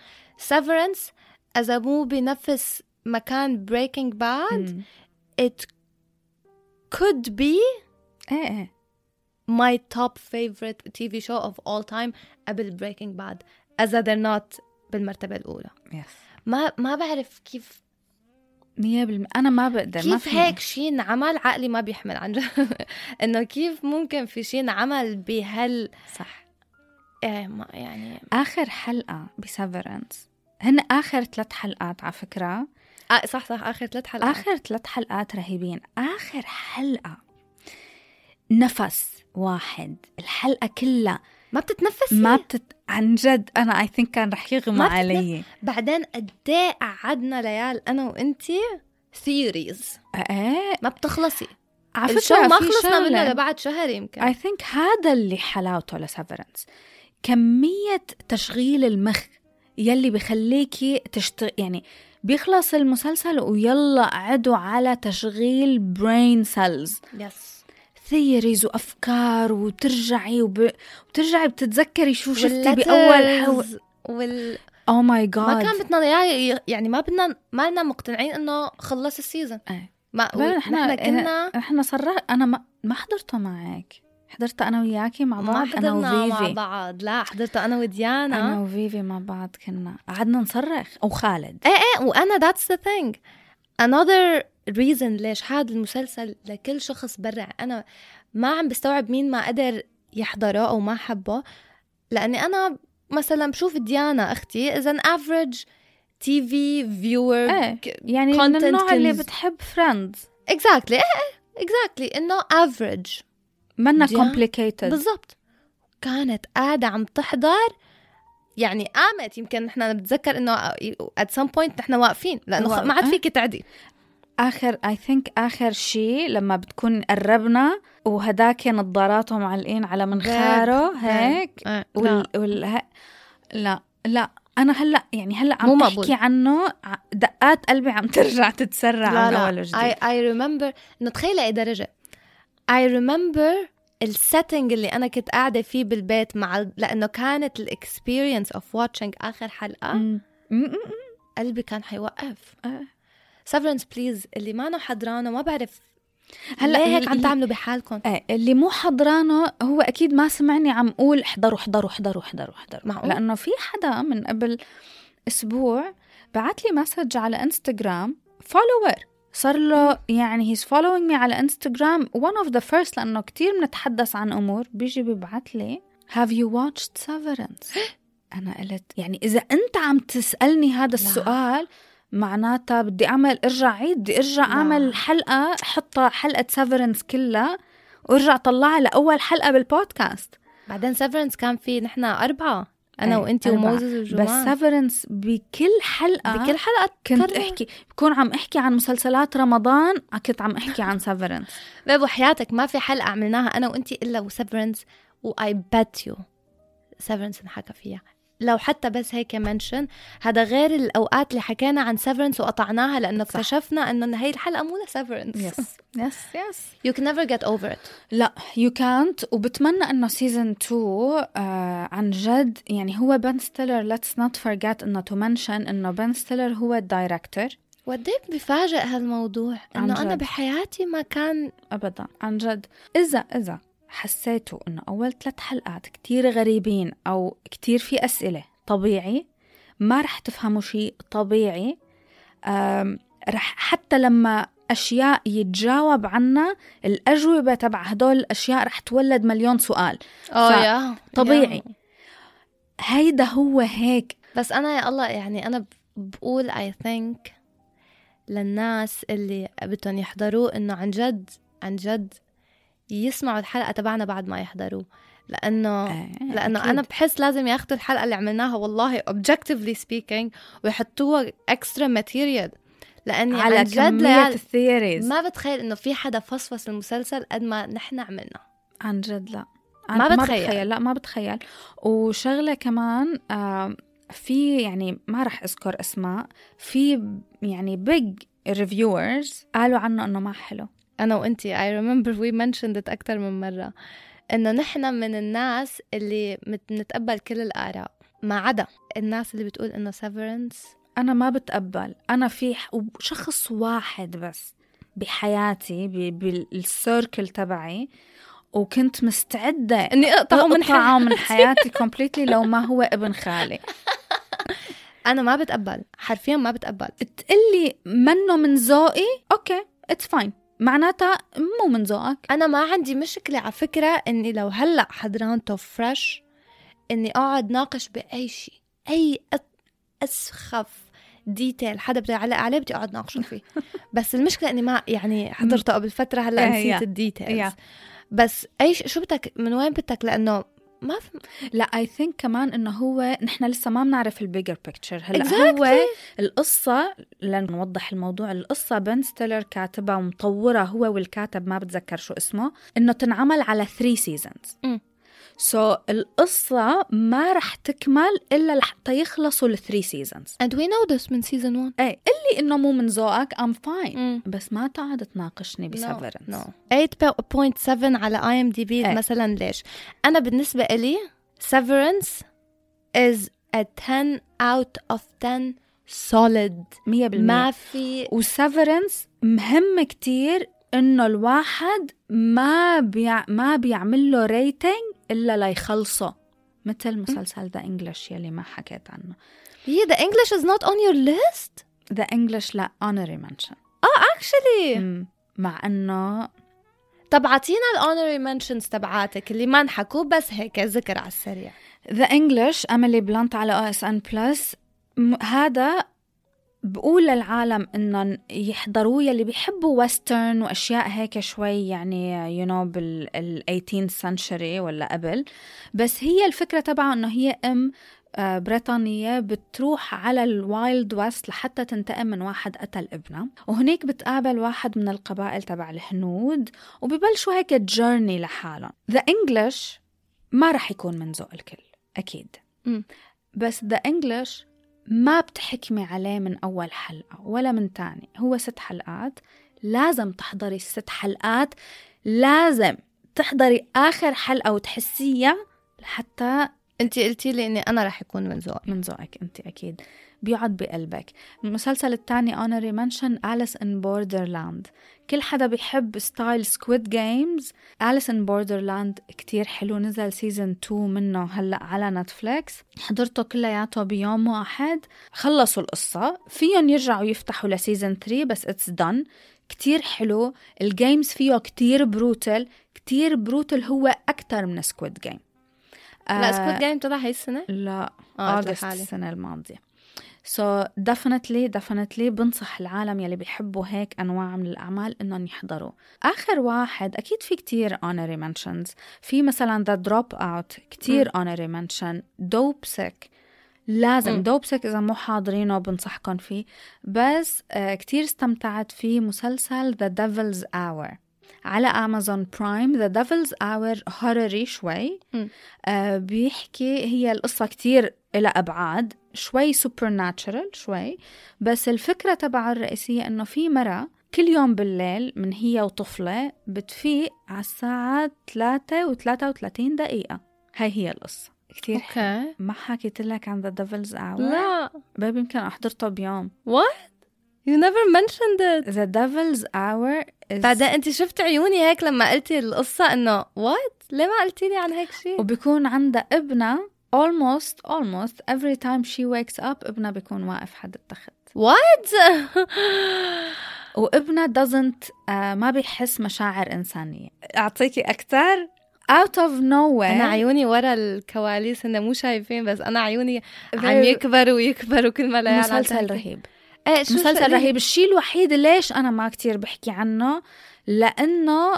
Speaker 2: severance إذا مو بنفس مكان breaking bad
Speaker 1: مم.
Speaker 2: it could be
Speaker 1: إيه إيه
Speaker 2: my top favorite TV show of all time قبل breaking bad إذا they're not بالمرتبة الأولى
Speaker 1: يس
Speaker 2: ما ما بعرف كيف
Speaker 1: 100% أنا ما بقدر ما
Speaker 2: كيف
Speaker 1: فيني.
Speaker 2: هيك شيء انعمل عقلي ما بيحمل عن جد <laughs> انه كيف ممكن في شيء انعمل بهال
Speaker 1: صح
Speaker 2: إيه ما يعني
Speaker 1: آخر حلقة بسفرنس هن آخر ثلاث حلقات على فكرة
Speaker 2: آه صح صح اخر ثلاث حلقات
Speaker 1: آخر ثلاث حلقات رهيبين آخر حلقة نفس واحد الحلقة كلها
Speaker 2: ما بتتنفسي
Speaker 1: ما بتت... عن جد انا اي ثينك كان رح يغمى
Speaker 2: ما بتتنف-
Speaker 1: علي
Speaker 2: بعدين قد ايه قعدنا ليال انا وانتي ثيوريز
Speaker 1: ايه
Speaker 2: ما بتخلصي
Speaker 1: على
Speaker 2: إيه. الشو
Speaker 1: فكره
Speaker 2: ما
Speaker 1: في
Speaker 2: خلصنا منه
Speaker 1: شغلة.
Speaker 2: لبعد شهر يمكن
Speaker 1: اي ثينك هذا اللي حلاوته لسفرنس كمية تشغيل المخ يلي بخليكي تشتغل يعني بيخلص المسلسل ويلا اقعدوا على تشغيل برين سيلز
Speaker 2: يس
Speaker 1: ثيريز وافكار وترجعي وب... وبترجعي بتتذكري شو شفتي Oh
Speaker 2: والletters
Speaker 1: باول حول
Speaker 2: وال...
Speaker 1: او ماي
Speaker 2: ما
Speaker 1: جاد
Speaker 2: كان بدنا إياه- يعني ما بدنا ما لنا مقتنعين انه خلص السيزون
Speaker 1: إيه.
Speaker 2: ما
Speaker 1: بلا،
Speaker 2: نحن
Speaker 1: نحنا-
Speaker 2: كنا
Speaker 1: احنا صرا انا ما, ما حضرته معك حضرته انا وياكي مع
Speaker 2: ما
Speaker 1: بعض انا
Speaker 2: حضرنا مع
Speaker 1: وفيفي
Speaker 2: بعض لا حضرته انا
Speaker 1: انا
Speaker 2: وديانا
Speaker 1: وفيفي مع بعض كنا قعدنا نصرخ او خالد
Speaker 2: ايه ايه وانا ذاتس ذا ثينج another reason ليش هذا المسلسل لكل شخص برع انا ما عم بستوعب مين ما قدر يحضره او ما حبه لاني انا مثلا بشوف ديانا اختي از an average تي في فيور
Speaker 1: إيه. يعني من
Speaker 2: content
Speaker 1: النوع اللي
Speaker 2: كنز.
Speaker 1: بتحب فريندز
Speaker 2: اكزاكتلي ايه ايه اكزاكتلي انه افريج
Speaker 1: منا
Speaker 2: يا.
Speaker 1: كومبليكيتد
Speaker 2: بالضبط كانت قاعدة عم تحضر يعني قامت يمكن نحن بتذكر انه at some point نحن واقفين لانه خ- ما عاد
Speaker 1: واقفة.
Speaker 2: فيك تعدي
Speaker 1: اخر اي ثينك اخر شيء لما بتكون قربنا وهداك نظاراته معلقين على منخاره هيك
Speaker 2: إيه.
Speaker 1: آه. وال...
Speaker 2: لا.
Speaker 1: وال... ه- لا لا انا هلا يعني هلا
Speaker 2: مو
Speaker 1: عم
Speaker 2: مقبول.
Speaker 1: احكي عنه ع- دقات قلبي عم ترجع تتسرع
Speaker 2: لا
Speaker 1: عن
Speaker 2: لا
Speaker 1: اول وجديد
Speaker 2: I, I remember انه تخيل اي درجة I remember السيتنج اللي انا كنت قاعدة فيه بالبيت مع ال- لانه كانت الاكسبيرينس اوف واتشنج اخر حلقة
Speaker 1: مم. مم، مم، مم.
Speaker 2: قلبي كان حيوقف
Speaker 1: إيه.
Speaker 2: سفرنس بليز اللي ما انا حضرانه ما بعرف
Speaker 1: هلا
Speaker 2: هلا ليه هيك عم
Speaker 1: ال-
Speaker 2: تعملوا بحالكم
Speaker 1: إيه، اللي مو حضرانه هو اكيد ما سمعني عم اقول احضروا احضروا احضروا احضروا احضروا
Speaker 2: معقول؟
Speaker 1: لانه في حدا من قبل اسبوع بعت لي مسج على انستغرام فولور صار له يعني he's following me على انستغرام one of the first لانه كتير بنتحدث عن امور بيجي بيبعت لي have you watched severance انا قلت يعني اذا انت عم تسالني هذا السؤال معناتها بدي اعمل ارجع عيد بدي ارجع
Speaker 2: لا.
Speaker 1: اعمل حلقه حطها حلقه سفرنس كلها وارجع طلعها لاول حلقه بالبودكاست
Speaker 2: بعدين سفرنس كان في نحن أيوة، أربعة أنا
Speaker 1: أي،
Speaker 2: وأنتي
Speaker 1: أربعة.
Speaker 2: وموزز وجمال آه.
Speaker 1: بس سفرنس بكل حلقه
Speaker 2: بكل حلقة
Speaker 1: كنت
Speaker 2: تكرر.
Speaker 1: احكي بكون عم احكي عن مسلسلات رمضان كنت عم احكي عن سفرنس <laughs>
Speaker 2: بيب وحياتك ما في حلقة عملناها أنا وأنتي إلا وسفرنس وآي بات يو سفرنس انحكى فيها لو حتى بس هيك منشن هذا غير الأوقات اللي حكينا عن سفرنس وقطعناها لأنه اكتشفنا إنه هي الحلقة مو <laughs> لسفرنس
Speaker 1: يس يس
Speaker 2: يو كان نيفر جيت أوفر إت
Speaker 1: لا يو كانت وبتمنى انه سيزون 2 آه عن جد يعني هو بن ستيلر ليتس نوت فورجيت انه تو منشن انه بن ستيلر هو الدايركتور
Speaker 2: وديك بفاجئ هالموضوع
Speaker 1: عن
Speaker 2: إنه أنا
Speaker 1: جد.
Speaker 2: بحياتي ما كان
Speaker 1: ابدا عن جد اذا اذا حسيتوا انه اول ثلاث حلقات كتير غريبين او كتير في اسئله طبيعي ما رح تفهموا شيء طبيعي أم، رح حتى لما اشياء يتجاوب عنا الاجوبه تبع هدول الاشياء رح تولد مليون سؤال
Speaker 2: أوه
Speaker 1: ف-
Speaker 2: آه، يا
Speaker 1: طبيعي. هيدا هو هيك
Speaker 2: بس انا يا الله يعني انا ب- بقول اي ثينك للناس اللي بدهم يحضروه انه عن جد عن جد يسمعوا الحلقه تبعنا بعد ما يحضروه لانه
Speaker 1: آه،
Speaker 2: لانه
Speaker 1: أكيد.
Speaker 2: انا بحس لازم ياخذوا الحلقه اللي عملناها والله objectively speaking ويحطوها اكسترا ماتيريال لاني
Speaker 1: على
Speaker 2: عن جد
Speaker 1: كمية
Speaker 2: ليال
Speaker 1: الثيريز
Speaker 2: ما بتخيل انه في حدا فصفص المسلسل قد ما نحن عملنا
Speaker 1: عن جد لا
Speaker 2: ما
Speaker 1: عن-
Speaker 2: بتخيل.
Speaker 1: لا ما بتخيل وشغلة كمان آم، في يعني ما رح أذكر أسماء في يعني بيج ريفيورز قالوا عنه انه ما حلو
Speaker 2: انا وانتي I remember we mentioned it اكثر من مره انه نحن من الناس اللي مت- بنتقبل كل الاراء ما عدا الناس اللي بتقول انه سيفرنس
Speaker 1: انا ما بتقبل انا في ح- شخص واحد بس بحياتي ب- بالسيركل تبعي وكنت مستعدة
Speaker 2: اني اقطعه من <laughs>
Speaker 1: أقطعه
Speaker 2: حياتي
Speaker 1: من حياتي كومبليتلي لو ما هو ابن خالي
Speaker 2: انا ما بتقبل حرفيا ما بتقبل
Speaker 1: تقلي منه من ذوقي اوكي اتس فاين معناتها مو من ذوقك
Speaker 2: انا ما عندي مشكله على فكره اني لو هلا حضرانته فريش اني اقعد ناقش باي شيء اي أت- اسخف ديتيل حدا بده يعلق عليه بدي اقعد ناقشه
Speaker 1: <laughs>
Speaker 2: فيه بس المشكله اني ما يعني حضرته قبل فتره هلا
Speaker 1: إيه،
Speaker 2: نسيت
Speaker 1: yeah.
Speaker 2: الديتيلز
Speaker 1: Yeah.
Speaker 2: بس ايش شو بدك من وين بدك لانه ما في
Speaker 1: لا اي ثينك كمان انه هو نحن لسه ما بنعرف البيجر بيكتشر هلا
Speaker 2: Exactly.
Speaker 1: هو القصه لنوضح الموضوع القصه بن ستيلر كاتبها ومطوره هو والكاتب ما بتذكر شو اسمه انه تنعمل على 3 سيزونز
Speaker 2: مم.
Speaker 1: سو so, القصه ما رح تكمل الا لحتى يخلصوا الثري سيزونز
Speaker 2: and we know this من سيزون 1
Speaker 1: ايه اللي انه مو من ذوقك ام فاين
Speaker 2: مم.
Speaker 1: بس ما تقعد تناقشني بسفرنس
Speaker 2: no. 8.7 على اي ام دي بي
Speaker 1: إيه.
Speaker 2: مثلا ليش انا بالنسبه لي severance is a 10 out of 10 solid
Speaker 1: 100%
Speaker 2: ما في
Speaker 1: وسفرنس مهم كتير انه الواحد ما بيع... ما بيعمل له ريتنج الا ليخلصه مثل مسلسل ذا انجلش يلي ما حكيت عنه
Speaker 2: هي the English is not on your list
Speaker 1: ذا انجلش لا اونري منشن
Speaker 2: آه، actually
Speaker 1: مع انه
Speaker 2: طب عطينا ال honorary mentions تبعاتك اللي ما انحكوا بس هيك ذكر على السريع
Speaker 1: ذا انجلش اميلي بلانت على او اس ان بلس هذا بقول للعالم انهم يحضروه يلي بيحبوا ويسترن واشياء هيك شوي يعني يو نو بال 18 سنشري ولا قبل بس هي الفكره تبعه انه هي ام آه، بريطانية بتروح على الوايلد ويست لحتى تنتقم من واحد قتل ابنها وهناك بتقابل واحد من القبائل تبع الهنود وببلشوا هيك جيرني لحالهم ذا انجلش ما رح يكون من ذوق الكل أكيد
Speaker 2: مم.
Speaker 1: بس ذا انجلش ما بتحكمي عليه من أول حلقة ولا من تاني هو ست حلقات لازم تحضري الست حلقات لازم تحضري آخر حلقة وتحسيها لحتى
Speaker 2: انت قلتي لي اني انا رح يكون من ذوق
Speaker 1: من ذوقك انت اكيد بيقعد بقلبك المسلسل الثاني اونري منشن اليس ان بوردرلاند كل حدا بيحب ستايل سكويد جيمز اليس ان بوردرلاند كتير حلو نزل سيزون 2 منه هلا على نتفليكس حضرته كلياته بيوم واحد خلصوا القصه فيهم يرجعوا يفتحوا لسيزون 3 بس اتس دن كتير حلو الجيمز فيه كتير بروتل كتير بروتل هو اكثر من سكويد جيم
Speaker 2: لا سكوت جيم طلع هاي السنة
Speaker 1: لا
Speaker 2: آه،
Speaker 1: اوغست
Speaker 2: لحالي.
Speaker 1: السنه الماضيه سو دفنتلي دفنتلي بنصح العالم يلي بيحبوا هيك انواع من الاعمال انهم يحضروا اخر واحد اكيد في كتير اونري منشنز في مثلا ذا دروب اوت كتير اونري منشن دوب سيك لازم
Speaker 2: مم.
Speaker 1: دوب سيك اذا مو حاضرينه بنصحكم فيه بس آه كتير استمتعت في مسلسل ذا ديفلز اور على امازون برايم ذا ديفلز اور هورري شوي
Speaker 2: مم.
Speaker 1: آه بيحكي هي القصه كتير لها ابعاد شوي سوبر ناتشرال شوي بس الفكره تبع الرئيسيه انه في مرة كل يوم بالليل من هي وطفله بتفيق على الساعه 3 و33 دقيقه هاي هي القصه كتير حلوة.
Speaker 2: اوكي
Speaker 1: ما حكيت لك عن ذا ديفلز اور
Speaker 2: لا
Speaker 1: بيبي يمكن احضرته بيوم
Speaker 2: you never mentioned it
Speaker 1: ذا ديفلز اور
Speaker 2: بعدين انت شفت عيوني هيك لما قلتي القصة انه وات ليه ما قلتي لي عن هيك <laughs> شيء
Speaker 1: وبكون عندها ابنها almost almost every time she wakes up ابنها بيكون واقف حد التخت
Speaker 2: وات
Speaker 1: وابنها doesn't آه ما بيحس مشاعر إنسانية أعطيكي أكثر out of nowhere
Speaker 2: انا عيوني ورا الكواليس هن مو شايفين بس انا عيوني عم
Speaker 1: Very-
Speaker 2: يكبر ويكبر وكل ما لا يعلى عم
Speaker 1: مسلسل
Speaker 2: تحكي.
Speaker 1: رهيب
Speaker 2: ايه شو شو-
Speaker 1: مسلسل رهيب الشيء الوحيد ليش أنا ما كتير بحكي عنه لأنه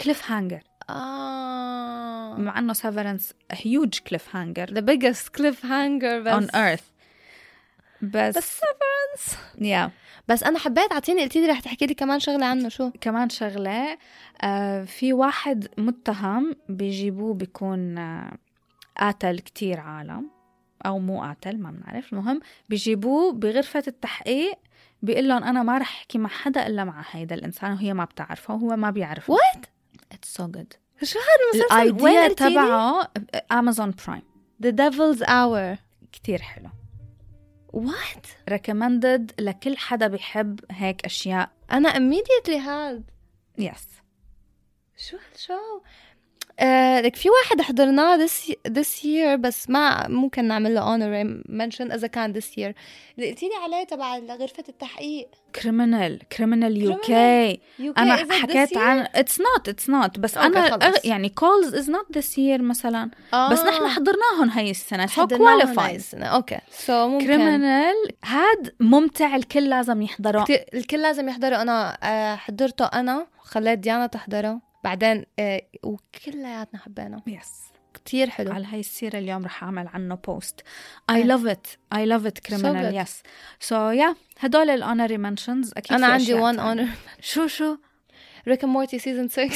Speaker 1: كليف هانجر
Speaker 2: اه
Speaker 1: مع أنه سيفرنس هيوج كليف هانجر
Speaker 2: the biggest cliffhanger بس
Speaker 1: on earth بس
Speaker 2: بس
Speaker 1: yeah.
Speaker 2: بس انا حبيت اعطيني قلتي لي رح تحكي لي كمان شغله عنه شو
Speaker 1: كمان شغلة آه، في واحد متهم بيجيبوه بيكون آه، قاتل كتير عالم أو مو قاتل ما بنعرف المهم بيجيبوه بغرفة التحقيق بيقول لهم أنا ما رح أحكي مع حدا إلا مع هيدا الإنسان وهي ما بتعرفه وهو ما بيعرفه
Speaker 2: وات
Speaker 1: It's so good
Speaker 2: شو هذا المسلسل وين
Speaker 1: الأيديا
Speaker 2: قلتي لي؟
Speaker 1: تبعه أمازون برايم
Speaker 2: The Devil's Hour
Speaker 1: كتير حلو
Speaker 2: وات
Speaker 1: recommended لكل حدا بيحب هيك أشياء
Speaker 2: انا immediately هاد
Speaker 1: يس
Speaker 2: شو شو آه، لك في واحد حضرناه this, this year بس ما ممكن نعمل له honorary mention إذا كان this year اللي قلتي لي عليه تبع غرفة التحقيق
Speaker 1: كريمنال كريمنال يو
Speaker 2: Criminal.
Speaker 1: كي
Speaker 2: UK is it
Speaker 1: انا
Speaker 2: this
Speaker 1: حكيت
Speaker 2: year؟
Speaker 1: عن اتس نوت اتس نوت بس
Speaker 2: أوكي،
Speaker 1: انا
Speaker 2: خلص.
Speaker 1: أغ- يعني كولز از نوت ذس يير مثلا
Speaker 2: آه.
Speaker 1: بس نحن حضرناهم هي السنه سو
Speaker 2: حضرناه هاي
Speaker 1: كواليفايز
Speaker 2: السنة. اوكي سو ممكن
Speaker 1: كريمنال هاد ممتع الكل لازم يحضره
Speaker 2: كتير- الكل لازم يحضره انا آه، حضرته انا خليت ديانا تحضره بعدين آه، وكلياتنا حبيناه
Speaker 1: يس
Speaker 2: كتير حلو
Speaker 1: على هاي السيرة اليوم رح أعمل عنه بوست I love it I love it criminal
Speaker 2: good.
Speaker 1: yes so yeah هدول ال honorary mentions أكيد
Speaker 2: أنا
Speaker 1: في
Speaker 2: عندي
Speaker 1: أشياء
Speaker 2: one honor
Speaker 1: شو شو
Speaker 2: ريك اند مورتي سيزون 6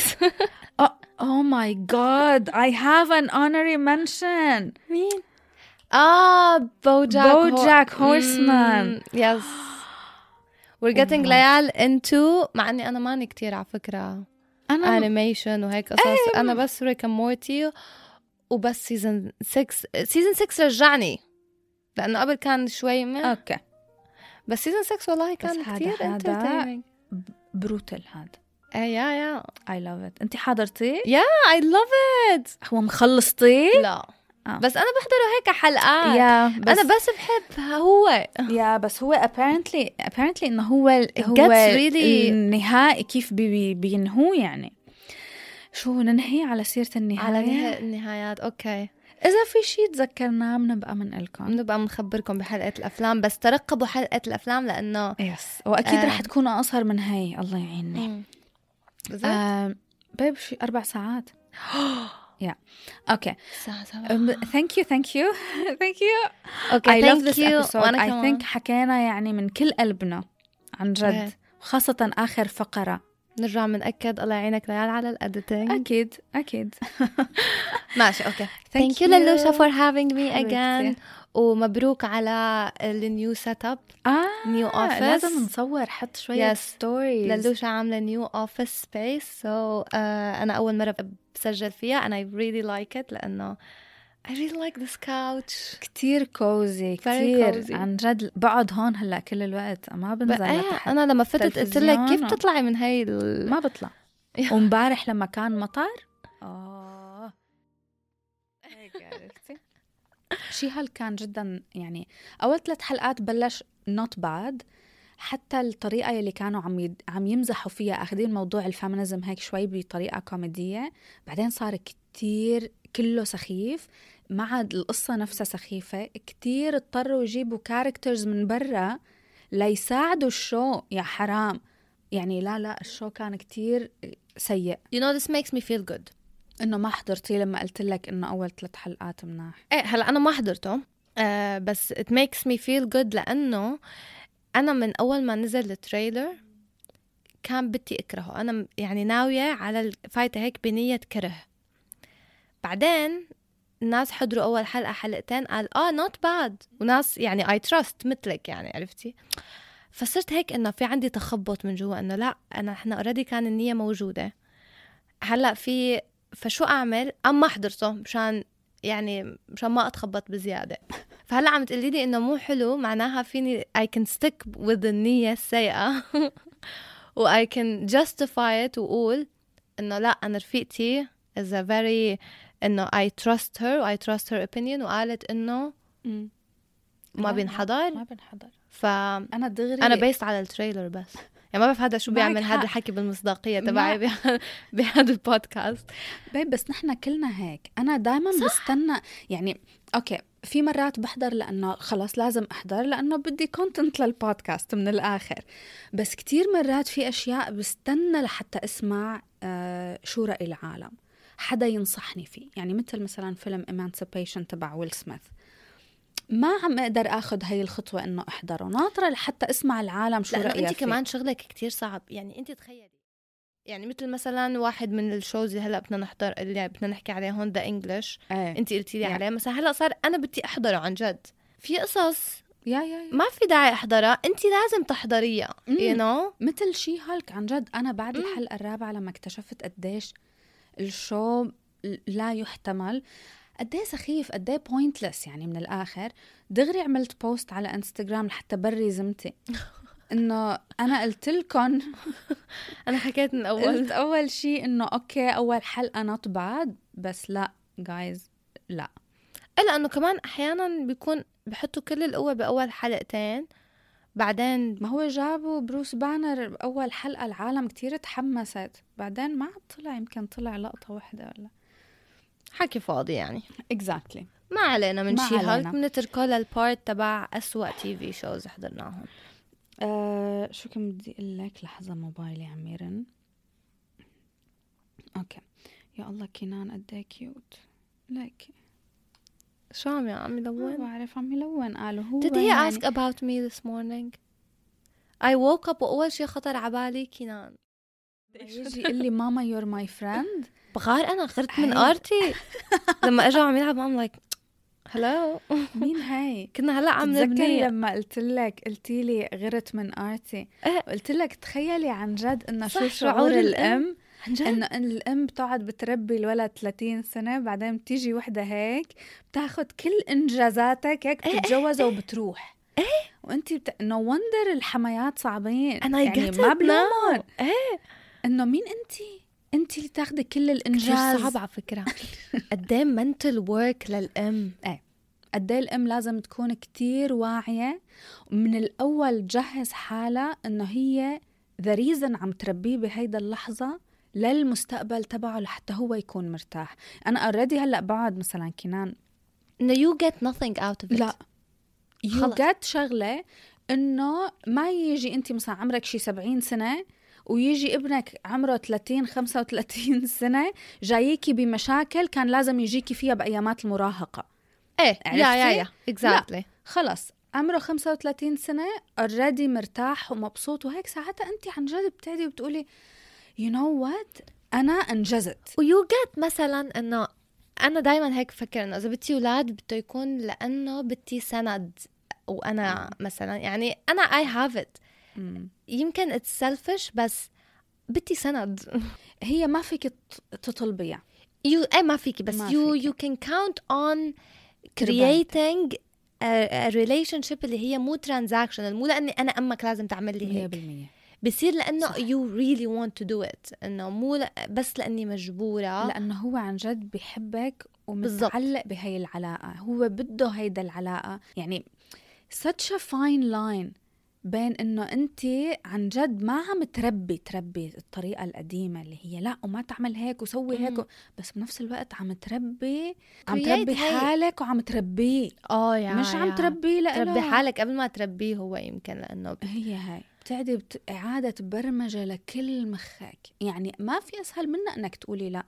Speaker 1: oh, oh my god I have an honorary mention
Speaker 2: مين؟ اه بوجاك
Speaker 1: Bojack Horseman.
Speaker 2: يس
Speaker 1: Oh
Speaker 2: We're getting ليال into مع اني انا ماني كتير على فكره
Speaker 1: أنا أيوة.
Speaker 2: انيميشن وهيك قصص انا بس ريك اند مورتي وبس سيزون 6 سيزون 6 رجعني لانه قبل كان شوي ما
Speaker 1: اوكي
Speaker 2: بس سيزون 6 والله كان
Speaker 1: هذا-
Speaker 2: كثير
Speaker 1: هذا-
Speaker 2: انترتيننج
Speaker 1: بروتل هذا
Speaker 2: اي يا يا
Speaker 1: I love it انت حضرتيه؟
Speaker 2: اي لاف ات
Speaker 1: هو مخلصتيه؟
Speaker 2: إيه. لا
Speaker 1: آه.
Speaker 2: بس انا بحضره هيك حلقات
Speaker 1: يا بس
Speaker 2: انا بس بحب هو
Speaker 1: يا بس هو apparently apparently انه هو هو
Speaker 2: gets really-
Speaker 1: النهائي كيف بي- بي- بينهوه يعني شو ننهي على سيرة النهاية
Speaker 2: على نها- النهايات اوكي
Speaker 1: إذا في شيء تذكرناه بنبقى بنقلكم
Speaker 2: بنبقى بنخبركم بحلقه الافلام بس ترقبوا حلقه الافلام لانه
Speaker 1: يس وأكيد
Speaker 2: آه. إيه،
Speaker 1: رح تكون أقصر من هاي الله يعيني
Speaker 2: نعم. بالظبط
Speaker 1: آه بيب شي أربع
Speaker 2: <gasps>
Speaker 1: ساعات يا اوكي
Speaker 2: الساعه 7
Speaker 1: Um, ثانك يو ثانك <laughs> يو ثانك يو
Speaker 2: اوكي
Speaker 1: I love
Speaker 2: ثانك
Speaker 1: this
Speaker 2: يو
Speaker 1: episode.
Speaker 2: وانا
Speaker 1: I
Speaker 2: كمان
Speaker 1: think حكينا يعني من كل قلبنا عن جد
Speaker 2: إيه.
Speaker 1: خاصة آخر فقرة
Speaker 2: نرجع بنأكد الله يعينك ليال على الاديتنج
Speaker 1: أكيد أكيد <laughs>
Speaker 2: ماشي اوكي
Speaker 1: Thank
Speaker 2: ثانك يو
Speaker 1: you.
Speaker 2: للوشا فور هافينج مي
Speaker 1: حبيبتي.
Speaker 2: اجين ومبروك على النيو سيت اب
Speaker 1: آه
Speaker 2: نيو
Speaker 1: آه، لازم
Speaker 2: اوفيس
Speaker 1: نصور حط شوية
Speaker 2: Yes.
Speaker 1: ستوريز
Speaker 2: للوشا عامله نيو اوفيس سبيس سو انا اول مره بسجل فيها and I really like it لانه I really like this couch
Speaker 1: كتير كوزي
Speaker 2: cozy.
Speaker 1: كتير عن جد بقعد هون هلا كل الوقت ما
Speaker 2: بقى-
Speaker 1: بنزل لتحت.
Speaker 2: انا لما فتت قلت لك كيف
Speaker 1: تلفزيون.
Speaker 2: تطلعي من هاي ال...
Speaker 1: ما بطلع ومبارح لما كان مطر آه شيهال كان جدا يعني اول ثلاث حلقات بلش نوت باد حتى الطريقه يلي كانوا عم يد... عم يمزحوا فيها اخذين موضوع الفيمينزم هيك شوي بطريقه كوميديه بعدين صار كتير كله سخيف ما عاد القصة نفسها سخيفة كتير اضطروا يجيبوا كاركترز من برا ليساعدوا الشو يا حرام يعني لا لا الشو كان كتير سيء
Speaker 2: You know this makes me feel good
Speaker 1: انه ما حضرتي لما قلت لك انه اول ثلاث حلقات مناح
Speaker 2: ايه هلا انا ما حضرته آه بس it makes me feel good لانه انا من اول ما نزل التريلر كان بدي اكرهه انا م- يعني ناويه على ال- فايته هيك بنيه كره بعدين الناس حضروا اول حلقه حلقتين قال اه نوت باد وناس يعني اي تراست مثلك يعني عرفتي فصرت هيك انه في عندي تخبط من جوا انه لا انا احنا اوريدي كان النيه موجوده هلا في فشو اعمل اما حضرته مشان يعني مشان ما اتخبط <laughs> بزياده فهلا عم تقولي لي انه مو حلو معناها فيني I can stick with النية السيئة <laughs> و I can justify it وقول انه لا انا رفيقتي is a very انه I trust her I trust her opinion وقالت انه ما
Speaker 1: لا،
Speaker 2: بينحضر
Speaker 1: ما بنحضر
Speaker 2: ف
Speaker 1: انا دغري
Speaker 2: انا بيست على التريلر بس يعني ما بعرف هذا شو
Speaker 1: طيب. معك
Speaker 2: بيعمل هذا
Speaker 1: حق.
Speaker 2: الحكي بالمصداقيه
Speaker 1: مع-
Speaker 2: تبعي بهذا- <laughs> بهذا البودكاست
Speaker 1: بيب بس نحن كلنا هيك انا دائما بستنى يعني اوكي في مرات بحضر لانه خلاص لازم احضر لانه بدي كونتنت للبودكاست من الاخر بس كتير مرات في اشياء بستنى لحتى اسمع آه شو راي العالم حدا ينصحني فيه يعني مثل مثلا فيلم Emancipation تبع ويل سميث ما عم اقدر اخذ هاي الخطوه انه احضره ناطره لحتى اسمع العالم شو
Speaker 2: لانه
Speaker 1: رايها
Speaker 2: انت
Speaker 1: فيه.
Speaker 2: كمان شغلك كتير صعب يعني انت تخيلي يعني مثل مثلا واحد من الشوز اللي هلا بدنا نحضر اللي بدنا نحكي عليه هون ذا انجلش
Speaker 1: ايه.
Speaker 2: انت قلتي لي
Speaker 1: Yeah.
Speaker 2: عليه مثلا هلا صار انا بدي احضره عن جد في قصص
Speaker 1: يا يا يا
Speaker 2: ما في داعي احضرها انت لازم تحضريها
Speaker 1: مم.
Speaker 2: يو نو
Speaker 1: مثل شي هالك عن جد انا بعد
Speaker 2: مم.
Speaker 1: الحلقه الرابعه لما اكتشفت قديش الشو لا يحتمل قد ايه سخيف قد ايه بوينتلس يعني من الاخر دغري عملت بوست على انستغرام لحتى بري ذمتي انه انا قلت لكم
Speaker 2: انا حكيت من الاول
Speaker 1: قلت اول شيء انه اوكي اول حلقه نوت باد بس لا جايز لا
Speaker 2: إيه، لانه كمان احيانا بيكون بحطوا كل القوه باول حلقتين بعدين
Speaker 1: ما هو جابوا بروس بانر باول حلقه العالم كتير تحمست بعدين ما عاد طلع يمكن طلع لقطه واحده ولا
Speaker 2: حكي فاضي يعني
Speaker 1: اكزاكتلي
Speaker 2: ما علينا من
Speaker 1: ما
Speaker 2: شي هالك
Speaker 1: علينا.
Speaker 2: بنتركه للبارت تبع اسوأ تي في شوز حضرناهم
Speaker 1: آه شو كم بدي اقول لك لحظه موبايلي عم إيه يرن اوكي يا الله كنان قد ايه كيوت لك
Speaker 2: شو عم عم
Speaker 1: ما
Speaker 2: يلون؟
Speaker 1: بعرف عم يلون قالوا هو
Speaker 2: Did he
Speaker 1: يعني-
Speaker 2: ask about me this morning? I woke up وأول شي خطر على بالي كنان
Speaker 1: إيه يجي يقول لي ماما يور ماي
Speaker 2: <laughs>
Speaker 1: فريند
Speaker 2: بغار أنا غرت من
Speaker 1: هاي.
Speaker 2: أرتي لما إجا عم يلعب عم like hello
Speaker 1: مين هاي؟
Speaker 2: كنا هلا عم
Speaker 1: تتذكر
Speaker 2: نبني
Speaker 1: لما قلت لك قلتي لي غرت من ارتي
Speaker 2: إيه.
Speaker 1: قلت لك تخيلي عن جد انه
Speaker 2: صح،
Speaker 1: شو
Speaker 2: شعور
Speaker 1: شعور
Speaker 2: الأم.
Speaker 1: الام
Speaker 2: عن جد؟
Speaker 1: انه إن الام بتقعد بتربي الولد 30 سنه بعدين بتيجي وحده هيك بتاخذ كل انجازاتك هيك
Speaker 2: إيه،
Speaker 1: بتتجوزها وبتروح ايه وانت بت... نو وندر الحمايات صعبين
Speaker 2: And I
Speaker 1: يعني
Speaker 2: get
Speaker 1: ما
Speaker 2: it now.
Speaker 1: بلومهم
Speaker 2: إيه.
Speaker 1: انه مين انت انت اللي تاخذي كل
Speaker 2: كتير
Speaker 1: الانجاز
Speaker 2: صعب على
Speaker 1: <laughs>
Speaker 2: فكرة قد ايه mental work للأم
Speaker 1: قد ايه الام لازم تكون كتير واعيه ومن الاول تجهز حالها انه هي ذا ريزن عم تربيه بهيدا اللحظه للمستقبل تبعه لحتى هو يكون مرتاح انا اوريدي هلا بقعد مثلا كنان
Speaker 2: انه you get nothing out of it
Speaker 1: لا يو
Speaker 2: خلص.
Speaker 1: جت شغله انه ما يجي انت مثلا عمرك شي 70 سنه ويجي ابنك عمره 30 35 سنه جايكي بمشاكل كان لازم يجيكي فيها بايامات المراهقه
Speaker 2: ايه يا يا
Speaker 1: عرفتي؟
Speaker 2: يا exactly
Speaker 1: خلص عمره 35 سنة اوريدي مرتاح ومبسوط وهيك ساعتها أنت عن جد بتعدي وبتقولي يو نو وات أنا أنجزت
Speaker 2: ويو جيت مثلا انه انا دائما هيك بفكر انه اذا بدي اولاد بده يكون لانه بدي سند
Speaker 1: نعم.
Speaker 2: وانا مثلا يعني انا اي هاف ات يمكن اتس سيلفش بس بدي سند <laughs>
Speaker 1: هي ما فيك ت- تطلبيها
Speaker 2: يو اي إيه، ما فيكي بس
Speaker 1: ما
Speaker 2: يو
Speaker 1: فيكي.
Speaker 2: يو كان كاونت اون
Speaker 1: ترباية.
Speaker 2: creating ريليشن شيب اللي هي مو ترانزاكشنال مو لاني انا امك لازم تعمل لي هيك
Speaker 1: 100%
Speaker 2: بصير لانه
Speaker 1: صح.
Speaker 2: يو ريلي want تو دو ات انه مو ل... بس لاني مجبوره
Speaker 1: لأنه هو عن جد بحبك
Speaker 2: آه. بالضبط.
Speaker 1: ومتعلق بهي العلاقة هو بده هيدا العلاقة يعني such a fine line بين انه انت عن جد ما عم تربي تربي الطريقه القديمه اللي هي لا وما تعمل هيك وسوي هيك و... بس بنفس الوقت عم تربي عم
Speaker 2: Create
Speaker 1: تربي
Speaker 2: هي-
Speaker 1: حالك وعم تربيه
Speaker 2: اه يا
Speaker 1: مش عم
Speaker 2: يا.
Speaker 1: تربيه لإله
Speaker 2: تربي حالك قبل ما تربيه هو يمكن لانه ب-
Speaker 1: هي هاي بتعدي بت... إعادة برمجة لكل مخك يعني ما في أسهل منها أنك تقولي لا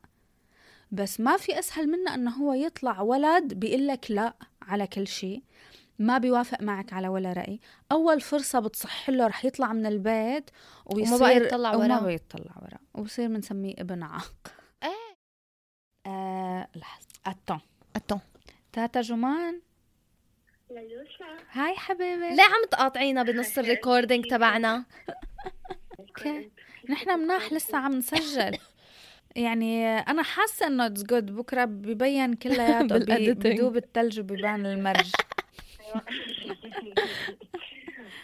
Speaker 1: بس ما في أسهل منها أنه هو يطلع ولد بيقلك لا على كل شيء ما بيوافق معك على ولا رأي أول فرصة بتصح له رح يطلع من البيت ويصير
Speaker 2: بقى يتطلع
Speaker 1: وما
Speaker 2: وراه.
Speaker 1: بقى يتطلع وراه وبصير بنسميه ابن عاق
Speaker 2: إيه.
Speaker 1: آه لحظة أتون
Speaker 2: أتون.
Speaker 1: تاتا جمان هاي حبيبي
Speaker 2: ليه عم تقاطعينا بنص الريكوردينج تبعنا
Speaker 1: اوكي نحن مناح لسه عم نسجل يعني انا حاسه انه اتس جود بكره ببين كلياته بي-
Speaker 2: بالediting.
Speaker 1: بدوب الثلج وبيبان المرج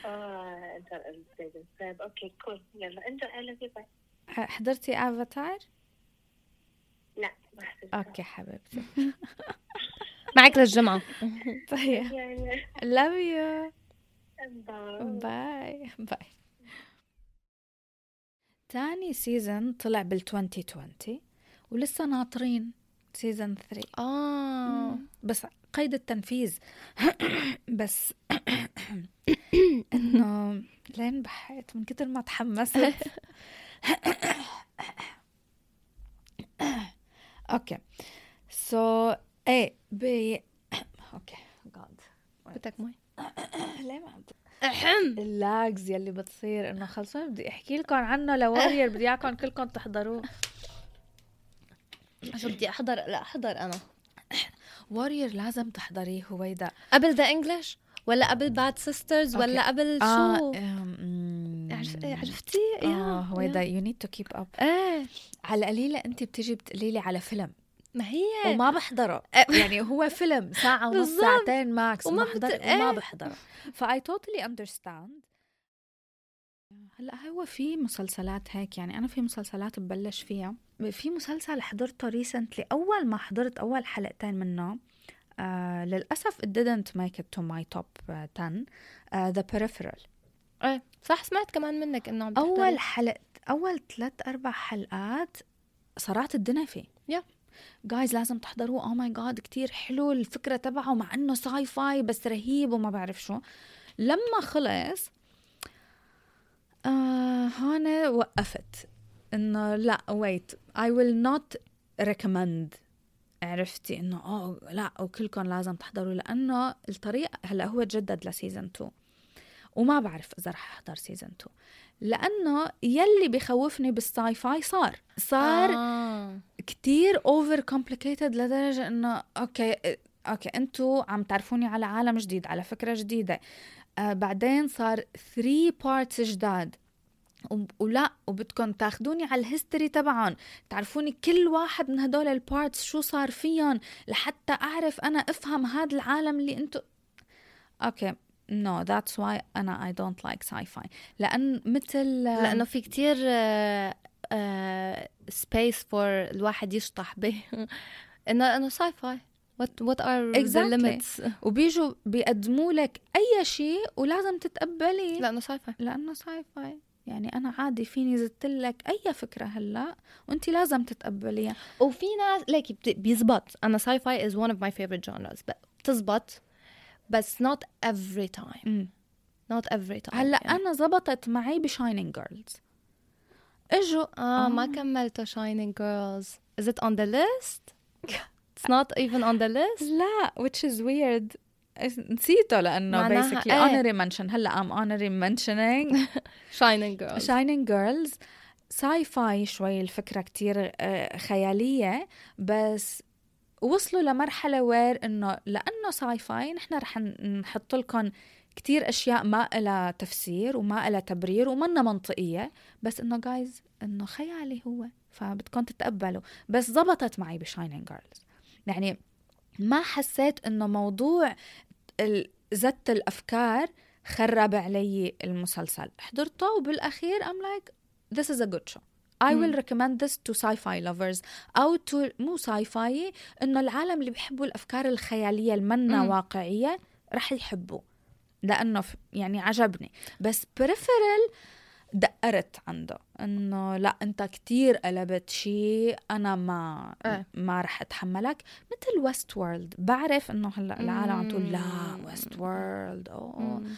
Speaker 8: اه انت الزبدة. طيب اوكي كول يلا انت اهلا بك
Speaker 1: ح- حضرتي افاتار؟
Speaker 8: لا ما حسيت
Speaker 1: اوكي حبيبتي
Speaker 2: معك للجمعه
Speaker 1: طيب
Speaker 8: يعني
Speaker 1: لاف يو
Speaker 8: باي.
Speaker 1: باي باي تاني سيزون طلع بال 2020 ولسه ناطرين سيزون 3 آه.
Speaker 2: اه
Speaker 1: بس قيد التنفيذ <coughs> بس <coughs> انه لين بحيت من كتر ما <coughs> تحمست اوكي سو ايه ب اوكي جاد
Speaker 2: بدك مي
Speaker 1: ليه ما عم اللاجز يلي بتصير انه خلصوني بدي احكي لكم عنه لورير بدي اياكم كلكم <laughs> تحضروه
Speaker 2: شو بدي احضر لا احضر انا
Speaker 1: وورير لازم تحضريه هويدا
Speaker 2: قبل ذا انجلش ولا قبل باد سيسترز ولا قبل
Speaker 1: آه،
Speaker 2: شو عرف- إيه، عرفتي
Speaker 1: اه
Speaker 2: يا-
Speaker 1: هويدا
Speaker 2: يا.
Speaker 1: يو نيد تو كيب اب
Speaker 2: ايه
Speaker 1: على القليلة أنت بتيجي بتقلي لي على فيلم
Speaker 2: ما هي
Speaker 1: وما
Speaker 2: <laughs>
Speaker 1: بحضره يعني هو فيلم ساعة ونص
Speaker 2: إيه. بالظبط.
Speaker 1: ساعتين ماكس
Speaker 2: وما
Speaker 1: وما
Speaker 2: بت-
Speaker 1: بحضر
Speaker 2: إيه.
Speaker 1: وما بحضره فأي totally understand هلا هو في مسلسلات هيك يعني أنا في مسلسلات ببلش فيها في مسلسل حضرته ريسنتلي أول ما حضرت أول حلقتين منه آه للأسف it didn't make it to my top آه، 10 آه The Peripheral
Speaker 2: ايه صح سمعت كمان منك انه عم تحضري.
Speaker 1: اول حلقه اول ثلاث اربع حلقات صرعت الدنيا فيه
Speaker 2: Yeah.
Speaker 1: جايز لازم تحضروه او ماي جاد كتير حلو الفكره تبعه مع انه ساي فاي بس رهيب وما بعرف شو لما خلص آه هون وقفت انه لا ويت اي ويل نوت ريكومند عرفتي انه اه لا وكلكم لازم تحضروا لانه الطريق هلا هو تجدد لسيزون 2 وما بعرف اذا رح احضر سيزون 2 لانه يلي بخوفني بالساي فاي صار صار
Speaker 2: آه.
Speaker 1: كتير اوفر كومبليكيتد لدرجه انه اوكي اوكي انتوا عم تعرفوني على عالم جديد على فكره جديده آه بعدين صار 3 بارتس جداد و- ولا وبدكم تاخدوني على الهيستوري تبعهم تعرفوني كل واحد من هدول البارتس شو صار فيهم لحتى اعرف انا افهم هذا العالم اللي انتو اوكي نو ذاتس واي انا اي دونت لايك ساي فاي لان مثل
Speaker 2: لانه في كتير آه، سبيس فور الواحد يشطح به <laughs> انه انه ساي فاي وات وات ار
Speaker 1: Exactly.
Speaker 2: ذا ليميتس <laughs>
Speaker 1: وبيجوا بيقدموا لك اي شيء ولازم تتقبلي
Speaker 2: لانه ساي فاي
Speaker 1: لانه ساي فاي يعني انا عادي فيني زدت لك اي فكره هلا وانت لازم تتقبليها
Speaker 2: وفي ناس ليك بت- بيزبط انا ساي فاي از ون اوف ماي فيفرت جونرز بتزبط بس not every time not every time يعني.
Speaker 1: هلا انا زبطت معي بشاينينج جيرلز اجوا
Speaker 2: اه ما كملته Shining Girls is it on the <laughs> list it's not even on the list
Speaker 1: لا which is weird نسيته لانه
Speaker 2: معناها
Speaker 1: basically
Speaker 2: إيه.
Speaker 1: honorary mention هلا I'm honorary mentioning
Speaker 2: Shining Girls
Speaker 1: Shining Girls ساي فاي شوي الفكرة كتير آه، خيالية بس وصلوا لمرحلة وير انه لانه ساي فاي نحن رح نحط لكم كتير اشياء ما لها تفسير وما لها تبرير ومنا منطقية بس انه جايز انه خيالي هو فبدكم تتقبلوا بس زبطت معي بشاينينج جيرلز يعني ما حسيت انه موضوع ال- زت الافكار خرب علي المسلسل حضرته وبالاخير ام لايك this is a good show I will recommend this to sci-fi lovers أو to مو sci-fi إنه العالم اللي بيحبوا الأفكار الخيالية المنا
Speaker 2: مم.
Speaker 1: واقعية رح يحبوا لأنه ف- يعني عجبني بس peripheral دقرت عنده إنه لا أنت كتير قلبت شيء أنا ما
Speaker 2: إيه.
Speaker 1: ما رح أتحملك مثل ويست وورلد بعرف إنه هلا العالم عم تقول لا
Speaker 2: مم.
Speaker 1: ويست وورلد أوه
Speaker 2: مم.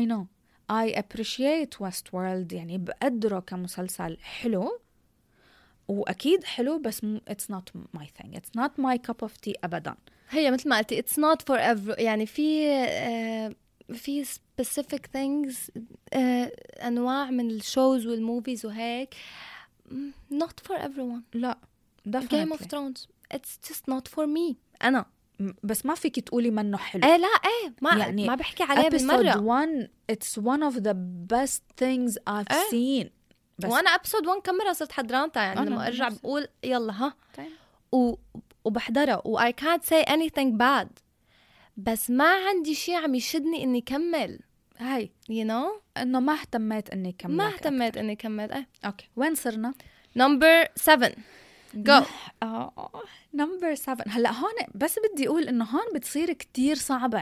Speaker 1: I know I appreciate Westworld يعني بقدره كمسلسل حلو وأكيد حلو بس م- it's not my thing it's not my cup of tea أبدا
Speaker 2: هي مثل ما قلتي it's not for every يعني في آه، في specific things آه، انواع من الشوز والموفيز وهيك م- not for everyone
Speaker 1: لا
Speaker 2: Game of
Speaker 1: definitely
Speaker 2: Thrones it's just not for me انا
Speaker 1: م- بس ما فيك تقولي منه حلو
Speaker 2: ايه لا ايه ما
Speaker 1: يعني
Speaker 2: يعني ما بحكي عليه
Speaker 1: episode
Speaker 2: بالمره
Speaker 1: 1 it's one of the best things I've
Speaker 2: إيه.
Speaker 1: seen بس
Speaker 2: وانا ابسود 1 كم مره صرت حضرانتها يعني
Speaker 1: أنا
Speaker 2: لما ارجع
Speaker 1: نفس-
Speaker 2: بقول يلا ها
Speaker 1: طيب.
Speaker 2: و... وبحضرها و I can't say anything bad بس ما عندي شيء عم يشدني اني كمل
Speaker 1: هاي
Speaker 2: you know
Speaker 1: انه ما اهتميت اني كملت
Speaker 2: ما اهتميت اني كمل ايه
Speaker 1: اوكي وين صرنا؟
Speaker 2: نمبر 7 جو
Speaker 1: نمبر 7 آه، هلا هون بس بدي اقول انه هون بتصير كتير صعبه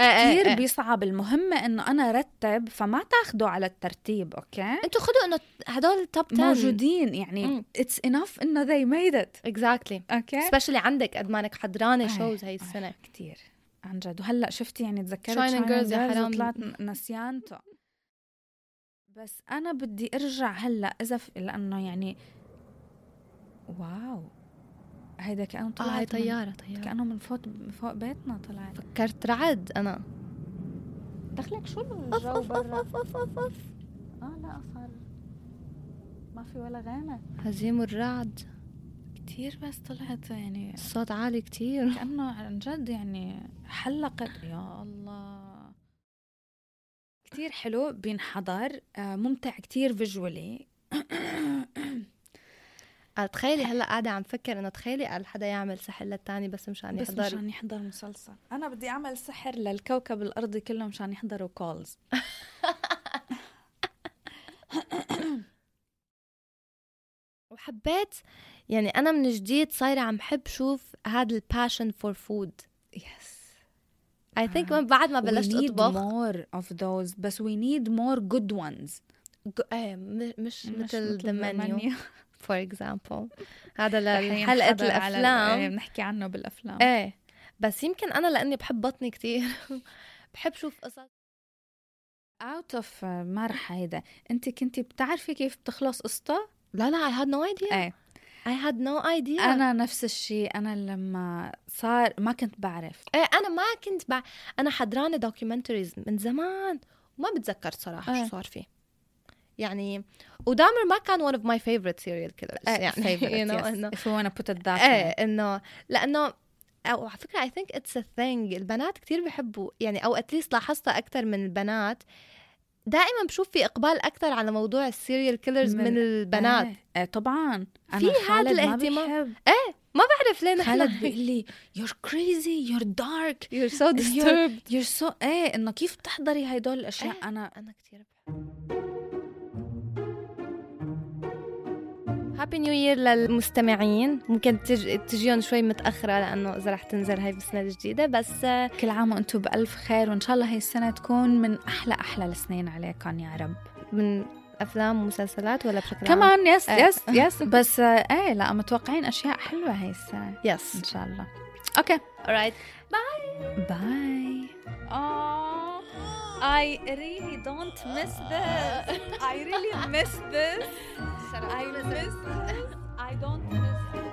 Speaker 2: إيه،
Speaker 1: كتير
Speaker 2: إيه.
Speaker 1: بيصعب المهمة انه انا رتب فما تاخده على الترتيب اوكي
Speaker 2: انتوا خدوا انه هدول التوب 10
Speaker 1: موجودين يعني
Speaker 2: مم.
Speaker 1: اتس انف انه they made it
Speaker 2: اكزاكتلي
Speaker 1: اوكي
Speaker 2: سبيشلي عندك قد ما انك حضرانه
Speaker 1: إيه،
Speaker 2: شوز هاي
Speaker 1: إيه،
Speaker 2: السنه
Speaker 1: كتير عن جد وهلا شفتي يعني تذكرت
Speaker 2: Shining
Speaker 1: Shining
Speaker 2: Girls
Speaker 1: Girls
Speaker 2: يا حرام.
Speaker 1: وطلعت ن- نسيانته بس انا بدي ارجع هلا اذا ف... لانه يعني واو هيدا كانه
Speaker 2: اه هاي
Speaker 1: طلعت من-
Speaker 2: طياره طياره
Speaker 1: كانه من فوق من فوق بيتنا طلعت
Speaker 2: فكرت رعد انا
Speaker 1: دخلك شو
Speaker 2: اوف
Speaker 1: الجو
Speaker 2: اوف
Speaker 1: برا
Speaker 2: اوف اوف اوف اوف
Speaker 1: اه لا صار ما في ولا غامة
Speaker 2: هزيم الرعد
Speaker 1: كتير بس طلعت يعني
Speaker 2: الصوت عالي كتير
Speaker 1: كأنه عن جد يعني حلقت يا الله كتير حلو بينحضر آه، ممتع كتير <coughs> فيجولي
Speaker 2: آه، تخيلي هلا قاعده عم فكر انه تخيلي قال حدا يعمل سحر للتاني بس مشان
Speaker 1: بس
Speaker 2: يحضر
Speaker 1: مشان يحضر مسلسل أنا بدي أعمل سحر للكوكب الأرضي كله مشان يحضروا كولز
Speaker 2: وحبيت يعني انا من جديد صايره عم حب شوف هذا الباشن فور فود
Speaker 1: يس
Speaker 2: اي ثينك بعد ما آه، بلشت اطبخ
Speaker 1: آه. more of those بس we need more good ones
Speaker 2: جو- ايه م- مش مثل ذا
Speaker 1: المنيو.
Speaker 2: منيو فور اكزامبل هذا
Speaker 1: رح
Speaker 2: لحلقه
Speaker 1: ينحضر يعني على ال- إيه،
Speaker 2: الافلام
Speaker 1: بنحكي عنه بالأفلام
Speaker 2: ايه بس يمكن انا لاني بحب بطني كتير <laughs> بحب شوف قصص
Speaker 1: اوت اوف ما رح هيدا انت كنتي بتعرفي كيف بتخلص قصتها
Speaker 2: لا لا اي هاد نو ايديا
Speaker 1: ايه
Speaker 2: I had no idea
Speaker 1: انا نفس الشيء انا لما صار ما كنت بعرف
Speaker 2: ايه انا ما كنت بع... انا حضرانه دوكيومنتريز من زمان وما بتذكر صراحه
Speaker 1: إيه.
Speaker 2: شو صار فيه يعني ودامر ما كان one of my favorite serial killers
Speaker 1: إيه،
Speaker 2: يعني
Speaker 1: favorite,
Speaker 2: <laughs> you know,
Speaker 1: yes.
Speaker 2: إنه-
Speaker 1: if we wanna put it that
Speaker 2: ايه
Speaker 1: way
Speaker 2: انه لانه او على فكره اي ثينك اتس ا ثينج البنات كتير بحبوا يعني او اتليست لاحظتها اكثر من البنات دائما بشوف في اقبال اكثر على موضوع السيريال كيلرز من,
Speaker 1: من-
Speaker 2: من البنات
Speaker 1: إيه، إيه، طبعا انا
Speaker 2: في هذا
Speaker 1: خالد ما
Speaker 2: الاهتمام.
Speaker 1: بحب.
Speaker 2: ما بعرف ليه <laughs>
Speaker 1: خالد
Speaker 2: نحن
Speaker 1: بيقول لي you're crazy you're dark
Speaker 2: <laughs> You're so disturbed
Speaker 1: you're, you're so ايه انه كيف بتحضري هدول الاشياء
Speaker 2: إيه.
Speaker 1: انا
Speaker 2: انا كثير هابي نيو يير للمستمعين ممكن تج... تجيون شوي متاخره لانه اذا رح تنزل هاي بالسنه الجديده بس آه،
Speaker 1: كل عام وانتم بالف خير وان شاء الله هي السنه تكون من احلى احلى السنين عليكم يا رب
Speaker 2: من افلام ومسلسلات ولا بشكل عام
Speaker 1: كمان يس
Speaker 2: إيه.
Speaker 1: يس
Speaker 2: <laughs>
Speaker 1: يس بس آه، ايه لا متوقعين اشياء حلوه هي السنه
Speaker 2: يس
Speaker 1: ان شاء الله اوكي
Speaker 2: alright
Speaker 1: باي I really don't miss this. I really miss this. I miss this. I don't miss this.